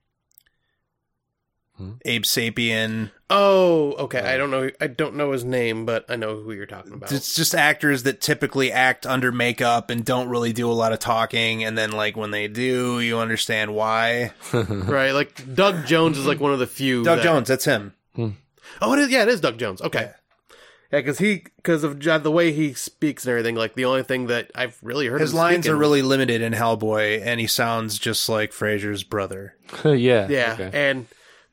Speaker 6: Hmm?
Speaker 7: Abe Sapien.
Speaker 5: oh, okay. I don't know. I don't know his name, but I know who you're talking about.
Speaker 7: It's just actors that typically act under makeup and don't really do a lot of talking, and then like when they do, you understand why.
Speaker 5: right? Like Doug Jones is like one of the few.
Speaker 7: Doug
Speaker 5: that-
Speaker 7: Jones, that's him.
Speaker 5: Oh, it is. Yeah, it is Doug Jones. Okay. Yeah, because he because of jo- the way he speaks and everything. Like the only thing that I've really heard
Speaker 7: His
Speaker 5: him
Speaker 7: lines
Speaker 5: speaking-
Speaker 7: are really limited in Hellboy, and he sounds just like Frasier's brother.
Speaker 6: yeah.
Speaker 5: yeah,
Speaker 6: okay.
Speaker 5: and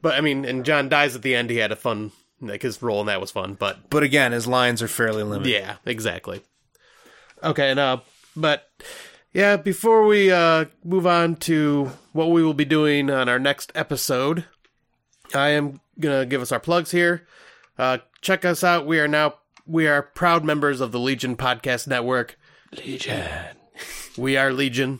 Speaker 5: but I mean, and John dies at the end. He had a fun like his role and that was fun, but
Speaker 7: But again, his lines are fairly limited.
Speaker 5: yeah, exactly. Okay, and uh, but yeah, before we uh move on to what we will be doing on our next episode, I am gonna give us our plugs here. Uh, check us out. We are now we are proud members of the Legion Podcast Network. Legion. we are Legion.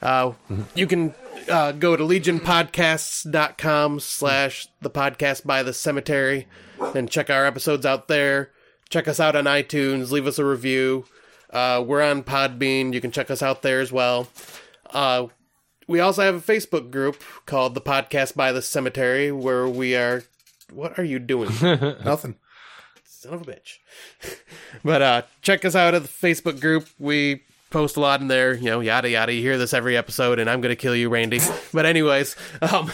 Speaker 5: Uh, you can uh, go to legionpodcasts.com slash the podcast by the cemetery and check our episodes out there. Check us out on iTunes. Leave us a review. Uh, we're on Podbean. You can check us out there as well. Uh, we also have a Facebook group called the Podcast by the Cemetery where we are. What are you doing?
Speaker 7: Nothing.
Speaker 5: son of a bitch. but uh, check us out at the Facebook group. We post a lot in there, you know, yada yada. You hear this every episode, and I'm going to kill you, Randy. but anyways, um,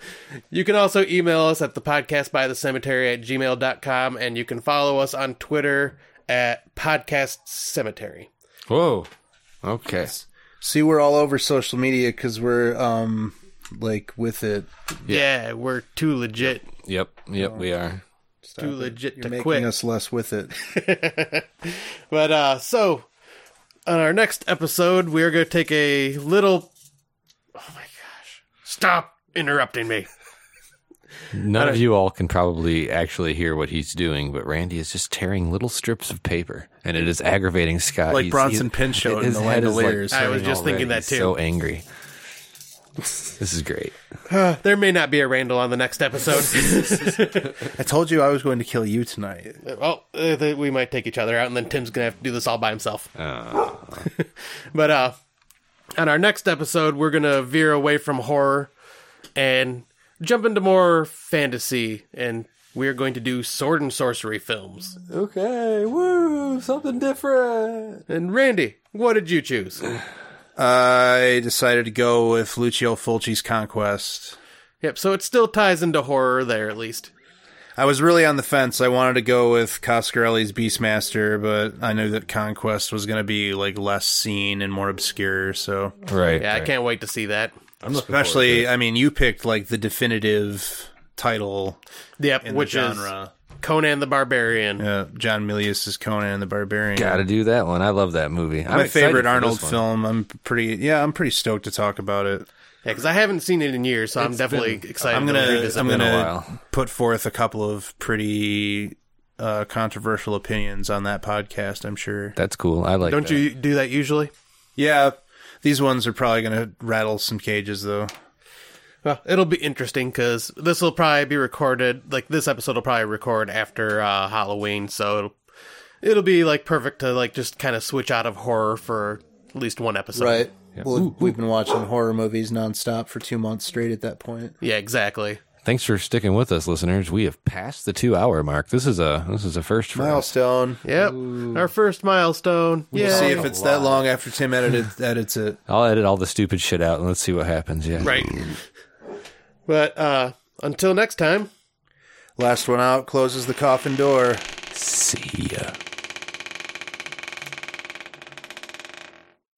Speaker 5: you can also email us at the podcast by the cemetery at gmail.com, and you can follow us on Twitter at podcast cemetery.
Speaker 6: Whoa. Okay.
Speaker 7: See, we're all over social media because we're um like with it.
Speaker 5: Yeah, we're too legit.
Speaker 6: Yep. Yep. We are.
Speaker 5: too legit
Speaker 7: You're
Speaker 5: to
Speaker 7: making
Speaker 5: quit.
Speaker 7: us less with it.
Speaker 5: But uh so on our next episode we are going to take a little Oh my gosh. Stop interrupting me.
Speaker 6: None of you all can probably actually hear what he's doing, but Randy is just tearing little strips of paper, and it is aggravating Scott.
Speaker 7: Like
Speaker 6: He's-
Speaker 7: Bronson
Speaker 6: he's-
Speaker 7: Pinchot in
Speaker 6: his
Speaker 7: The
Speaker 6: head is,
Speaker 7: Langoliers.
Speaker 5: I was
Speaker 6: turning
Speaker 5: just thinking
Speaker 6: already.
Speaker 5: that, too.
Speaker 6: So angry. this is great.
Speaker 5: Uh, there may not be a Randall on the next episode.
Speaker 7: I told you I was going to kill you tonight.
Speaker 5: well, uh, th- we might take each other out, and then Tim's gonna have to do this all by himself.
Speaker 6: Uh.
Speaker 5: but uh, on our next episode, we're gonna veer away from horror and jump into more fantasy, and we're going to do sword and sorcery films.
Speaker 6: Okay, woo, something different.
Speaker 5: And Randy, what did you choose?
Speaker 7: I decided to go with Lucio Fulci's Conquest.
Speaker 5: Yep, so it still ties into horror there, at least.
Speaker 7: I was really on the fence. I wanted to go with Coscarelli's Beastmaster, but I knew that Conquest was going to be like less seen and more obscure. So
Speaker 6: right,
Speaker 5: Yeah, I can't wait to see that.
Speaker 6: I'm looking forward
Speaker 7: especially. I mean, you picked like the definitive title.
Speaker 5: Yep,
Speaker 7: in the
Speaker 5: which is
Speaker 7: genre.
Speaker 5: Conan the Barbarian.
Speaker 7: Yeah, uh, John Milius is Conan the Barbarian.
Speaker 6: Got to do that one. I love that movie. I'm
Speaker 7: My
Speaker 6: excited for
Speaker 7: favorite
Speaker 6: this
Speaker 7: Arnold
Speaker 6: one.
Speaker 7: film. I'm pretty. Yeah, I'm pretty stoked to talk about it.
Speaker 5: Yeah, because I haven't seen it in years, so I'm
Speaker 7: It's
Speaker 5: definitely
Speaker 7: been-
Speaker 5: excited.
Speaker 7: I'm
Speaker 5: to
Speaker 7: gonna
Speaker 5: revisit
Speaker 7: I'm
Speaker 5: it.
Speaker 7: gonna put forth a couple of pretty uh, controversial opinions on that podcast. I'm sure.
Speaker 6: That's cool. I like.
Speaker 5: Don't
Speaker 6: that.
Speaker 5: you do that usually?
Speaker 7: Yeah, these ones are probably gonna rattle some cages though.
Speaker 5: Well, it'll be interesting because this will probably be recorded. Like this episode will probably record after uh, Halloween, so it'll it'll be like perfect to like just kind of switch out of horror for at least one episode.
Speaker 9: Right. Well, we've been watching horror movies nonstop for two months straight at that point.
Speaker 5: Yeah, exactly.
Speaker 6: Thanks for sticking with us, listeners. We have passed the two hour mark. This is a this is a first for us.
Speaker 9: Milestone.
Speaker 5: Yep. Our first milestone.
Speaker 7: We'll
Speaker 5: yeah.
Speaker 7: see if it's that long after Tim edited edits it.
Speaker 6: I'll edit all the stupid shit out and let's see what happens. Yeah,
Speaker 5: right. But uh until next time.
Speaker 7: Last one out closes the coffin door.
Speaker 6: See ya.